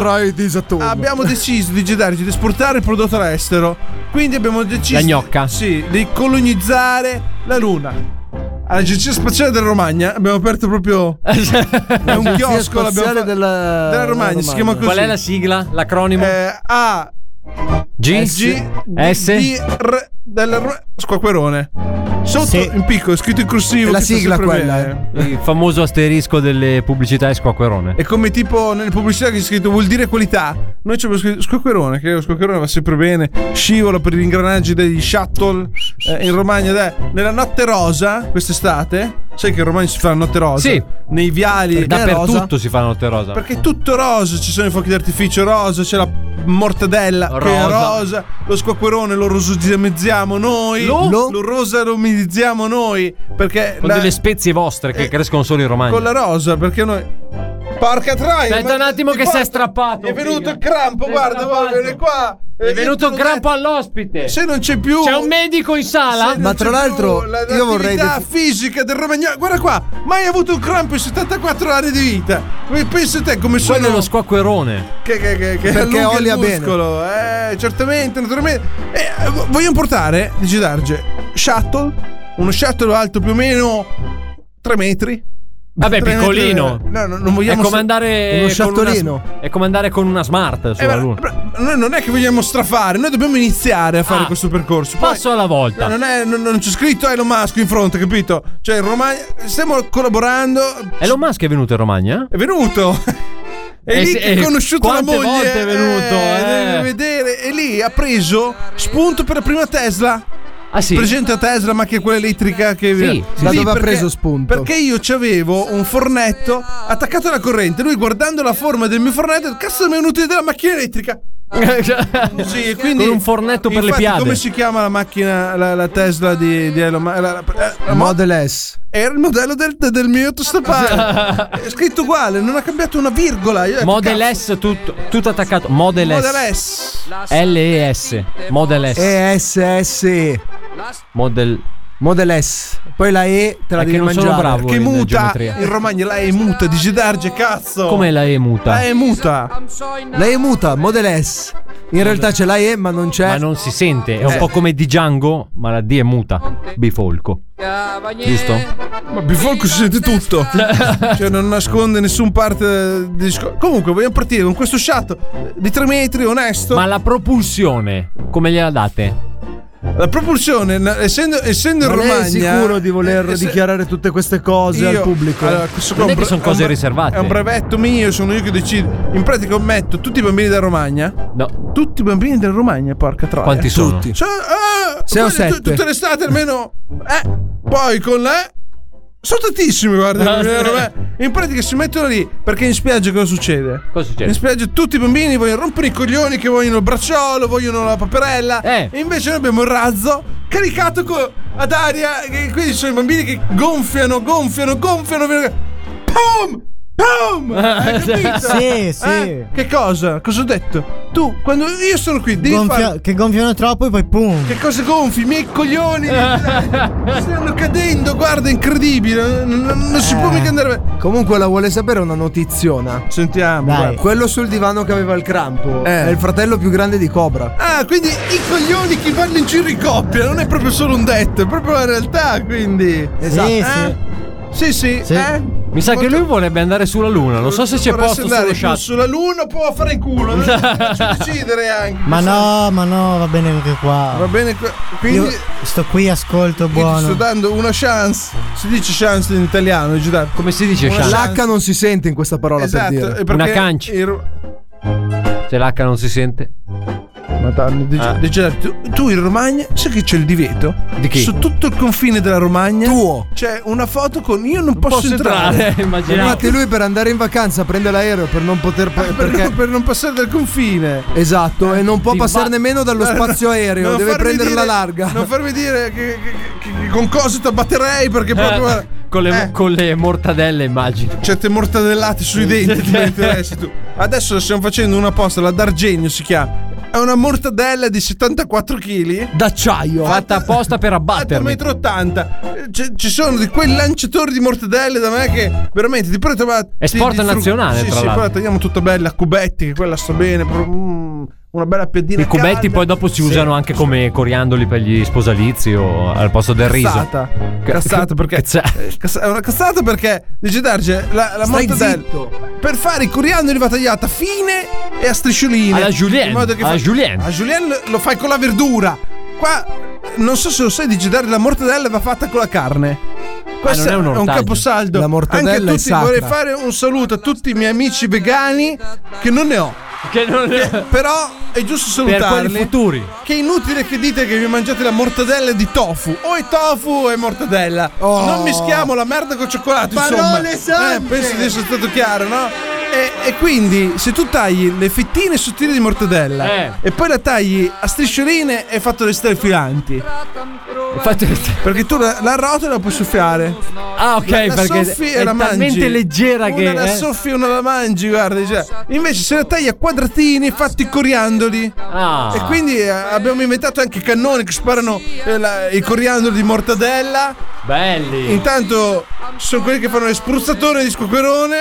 Speaker 7: Contro
Speaker 6: abbiamo deciso di gedarci, di esportare il prodotto all'estero. Quindi abbiamo deciso
Speaker 7: La gnocca.
Speaker 6: Sì, di colonizzare la luna. All'Agenzia Spaziale della Romagna abbiamo aperto proprio è un chiosco l'abbiamo
Speaker 4: spaziale
Speaker 6: fa-
Speaker 4: della,
Speaker 6: della Romagna, si chiama così.
Speaker 7: Qual è la sigla? L'acronimo?
Speaker 6: Eh, A
Speaker 7: G?
Speaker 6: G
Speaker 7: S?
Speaker 6: D, R della Ro- Squacquerone. Sotto in piccolo, scritto in corsivo. che sta sempre bene.
Speaker 7: Il famoso asterisco delle pubblicità è squacquerone.
Speaker 6: Eh, È come tipo nelle pubblicità che c'è scritto vuol dire qualità. Noi abbiamo scritto Scoccherone, che lo Scoccherone va sempre bene, scivola per gli ingranaggi degli shuttle eh, in Romagna. Dai, nella notte rosa, quest'estate, sai che in Romagna si fa la notte rosa?
Speaker 7: Sì.
Speaker 6: Nei viali eh,
Speaker 7: Dappertutto
Speaker 6: rosa.
Speaker 7: si fa notte rosa.
Speaker 6: Perché è tutto rosa, ci sono i fuochi d'artificio rosa, c'è la mortadella che è
Speaker 7: Rosa.
Speaker 6: rosa, lo squacquerone lo rosamizziamo noi,
Speaker 7: Lo?
Speaker 6: lo rosamizziamo noi, perché
Speaker 7: Con
Speaker 6: la- Eh,
Speaker 7: delle spezie vostre che crescono solo in Romagna.
Speaker 6: con la rosa, perché noi... Porca traia! ma-
Speaker 7: Aspetta un attimo
Speaker 6: ti
Speaker 7: che
Speaker 6: porta-
Speaker 7: sei strappato,
Speaker 6: È venuto
Speaker 7: figa.
Speaker 6: il crampo,
Speaker 7: Sei
Speaker 6: guarda,
Speaker 7: strappato.
Speaker 6: guarda, vieni qua! Eh,
Speaker 7: È venuto il crampo all'ospite.
Speaker 6: Se non c'è più...
Speaker 7: C'è un medico in sala?
Speaker 6: Se non c'è più la, l'attività fisica del romagnolo... Guarda qua, mai avuto un crampo in 74 anni di vita! Come Pensa te come sono...
Speaker 7: Quello è lo squacquerone.
Speaker 6: Che, che, che, che
Speaker 7: Perché
Speaker 6: allunga
Speaker 7: olia
Speaker 6: il
Speaker 7: bene.
Speaker 6: muscolo. Eh, certamente, naturalmente. Eh, v- voglio portare, dice Darge, shuttle, uno shuttle alto più o meno 3 metri. Eh,
Speaker 7: Vabbè,
Speaker 6: Tre
Speaker 7: piccolino.
Speaker 6: metri- no, no, non vogliamo
Speaker 7: È come andare
Speaker 6: Uno
Speaker 7: con una-
Speaker 6: sciattolino.
Speaker 7: È come andare con una smart
Speaker 6: Eh,
Speaker 7: sulla
Speaker 6: ma-
Speaker 7: luna.
Speaker 6: ma Noi non è che vogliamo strafare, noi dobbiamo iniziare a fare
Speaker 7: Ah,
Speaker 6: questo percorso.
Speaker 7: passo alla volta.
Speaker 6: No, Non, è- non- non c'è scritto Elon Musk in fronte, capito? Cioè, in Romagna stiamo collaborando.
Speaker 7: Elon Musk è venuto in Romagna?
Speaker 6: È venuto. È
Speaker 7: Eh,
Speaker 6: lì
Speaker 7: sì,
Speaker 6: che
Speaker 7: eh,
Speaker 6: ha conosciuto la
Speaker 7: quante
Speaker 6: moglie.
Speaker 7: volte è venuto, eh.
Speaker 6: devi vedere. E lì ha preso spunto per la prima Tesla.
Speaker 7: Ah sì.
Speaker 6: Presente a Tesla, ma che è quella elettrica che
Speaker 4: Sì, sì, Da dove ha
Speaker 6: perché-
Speaker 4: preso spunto?
Speaker 6: Perché io avevo un fornetto attaccato alla corrente. Lui guardando la forma del mio fornetto, cazzo mi è venuto della macchina elettrica. sì, quindi
Speaker 7: Con un fornetto per le
Speaker 6: infatti,
Speaker 7: piade.
Speaker 6: Come si chiama la macchina, la, la Tesla di, di Elon Musk? La- la- la- la-
Speaker 4: Model S.
Speaker 6: era il modello del, del mio autostopare. è scritto uguale, non ha cambiato una virgola. Io ho detto,
Speaker 7: Model
Speaker 6: cazzo,
Speaker 7: S tutto, tutto attaccato. Model,
Speaker 6: Model
Speaker 7: S.
Speaker 6: S.
Speaker 7: L-E-S. Model S.
Speaker 4: ESS.
Speaker 7: Model.
Speaker 4: Model S. Poi la E te la
Speaker 7: È che
Speaker 4: devi
Speaker 7: non sono
Speaker 4: mangiare.
Speaker 7: bravo
Speaker 6: Che
Speaker 7: in
Speaker 6: muta
Speaker 7: geometria.
Speaker 6: in Romagna, la è muta, dice Darge, cazzo.
Speaker 7: Come la E muta?
Speaker 6: La è muta.
Speaker 4: La E muta, Model S. In realtà c'è la E, ma non c'è.
Speaker 7: Ma non si sente. È un
Speaker 4: Eh.
Speaker 7: po' come di Django, ma la D è muta. Bifolco. Giusto?
Speaker 6: Ma Bifolco si sente tutto. cioè, non nasconde nessun parte di sco- Comunque, vogliamo partire con questo shuttle di 3 metri, onesto.
Speaker 7: Ma la propulsione, come gliela date?
Speaker 6: La propulsione, na- essendo, essendo in
Speaker 4: Ma lei
Speaker 6: Romagna.
Speaker 4: è sicuro di voler
Speaker 6: eh, se-
Speaker 4: dichiarare tutte queste cose al
Speaker 6: Io-
Speaker 4: pubblico?
Speaker 6: allora, questo qua
Speaker 7: Non
Speaker 6: è
Speaker 7: è
Speaker 6: un
Speaker 7: che
Speaker 6: bre-
Speaker 7: sono
Speaker 6: è un
Speaker 7: cose
Speaker 6: bre-
Speaker 7: riservate.
Speaker 6: È un brevetto mio, sono io che decido. In pratica metto tutti i bambini della Romagna.
Speaker 7: No.
Speaker 6: Tutti i bambini della Romagna, porca troia.
Speaker 7: Quanti sono?
Speaker 4: Tutti.
Speaker 6: Cioè, eh,
Speaker 4: Se ho
Speaker 6: quelli
Speaker 4: sette.
Speaker 6: tu- Tutte le estate almeno. Eh, poi con la. Sono tantissimi, guarda.
Speaker 7: No,
Speaker 6: eh,
Speaker 7: sì.
Speaker 6: vabbè. In pratica si mettono lì perché in spiaggia cosa succede?
Speaker 7: Cosa succede?
Speaker 6: In spiaggia tutti i bambini vogliono rompere i coglioni che vogliono il bracciolo, vogliono la paperella.
Speaker 7: Eh.
Speaker 6: E invece noi abbiamo il razzo caricato co- ad aria. E quindi ci sono i bambini che gonfiano, gonfiano, gonfiano. fino a- Pum! Pum! Hai capito?
Speaker 10: Sì, sì.
Speaker 6: Eh? Che cosa? Cosa ho detto? Tu, quando io sono qui, devi
Speaker 10: Gonfia-
Speaker 6: fare...
Speaker 10: Che gonfiano troppo e poi pum.
Speaker 6: Che cosa gonfi? I miei coglioni stanno cadendo, guarda, è incredibile. Non, non- non si può mica andare.
Speaker 4: Eh. Comunque la vuole sapere una notiziona.
Speaker 6: Sentiamo.
Speaker 10: Dai.
Speaker 6: guarda.
Speaker 4: Quello sul divano che aveva il crampo
Speaker 6: Eh.
Speaker 4: è il fratello più grande di Cobra.
Speaker 6: Ah, quindi i coglioni che vanno in giro in coppia, non è proprio solo un detto, è proprio la realtà, quindi.
Speaker 10: Esatto. Sì,
Speaker 6: Eh? Sì, sì,
Speaker 10: Sì.
Speaker 6: eh?
Speaker 7: Mi sa che lui vorrebbe andare sulla luna. Non so se c'è
Speaker 6: Vorresti
Speaker 7: posto
Speaker 6: andare
Speaker 7: sullo
Speaker 6: più
Speaker 7: shuttle.
Speaker 6: sulla luna può fare in culo, non faccio decidere anche.
Speaker 10: Ma no, ma no, va bene anche qua.
Speaker 6: Va bene, que- quindi
Speaker 10: Io sto qui, ascolto
Speaker 6: ti sto
Speaker 10: buono.
Speaker 6: dando una chance. Si dice chance in italiano, Giudario?
Speaker 7: Come si dice
Speaker 6: Una
Speaker 7: shuttle?
Speaker 6: la-
Speaker 4: L'H non si sente in questa parola
Speaker 6: Esatto,
Speaker 4: per dire.
Speaker 6: e perché
Speaker 7: Una cancia.
Speaker 6: il-
Speaker 7: Se l'H non si sente.
Speaker 6: Madonna, dice- Ah. dice- tu, tu in Romagna sai che c'è il divieto?
Speaker 7: Di chi?
Speaker 6: Su tutto il confine della Romagna
Speaker 4: Tuo.
Speaker 6: c'è una foto con io non, posso, entrare.
Speaker 7: immaginate.
Speaker 4: Infatti lui per andare in vacanza prende l'aereo per non poter
Speaker 6: Ah, Per,
Speaker 4: perché-
Speaker 6: non, per non passare dal confine.
Speaker 4: Esatto, e non può
Speaker 7: Ti
Speaker 4: passare
Speaker 7: va-
Speaker 4: nemmeno dallo spazio aereo,
Speaker 6: Non
Speaker 4: deve
Speaker 6: farmi
Speaker 4: prendere la
Speaker 6: dire-
Speaker 4: larga.
Speaker 6: Non farmi dire che, che- che- che con cosa ti abbatterei perché proprio.
Speaker 7: Eh. con, le,
Speaker 6: eh,
Speaker 7: con le mortadelle, immagino.
Speaker 6: Certe mortadellate
Speaker 7: Mm.
Speaker 6: sui denti ti metteresti tu. Adesso stiamo facendo una posta, la D'Argenio si chiama. È una mortadella di 74 kg.
Speaker 4: D'acciaio.
Speaker 7: Fatta apposta per abbattermi.
Speaker 6: 1,80 m. Ci sono di quei lanciatori di mortadelle da me che veramente ti prego. ma-
Speaker 7: È
Speaker 6: ti-
Speaker 7: sport
Speaker 6: ti fru-
Speaker 7: nazionale,
Speaker 6: Sì,
Speaker 7: tra
Speaker 6: sì,
Speaker 7: l'altro.
Speaker 6: poi la tagliamo tutta bella a cubetti, che quella sta bene. pro- mm, una bella piadina.
Speaker 7: I cubetti
Speaker 6: calda.
Speaker 7: poi dopo si usano anche come coriandoli per gli sposalizi o al posto del riso.
Speaker 6: Cazzata. Cazzata perché
Speaker 7: Cazza-
Speaker 6: eh, cazz- è una cazzata perché dice Darge la, la
Speaker 4: Stai
Speaker 6: mortadella
Speaker 4: zitto.
Speaker 6: per fare il coriandoli va tagliata fine e a striscioline
Speaker 7: Alla julienne,
Speaker 6: In modo che
Speaker 7: alla
Speaker 6: fa-
Speaker 7: julienne.
Speaker 6: a julienne lo- lo fai con la verdura qua non so se lo sai dice Darge la mortadella va fatta con la carne questo
Speaker 7: Ah, non è un
Speaker 6: un,
Speaker 7: ortaggio.
Speaker 6: caposaldo
Speaker 4: La mortadella
Speaker 6: anche
Speaker 4: è
Speaker 6: tutti vorrei
Speaker 4: sacra.
Speaker 6: fare un saluto a tutti i miei amici vegani che non ne ho
Speaker 7: Che non
Speaker 6: Che- Però è giusto
Speaker 7: Per quelli
Speaker 6: salutarli.
Speaker 7: futuri.
Speaker 6: Che è inutile che dite che vi mangiate la mortadella di tofu. O è tofu o è mortadella. Non mischiamo la merda con cioccolato.
Speaker 2: Oh. Parole
Speaker 6: insomma.
Speaker 2: sante!
Speaker 6: Eh, penso di essere stato chiaro, no? E, e quindi se tu tagli le fettine sottili di mortadella
Speaker 2: Eh.
Speaker 6: e poi la tagli a striscioline hai fatto le stelle filanti. Perché tu la, la rotoli e la puoi soffiare.
Speaker 7: Ah, ok,
Speaker 6: La, la
Speaker 7: perché
Speaker 6: soffi
Speaker 7: è
Speaker 6: e la mangi.
Speaker 7: talmente leggera
Speaker 6: Una
Speaker 7: che,
Speaker 6: La
Speaker 7: eh.
Speaker 6: soffi e una la mangi, guarda. cioè. Invece se la tagli a quadratini fatti coriandoli.
Speaker 7: Ah.
Speaker 6: E quindi eh, abbiamo inventato anche i cannoni che sparano eh, la- i coriandoli di mortadella.
Speaker 7: Belli.
Speaker 6: Intanto sono quelli che fanno le spruzzature di squacquerone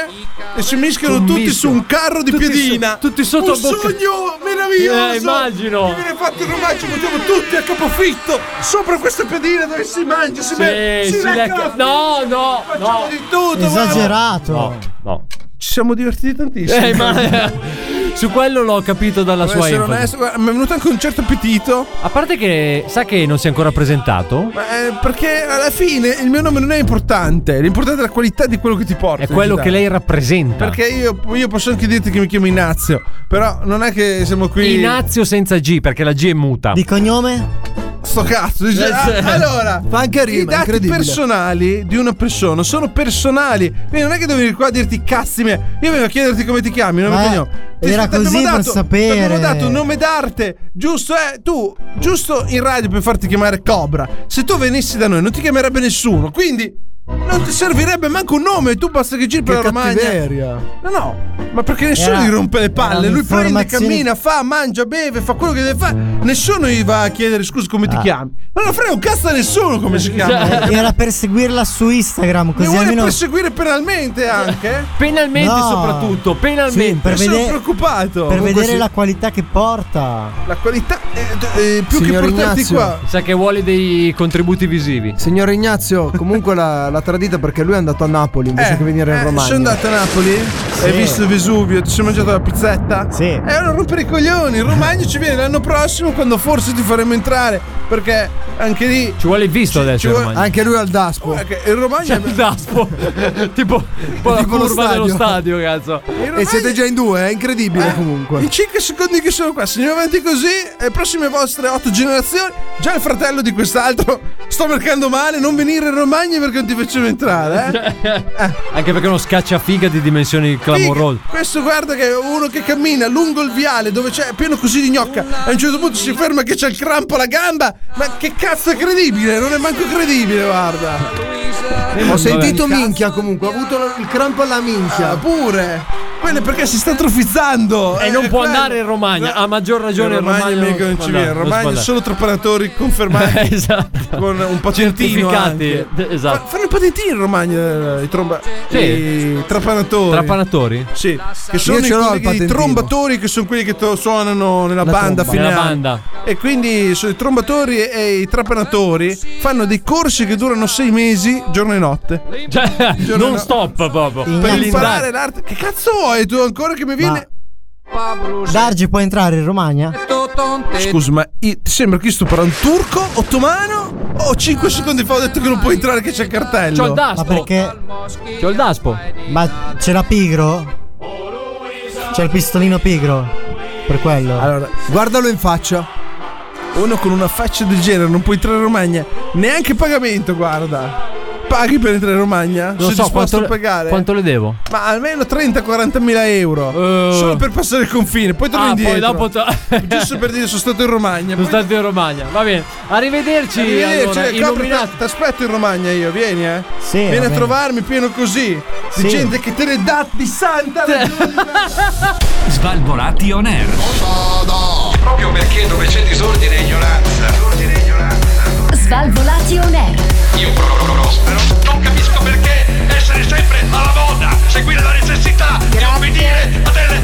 Speaker 6: e si mischiano
Speaker 7: Un
Speaker 6: tutti
Speaker 7: misto.
Speaker 6: su un carro di
Speaker 7: Tutti
Speaker 6: piedina.
Speaker 7: so- tutti sotto
Speaker 6: un
Speaker 7: a bocca.
Speaker 6: sogno meraviglioso.
Speaker 7: Eh, immagino.
Speaker 6: Che viene fatto in omaggio, mettiamo tutti a capofitto sopra questa piedina dove si mangia, si
Speaker 7: Sì,
Speaker 6: beve, si,
Speaker 7: si
Speaker 6: lecca
Speaker 7: lecca-
Speaker 6: la-
Speaker 7: No, no,
Speaker 6: Facciamo
Speaker 7: no.
Speaker 6: di tutto.
Speaker 10: Esagerato.
Speaker 6: guarda.
Speaker 7: No.
Speaker 6: Ci siamo divertiti tantissimo.
Speaker 7: Eh, ma- su quello l'ho capito dalla
Speaker 6: Per
Speaker 7: sua
Speaker 6: essere
Speaker 7: enfasi.
Speaker 6: onesto, guarda, mi è venuto anche un certo appetito.
Speaker 7: A parte che sa che non si è ancora presentato?
Speaker 6: Ma, eh, perché alla fine il mio nome non è importante, l'importante è la qualità di quello che ti porta.
Speaker 7: È quello che lei rappresenta.
Speaker 6: Perché io, io posso anche dirti che mi chiamo Ignazio, però non è che siamo qui.
Speaker 7: Inazio senza G, perché la G è muta.
Speaker 10: Di cognome?
Speaker 6: Sto cazzo, dice,
Speaker 10: Eh,
Speaker 6: "Ah,
Speaker 10: sì.
Speaker 6: allora,
Speaker 10: Fa anche rima,
Speaker 6: i dati
Speaker 10: incredibile.
Speaker 6: personali di una persona sono personali. Quindi non è che devo venire qua a dirti cazzi miei. Io vengo a chiederti come ti chiami, non mi
Speaker 10: Ma
Speaker 6: cognome. Ti-
Speaker 10: era
Speaker 6: t'abbiamo
Speaker 10: così per
Speaker 6: dato-
Speaker 10: sapere.
Speaker 6: t'abbiamo dato un nome d'arte, giusto? Eh, tu, giusto in radio per farti chiamare Cobra. Se tu venissi da noi non ti chiamerebbe nessuno, quindi non ti servirebbe manco un nome, tu basta che giri per la Romagna. No, no, ma perché nessuno
Speaker 10: Era-
Speaker 6: gli rompe le palle.
Speaker 10: era
Speaker 6: Lui prende,
Speaker 10: un'informazione-
Speaker 6: cammina, fa, mangia, beve, fa quello che deve fare. Nessuno gli va a chiedere scusa come ti
Speaker 10: Ah.
Speaker 6: chiami. Ma non frega un cazzo a nessuno come si chiama. Mi
Speaker 10: Eh, Era per seguirla su Instagram, così
Speaker 6: vuole
Speaker 10: almeno.
Speaker 6: perseguire penalmente anche? eh.
Speaker 7: Penalmente
Speaker 10: No.
Speaker 7: soprattutto,
Speaker 10: Sì,
Speaker 7: penalmente.
Speaker 10: per
Speaker 6: sono
Speaker 10: vedere-
Speaker 6: preoccupato.
Speaker 10: Per
Speaker 6: Comunque
Speaker 10: vedere
Speaker 6: sì.
Speaker 10: la qualità che porta.
Speaker 6: La qualità eh, eh, più
Speaker 4: Signor
Speaker 6: che portarti
Speaker 4: Ignazio.
Speaker 6: qua.
Speaker 7: Sa che vuole dei contributi visivi.
Speaker 4: Signor Ignazio, comunque la, la tradita perché lui è andato a Napoli invece
Speaker 6: Eh,
Speaker 4: che venire in
Speaker 6: eh,
Speaker 4: Romagna.
Speaker 6: sono andato a Napoli,
Speaker 4: Sì.
Speaker 6: hai visto Vesuvio, ti sei mangiato la pizzetta?
Speaker 10: Sì.
Speaker 6: E allora rompere i coglioni, in Romagna ci viene l'anno prossimo quando forse ti faremo entrare, perché anche lì...
Speaker 7: Ci vuole il visto adesso. in Romagna.
Speaker 4: Anche lui al
Speaker 10: Oh.
Speaker 4: Daspo.
Speaker 6: Il
Speaker 10: Cioè,
Speaker 6: Romagna...
Speaker 7: C'è il Daspo. tipo, tipo la
Speaker 4: Tipo lo
Speaker 7: curva dello
Speaker 4: stadio.
Speaker 7: stadio, cazzo.
Speaker 4: E siete già in due, è incredibile comunque.
Speaker 6: Eh, In 5 secondi che sono qua, se andiamo avanti così, le prossime vostre 8 generazioni, già il fratello di quest'altro, sto mercando male, non venire in Romagna perché non ti facciamo entrare. Eh?
Speaker 7: Anche perché è uno scacciafiga di dimensioni clamorose.
Speaker 6: Questo guarda che è uno che cammina lungo il viale dove c'è pieno così di gnocca, e a un certo punto si ferma che c'è il crampo alla gamba, ma che cazzo è credibile, non è manco credibile, guarda.
Speaker 7: Eh,
Speaker 4: Ho sentito
Speaker 6: Vabbè.
Speaker 4: minchia comunque, ho avuto la- il crampo alla minchia.
Speaker 6: Ah, pure. Quello è perché si sta atrofizzando.
Speaker 7: E non
Speaker 6: Eh,
Speaker 7: può
Speaker 6: quello-
Speaker 7: andare in Romagna, a maggior ragione
Speaker 6: In Romagna,
Speaker 7: in Romagna
Speaker 6: mica
Speaker 7: non
Speaker 6: non
Speaker 7: si
Speaker 6: ci
Speaker 7: può
Speaker 6: viene. In
Speaker 7: andare, non si può
Speaker 6: Romagna
Speaker 7: andare.
Speaker 6: solo trapanatori confermati
Speaker 7: esatto.
Speaker 6: con un patentino.
Speaker 7: Certificati.
Speaker 6: anche.
Speaker 7: D- Esatto.
Speaker 6: Fa- Fanno i patentini in Romagna eh, i, tromba-
Speaker 7: Sì.
Speaker 6: i trapanatori.
Speaker 7: Trapanatori?
Speaker 6: Sì, che sono
Speaker 4: Io ce l'ho
Speaker 6: i,
Speaker 4: il
Speaker 6: quelli- i
Speaker 4: patentino.
Speaker 6: trombatori che sono quelli che to- suonano nella banda
Speaker 7: tromba.
Speaker 6: fine
Speaker 7: Nella
Speaker 6: anno.
Speaker 7: banda.
Speaker 6: E quindi sono i trombatori e i trapanatori fanno dei corsi che durano sei mesi, giorno e notte.
Speaker 7: Cioè,
Speaker 6: Giorno e
Speaker 7: non
Speaker 6: no-
Speaker 7: stop proprio.
Speaker 6: Per
Speaker 7: Blindare.
Speaker 6: imparare l'arte. Che cazzo vuoi tu ancora che mi viene?
Speaker 10: Dargi può entrare in Romagna?
Speaker 6: Eh, Scusa, ma io- ti sembra che io sto parlando turco, ottomano? O 5 secondi fa ho detto che non può entrare, che c'è il cartello.
Speaker 7: C'ho il
Speaker 10: Ma
Speaker 7: daspo.
Speaker 10: perché?
Speaker 7: C'ho il daspo.
Speaker 10: Ma c'è la pigro? C'è il pistolino pigro? Per quello.
Speaker 6: Allora, guardalo in faccia. Uno con una faccia del genere non può entrare in Romagna. Neanche pagamento, guarda. Paghi per entrare in Romagna?
Speaker 7: Non
Speaker 6: Sei
Speaker 7: so
Speaker 6: disposto
Speaker 7: quanto,
Speaker 6: a pagare?
Speaker 7: quanto le devo.
Speaker 6: Ma almeno 30-40 mila euro. Solo per passare il confine. Poi torno
Speaker 7: Eh. Ah,
Speaker 6: indietro.
Speaker 7: poi dopo to-
Speaker 6: Giusto per dire, sono stato in Romagna.
Speaker 7: Sono stato in Romagna. Va bene. Arrivederci. allora,
Speaker 6: Arrivederci, cioè, copri,
Speaker 7: illuminati.
Speaker 6: ti aspetto in Romagna io, vieni eh.
Speaker 10: Sì, va
Speaker 6: vieni a
Speaker 10: bene.
Speaker 6: trovarmi pieno così. Di
Speaker 10: Sì.
Speaker 6: gente che te ne dà di santa
Speaker 5: Svalvolati on air.
Speaker 8: Proprio perché dove c'è disordine e ignoranza,
Speaker 9: Svalvolati on air.
Speaker 8: io prospero. Non capisco perché essere sempre alla moda, seguire la necessità di obbedire a delle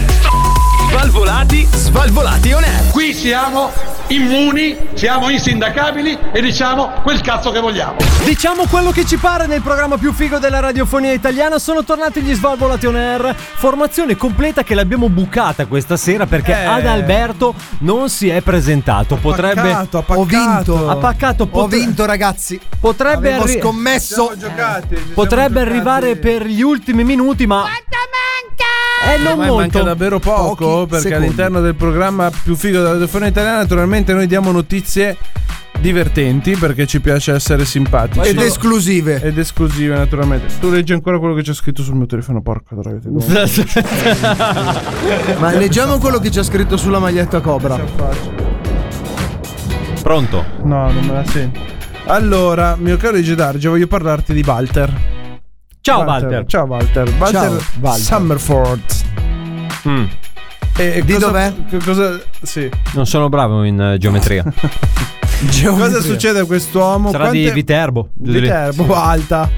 Speaker 5: Svalvolati, svalvolati on air.
Speaker 19: Qui siamo immuni, siamo insindacabili e diciamo quel cazzo che vogliamo.
Speaker 7: Diciamo quello che ci pare nel programma più figo della radiofonia italiana. Sono tornati gli Svalvolati on Air. Formazione completa che l'abbiamo bucata questa sera perché
Speaker 6: Eh.
Speaker 7: Adalberto non si è presentato. Potrebbe.
Speaker 6: Paccato,
Speaker 4: Ho vinto.
Speaker 7: Ha paccato.
Speaker 4: Ho
Speaker 7: potre-
Speaker 4: vinto ragazzi.
Speaker 7: Potrebbe,
Speaker 4: Avevo
Speaker 7: arri-
Speaker 4: scommesso.
Speaker 6: giocate.
Speaker 7: potrebbe arrivare per gli ultimi minuti, ma. Quanto
Speaker 20: Eh, non
Speaker 6: Ormai
Speaker 20: molto.
Speaker 6: manca davvero poco perché
Speaker 20: secondi.
Speaker 6: all'interno del programma più figo della radiofonia italiana naturalmente noi diamo notizie divertenti perché ci piace essere simpatici
Speaker 12: Ed esclusive
Speaker 6: ed esclusive naturalmente tu leggi ancora quello che c'è scritto sul mio telefono porca droga ti devo-
Speaker 12: Ma leggiamo quello che c'è scritto sulla maglietta Cobra.
Speaker 6: Pronto? No, non me la sento. Allora, mio caro Luigi D'Argio, voglio parlarti di Walter.
Speaker 20: Ciao, Walter.
Speaker 6: Ciao Walter. Walter,
Speaker 20: Ciao, Walter.
Speaker 6: Summerford. E
Speaker 20: Di
Speaker 6: cosa-
Speaker 20: dov'è?
Speaker 6: che Cosa, sì.
Speaker 7: Mm. Non sono bravo in eh, geometria.
Speaker 6: cosa succede a quest'uomo?
Speaker 7: Sarà di Viterbo. giù di lì.
Speaker 6: Viterbo, alta.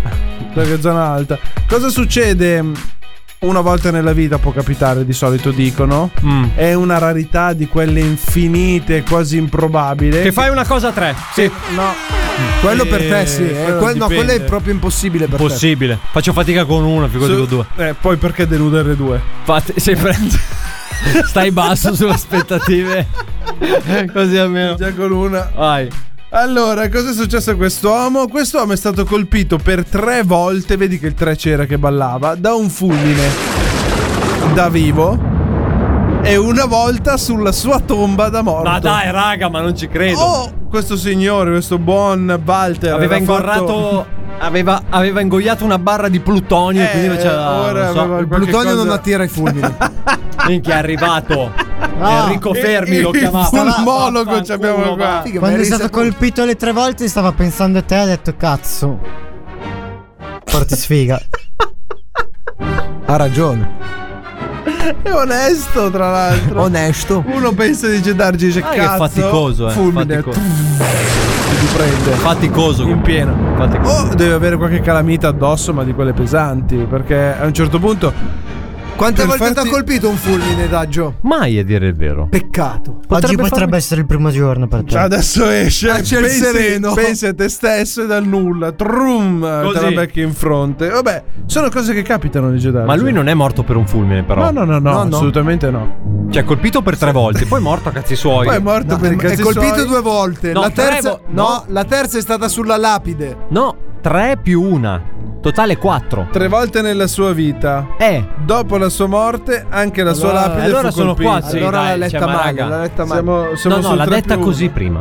Speaker 6: Perché zona alta. Cosa succede? mh, Una volta nella vita può capitare, di solito dicono.
Speaker 7: Mm.
Speaker 6: È una rarità di quelle infinite, quasi improbabile.
Speaker 7: Che fai una cosa a tre.
Speaker 6: Sì. No.
Speaker 12: Quello
Speaker 6: Eh,
Speaker 12: per te sì. eh,
Speaker 6: quello
Speaker 12: quel- no,
Speaker 6: dipende.
Speaker 12: quello è proprio impossibile per te.
Speaker 7: Possibile. Faccio fatica con una, figurati
Speaker 6: Su-
Speaker 7: con due.
Speaker 6: Eh, poi perché deludere due?
Speaker 7: Fate, sempre. Stai basso sulle aspettative. Così almeno.
Speaker 6: Già con una.
Speaker 7: Vai.
Speaker 6: Allora, cosa è successo a quest'uomo? Quest'uomo è stato colpito per tre volte, vedi che il tre c'era che ballava, da un fulmine da vivo e una volta sulla sua tomba da morto.
Speaker 7: Ma dai, raga, ma non ci credo.
Speaker 6: Oh, questo signore, questo buon Walter
Speaker 7: aveva
Speaker 6: era fatto-
Speaker 7: ingorrato. Aveva, aveva ingoiato una barra di plutonio.
Speaker 6: Eh,
Speaker 7: quindi faceva.
Speaker 6: ora
Speaker 7: non so,
Speaker 6: aveva
Speaker 7: il
Speaker 6: qualche
Speaker 7: plutonio
Speaker 6: cosa-
Speaker 7: non
Speaker 12: attira i fulmini.
Speaker 7: Minchia, è arrivato.
Speaker 10: Ah,
Speaker 7: Enrico Fermi lo
Speaker 10: il- il
Speaker 7: chiamava.
Speaker 10: pulmologo
Speaker 6: ci abbiamo qua.
Speaker 10: Quando è stato colpito le tre volte stava pensando a te e ha detto cazzo. Porti sfiga.
Speaker 12: Ha ragione.
Speaker 6: È onesto, tra l'altro.
Speaker 12: Onesto.
Speaker 6: Uno pensa di gedarci dice
Speaker 7: Ah, che
Speaker 6: cazzo.
Speaker 7: faticoso, eh,
Speaker 6: Fulmine.
Speaker 7: faticoso.
Speaker 6: Ti prende.
Speaker 7: Faticoso.
Speaker 6: In pieno. O Oh, deve avere qualche calamita addosso, ma di quelle pesanti. Perché a un certo punto.
Speaker 12: Quante
Speaker 6: per
Speaker 12: volte ti ha
Speaker 6: farti-
Speaker 12: colpito un fulmine, Daggio?
Speaker 7: Mai a dire il vero.
Speaker 12: Peccato.
Speaker 10: Oggi potrebbe essere il primo giorno per te.
Speaker 6: Già Cioè, adesso esce.
Speaker 12: Ah, c'è il
Speaker 6: pensi,
Speaker 12: sereno.
Speaker 6: pensi a te stesso e dal nulla. Trum. Te la
Speaker 7: Così.
Speaker 6: becchi in fronte. Vabbè, sono cose che capitano cioè. di gedarci.
Speaker 7: Ma lui non è morto per un fulmine, però.
Speaker 6: No, no, no, no, assolutamente no.
Speaker 7: Cioè, colpito per tre volte, poi morto a cazzi suoi.
Speaker 6: Poi è morto per i
Speaker 12: È
Speaker 6: cazzi
Speaker 12: colpito
Speaker 6: suoi.
Speaker 12: due volte.
Speaker 7: No,
Speaker 12: la
Speaker 7: tre
Speaker 12: terza,
Speaker 7: vo-
Speaker 12: no,
Speaker 7: no.
Speaker 12: la terza è stata sulla lapide.
Speaker 7: No, tre più una. Totale quattro.
Speaker 6: Tre volte nella sua vita.
Speaker 7: Eh.
Speaker 6: Dopo la sua morte, anche la sua
Speaker 7: Allora-
Speaker 6: lapide fu
Speaker 7: allora sono
Speaker 6: colpita.
Speaker 7: quattro, sì, Allora dai, l'ha letta cioè, ma male, raga. l'ha letta male.
Speaker 6: Siamo, siamo
Speaker 7: no, no,
Speaker 6: sul
Speaker 7: l'ha
Speaker 6: tre
Speaker 7: detta
Speaker 6: più
Speaker 7: così
Speaker 6: uno.
Speaker 7: prima.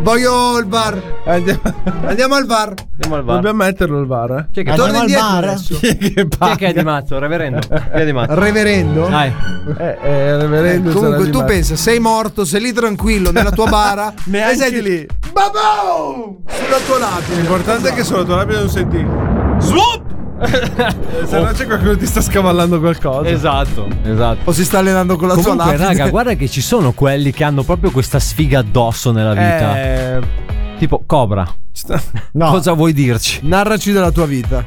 Speaker 12: Voglio il bar.
Speaker 6: Andiamo,
Speaker 12: Andiamo al bar.
Speaker 7: Andiamo al bar.
Speaker 6: Dobbiamo metterlo al bar, eh.
Speaker 7: Chi è che,
Speaker 12: Torna
Speaker 10: al
Speaker 12: indietro
Speaker 10: bar?
Speaker 12: adesso.
Speaker 6: Chi è che
Speaker 7: chi è, che è
Speaker 6: paga?
Speaker 7: di matto? Reverendo. Chi è di matto?
Speaker 12: Reverendo.
Speaker 7: Dai.
Speaker 6: Eh, eh, reverendo
Speaker 12: Eh,
Speaker 6: sarà
Speaker 12: comunque
Speaker 6: di
Speaker 12: tu
Speaker 6: Mar-
Speaker 12: pensa, sei morto, sei lì tranquillo nella tua bara.
Speaker 6: Neanche
Speaker 12: e sei
Speaker 6: lì.
Speaker 12: Baboom! Sulla tua lapide.
Speaker 6: L'importante è che sulla tua lapide non senti. Swap! Eh, Se no c'è qualcuno che ti sta scavallando qualcosa.
Speaker 7: Esatto, esatto.
Speaker 12: O si sta allenando con la tua
Speaker 7: Comunque,
Speaker 12: lapide.
Speaker 7: raga, guarda che ci sono quelli che hanno proprio questa sfiga addosso nella vita.
Speaker 6: Eh,
Speaker 7: Tipo Cobra.
Speaker 10: No,
Speaker 7: Cosa vuoi dirci?
Speaker 12: Narraci della tua vita.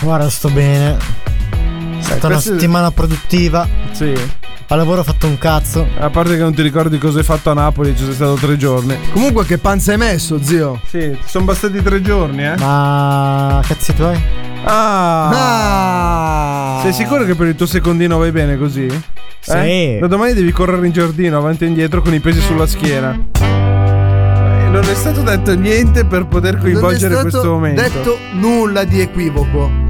Speaker 10: guarda, sto bene. È stata una
Speaker 6: questo-
Speaker 10: settimana produttiva.
Speaker 6: sì.
Speaker 10: Al lavoro ho fatto un cazzo.
Speaker 6: A parte che non ti ricordi cosa hai fatto a Napoli, ci sei stato tre giorni.
Speaker 12: Comunque che panza hai messo, zio?
Speaker 6: Sì, sono bastati tre giorni, eh.
Speaker 10: Ma cazzi tuoi?
Speaker 6: Ah,
Speaker 12: Ah.
Speaker 6: Sei sicuro che per il tuo secondino vai bene così? Eh?
Speaker 10: Sì.
Speaker 6: Da domani devi correre in giardino avanti e indietro con i pesi sulla schiena. Eh, Non è stato detto niente per poter
Speaker 12: Non è
Speaker 6: coinvolgere
Speaker 12: stato
Speaker 6: questo momento.
Speaker 12: detto nulla di equivoco.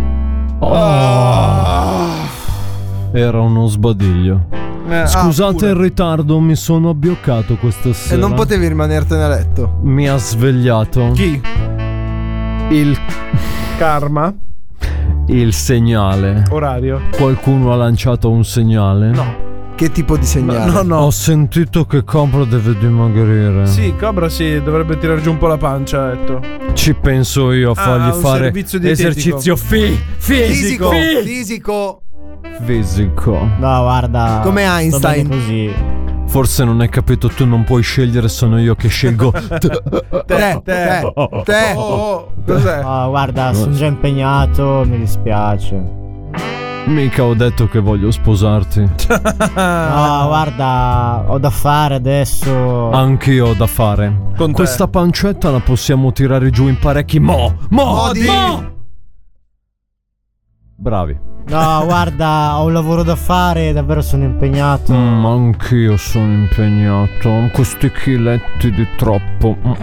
Speaker 7: Era uno sbadiglio.
Speaker 6: Eh, ah,
Speaker 7: Scusate
Speaker 6: pure. Eh,
Speaker 7: il ritardo, mi sono abbioccato questa
Speaker 12: E
Speaker 7: sera.
Speaker 12: non potevi rimanertene a letto.
Speaker 7: Mi ha svegliato.
Speaker 6: Chi?
Speaker 7: Il,
Speaker 6: Karma?
Speaker 7: il segnale.
Speaker 6: Orario?
Speaker 7: Qualcuno ha lanciato un segnale.
Speaker 6: No.
Speaker 12: Che tipo di segnale?
Speaker 6: No, no.
Speaker 7: Ho sentito che Cobra deve dimagrire.
Speaker 6: Sì, Cobra sì, dovrebbe tirar giù un po' la pancia, ha detto.
Speaker 7: Ci penso io a fargli
Speaker 6: Ah, un
Speaker 7: fare
Speaker 6: servizio dietetico.
Speaker 7: esercizio fi-
Speaker 12: Fisico,
Speaker 7: fisico. Fi-
Speaker 12: fisico.
Speaker 7: fisico.
Speaker 10: No, guarda.
Speaker 12: Come
Speaker 10: sto
Speaker 12: Einstein.
Speaker 10: bene Così.
Speaker 7: Forse non hai capito, tu non puoi scegliere, sono io che scelgo. T-
Speaker 12: Te, te, te.
Speaker 6: Oh, oh, cos'è?
Speaker 10: No, guarda, sono già impegnato, mi dispiace. No,
Speaker 7: Mica ho detto che voglio sposarti.
Speaker 6: Cioè,
Speaker 10: guarda, ho da fare adesso.
Speaker 7: Anch'io ho da fare.
Speaker 6: Con te.
Speaker 7: Questa pancetta la possiamo tirare giù in parecchi mo. Mo!
Speaker 12: Modi.
Speaker 7: mo! Bravi.
Speaker 10: No, guarda, ho un lavoro da fare, davvero sono impegnato.
Speaker 7: Mm, anch'io sono impegnato. Questi chiletti di troppo. Mm,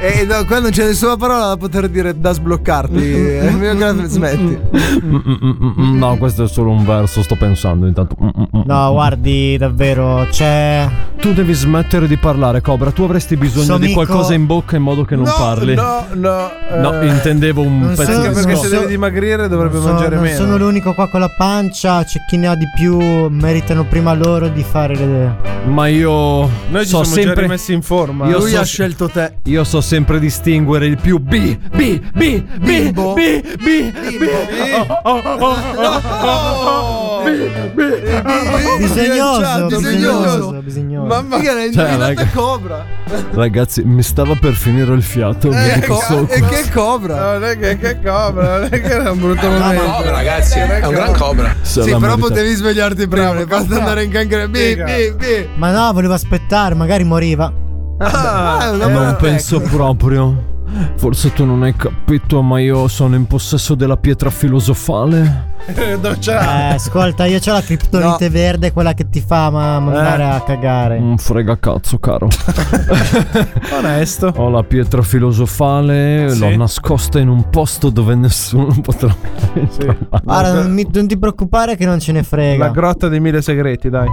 Speaker 6: E Eh, no, qua non c'è nessuna parola da poter dire da sbloccarti. eh, mio gra- Smetti.
Speaker 7: mm, no, questo è solo un verso, sto pensando intanto. Mm,
Speaker 10: No, guardi, davvero, c'è.
Speaker 7: Tu devi smettere di parlare, Cobra. Tu avresti bisogno
Speaker 10: Sono
Speaker 7: di
Speaker 10: amico-
Speaker 7: qualcosa in bocca in modo che non
Speaker 10: No,
Speaker 7: parli.
Speaker 10: no, Eh,
Speaker 6: no. eh,
Speaker 7: No, intendevo un
Speaker 10: non
Speaker 7: pezzo
Speaker 10: sono-
Speaker 7: di
Speaker 10: non
Speaker 7: scotch.
Speaker 10: so-
Speaker 6: dimagrire dovrebbe
Speaker 10: Non so-
Speaker 6: mangiare
Speaker 10: non
Speaker 6: meno.
Speaker 10: sono l'unico qua con la pancia, c'è chi ne ha di più, meritano prima loro di fare le.
Speaker 7: Ma io.
Speaker 10: Noi ci
Speaker 7: so
Speaker 10: siamo già
Speaker 7: sempre...
Speaker 10: rimessi in forma. Lui ha
Speaker 6: scelto te.
Speaker 7: Io so sempre distinguere il più B, B, B, B, B, B, Oh,
Speaker 10: Bisognoso,
Speaker 6: Bilanciato,
Speaker 10: bisognoso, bisognoso.
Speaker 6: Mamma mia, l'hai
Speaker 7: Cioè,
Speaker 6: indovinata
Speaker 7: raga.
Speaker 6: cobra.
Speaker 7: Ragazzi, mi stava per finire il fiato. vi
Speaker 6: Eh,
Speaker 7: dico
Speaker 6: co-
Speaker 7: solo
Speaker 6: e
Speaker 7: questo.
Speaker 6: che cobra?
Speaker 21: Non è che, che cobra, non è che era un brutto
Speaker 6: una
Speaker 21: momento.
Speaker 6: Ah, cobra,
Speaker 21: ragazzi, è
Speaker 6: un gran
Speaker 21: cobra.
Speaker 6: Sì,
Speaker 7: la
Speaker 6: però
Speaker 7: verità.
Speaker 6: potevi svegliarti prima, le basta andare in cancro. Bi, bi, bi.
Speaker 10: Ma no, volevo aspettare, magari moriva.
Speaker 6: Ah, una
Speaker 7: Eh, Non
Speaker 6: buona-
Speaker 7: penso proprio. Forse tu non hai capito, ma io sono in possesso della pietra filosofale.
Speaker 6: Ah.
Speaker 10: Eh, ascolta, io c'ho la criptonite verde, quella che ti fa ma-
Speaker 6: Eh.
Speaker 10: mandare a cagare.
Speaker 7: Un fregacazzo, caro.
Speaker 21: Onesto.
Speaker 7: Ho la pietra
Speaker 21: Ah,
Speaker 7: filosofale, l'ho nascosta in un posto dove nessuno potrà.
Speaker 10: Guarda, non, mi- non ti preoccupare che non ce ne
Speaker 21: La
Speaker 10: frega.
Speaker 21: grotta dei mille segreti, dai.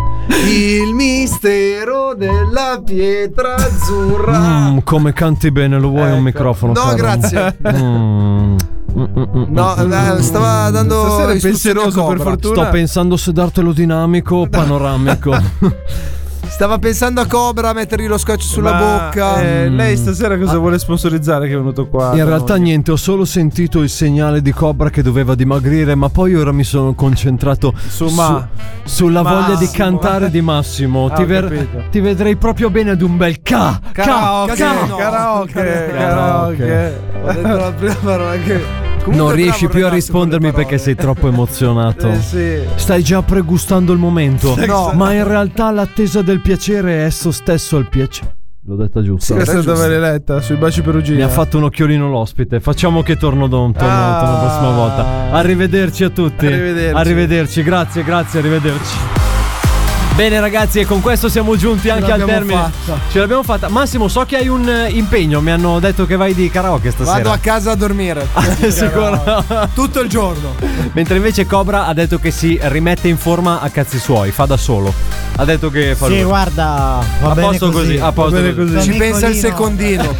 Speaker 6: Il mistero della pietra azzurra.
Speaker 21: Ah.
Speaker 6: Ecco.
Speaker 7: Mm, come canti bene, lo
Speaker 21: Ecco.
Speaker 7: vuoi un microfono?
Speaker 6: No,
Speaker 7: caro?
Speaker 6: grazie.
Speaker 7: Mm.
Speaker 6: No, eh, stava dando
Speaker 7: Stasera è
Speaker 6: istruzioni a
Speaker 7: pensieroso, per
Speaker 6: Cobra.
Speaker 7: fortuna. Sto pensando se dartelo dinamico o panoramico.
Speaker 6: Stava pensando a Cobra, a mettergli lo scotch sulla
Speaker 21: Ma,
Speaker 6: bocca. Mm. Ah.
Speaker 21: eh, lei stasera cosa vuole sponsorizzare che è venuto qua?
Speaker 7: In realtà niente, ho solo sentito il segnale di Cobra che doveva dimagrire, ma poi ora mi sono concentrato
Speaker 21: Su ma-
Speaker 7: su- sulla
Speaker 21: Massimo.
Speaker 7: voglia di cantare di Massimo.
Speaker 21: Ah,
Speaker 7: ti,
Speaker 21: ho
Speaker 7: ver-
Speaker 21: capito.
Speaker 7: ti vedrei proprio bene ad un bel ca. ca-
Speaker 21: Karaoke,
Speaker 7: ca-
Speaker 21: karaoke, karaoke.
Speaker 6: Ho detto la prima parola che. Comunque
Speaker 7: Non riesci
Speaker 6: bravo,
Speaker 7: più a
Speaker 6: ragazzi, con le
Speaker 7: rispondermi perché sei troppo emozionato.
Speaker 6: Eh, sì.
Speaker 7: Stai già pregustando il momento.
Speaker 6: Sì, No.
Speaker 7: Ma in realtà l'attesa del piacere è esso stesso al piacere. L'ho detta giusta.
Speaker 21: Questa è dove l'hai letta, sui baci perugini.
Speaker 7: Mi ha fatto un occhiolino l'ospite. Facciamo che torno, don- torno,
Speaker 6: Ah.
Speaker 7: torno la prossima volta. Arrivederci a tutti.
Speaker 21: Arrivederci.
Speaker 7: Arrivederci, grazie, grazie, arrivederci. Bene ragazzi e con questo siamo giunti anche al
Speaker 22: l'abbiamo
Speaker 7: termine.
Speaker 22: fatta.
Speaker 7: Ce l'abbiamo fatta. Massimo, so che hai un eh, impegno, mi hanno detto che vai di karaoke stasera.
Speaker 6: Vado a casa a dormire.
Speaker 7: Sicuro.
Speaker 6: Tutto il giorno.
Speaker 7: Mentre invece Cobra ha detto che si rimette in forma a cazzi suoi, fa da solo. Ha detto che fa
Speaker 10: Sì,
Speaker 7: lui.
Speaker 10: guarda, va
Speaker 7: a
Speaker 10: bene
Speaker 7: posto
Speaker 10: così.
Speaker 7: così, a posto così.
Speaker 6: Ci pensa il secondino.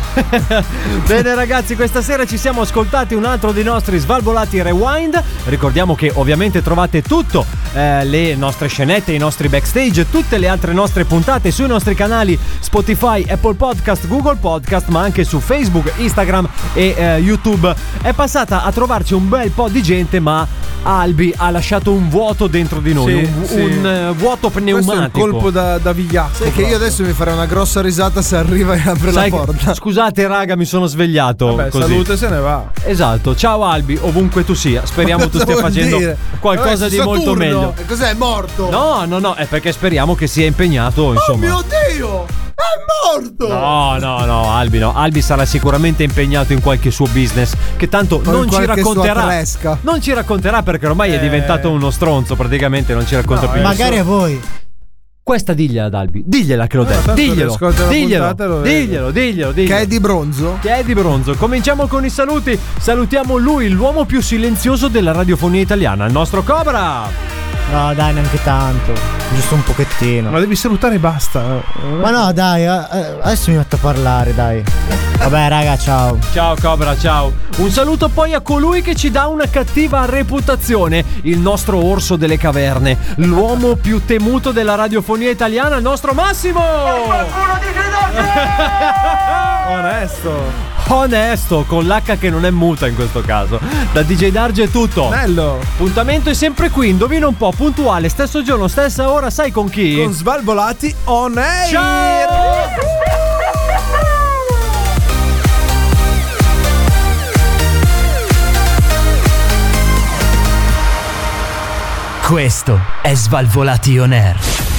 Speaker 7: Bene ragazzi, questa sera ci siamo ascoltati un altro dei nostri svalvolati rewind. Ricordiamo che ovviamente trovate tutto, eh, le nostre scenette, i nostri backstage, tutte le altre nostre puntate sui nostri canali Spotify, Apple Podcast, Google Podcast, ma anche su Facebook, Instagram e eh, YouTube. È passata a trovarci un bel po' di gente, ma Albi ha lasciato un vuoto dentro di noi,
Speaker 21: Sì,
Speaker 7: un,
Speaker 21: sì.
Speaker 7: un, eh, vuoto pneumatico.
Speaker 21: Questo è un colpo da, da vigliacco.
Speaker 6: Sai che io adesso mi farei una grossa risata se arriva e apre la
Speaker 7: Sai che-
Speaker 6: porta.
Speaker 7: Scusate raga, mi sono svegliato
Speaker 21: Beh,
Speaker 7: così.
Speaker 21: salute se ne va.
Speaker 7: Esatto, ciao Albi, ovunque tu sia, speriamo tu
Speaker 6: Cosa
Speaker 7: stia
Speaker 6: vuol
Speaker 7: facendo
Speaker 6: dire?
Speaker 7: qualcosa
Speaker 6: Vabbè,
Speaker 7: di
Speaker 6: su
Speaker 7: molto
Speaker 6: Saturno.
Speaker 7: meglio.
Speaker 6: E Cos'è? Morto?
Speaker 7: No, no, no, è perché speriamo che sia impegnato,
Speaker 6: Oh
Speaker 7: insomma.
Speaker 6: mio Dio! È morto!
Speaker 7: No, no, no, Albi no. Albi sarà sicuramente impegnato in qualche suo business che tanto
Speaker 6: Con
Speaker 7: non ci
Speaker 6: qualche sua Eh.
Speaker 7: racconterà.
Speaker 6: fresca.
Speaker 7: Non ci racconterà perché ormai è diventato uno stronzo, praticamente non ci racconta
Speaker 6: eh.
Speaker 7: più.
Speaker 10: Magari a
Speaker 7: nessuno.
Speaker 10: voi.
Speaker 7: Questa diglia ad Albi, digliela
Speaker 6: Eh,
Speaker 7: che l'ho detto.
Speaker 21: tanto
Speaker 7: Diglielo.
Speaker 21: ascolta la
Speaker 7: Diglielo.
Speaker 21: puntata e lo vede.
Speaker 7: Diglielo, diglielo, diglielo.
Speaker 6: Che è di bronzo?
Speaker 7: Che è di bronzo. Cominciamo con i saluti. Salutiamo lui, l'uomo più silenzioso della radiofonia italiana, il nostro Cobra.
Speaker 10: No, dai, neanche tanto. Giusto un pochettino.
Speaker 21: Ma devi salutare e basta.
Speaker 10: Ma no, dai, eh, eh, adesso mi metto a parlare, dai. Vabbè, raga, ciao.
Speaker 7: Ciao Cobra, ciao. Un saluto poi a colui che ci dà una cattiva reputazione, il nostro orso delle caverne, l'uomo più temuto della radiofonia italiana, il nostro Massimo.
Speaker 21: Onesto.
Speaker 7: Onesto, con l'H che non è muta in questo caso. Da DJ Darge è tutto.
Speaker 21: Bello.
Speaker 7: Appuntamento è sempre qui, indovina un po', puntuale, stesso giorno, stessa ora, sai con chi?
Speaker 21: Con Svalvolati on air.
Speaker 7: Ciao!
Speaker 12: Questo è Svalvolation Air.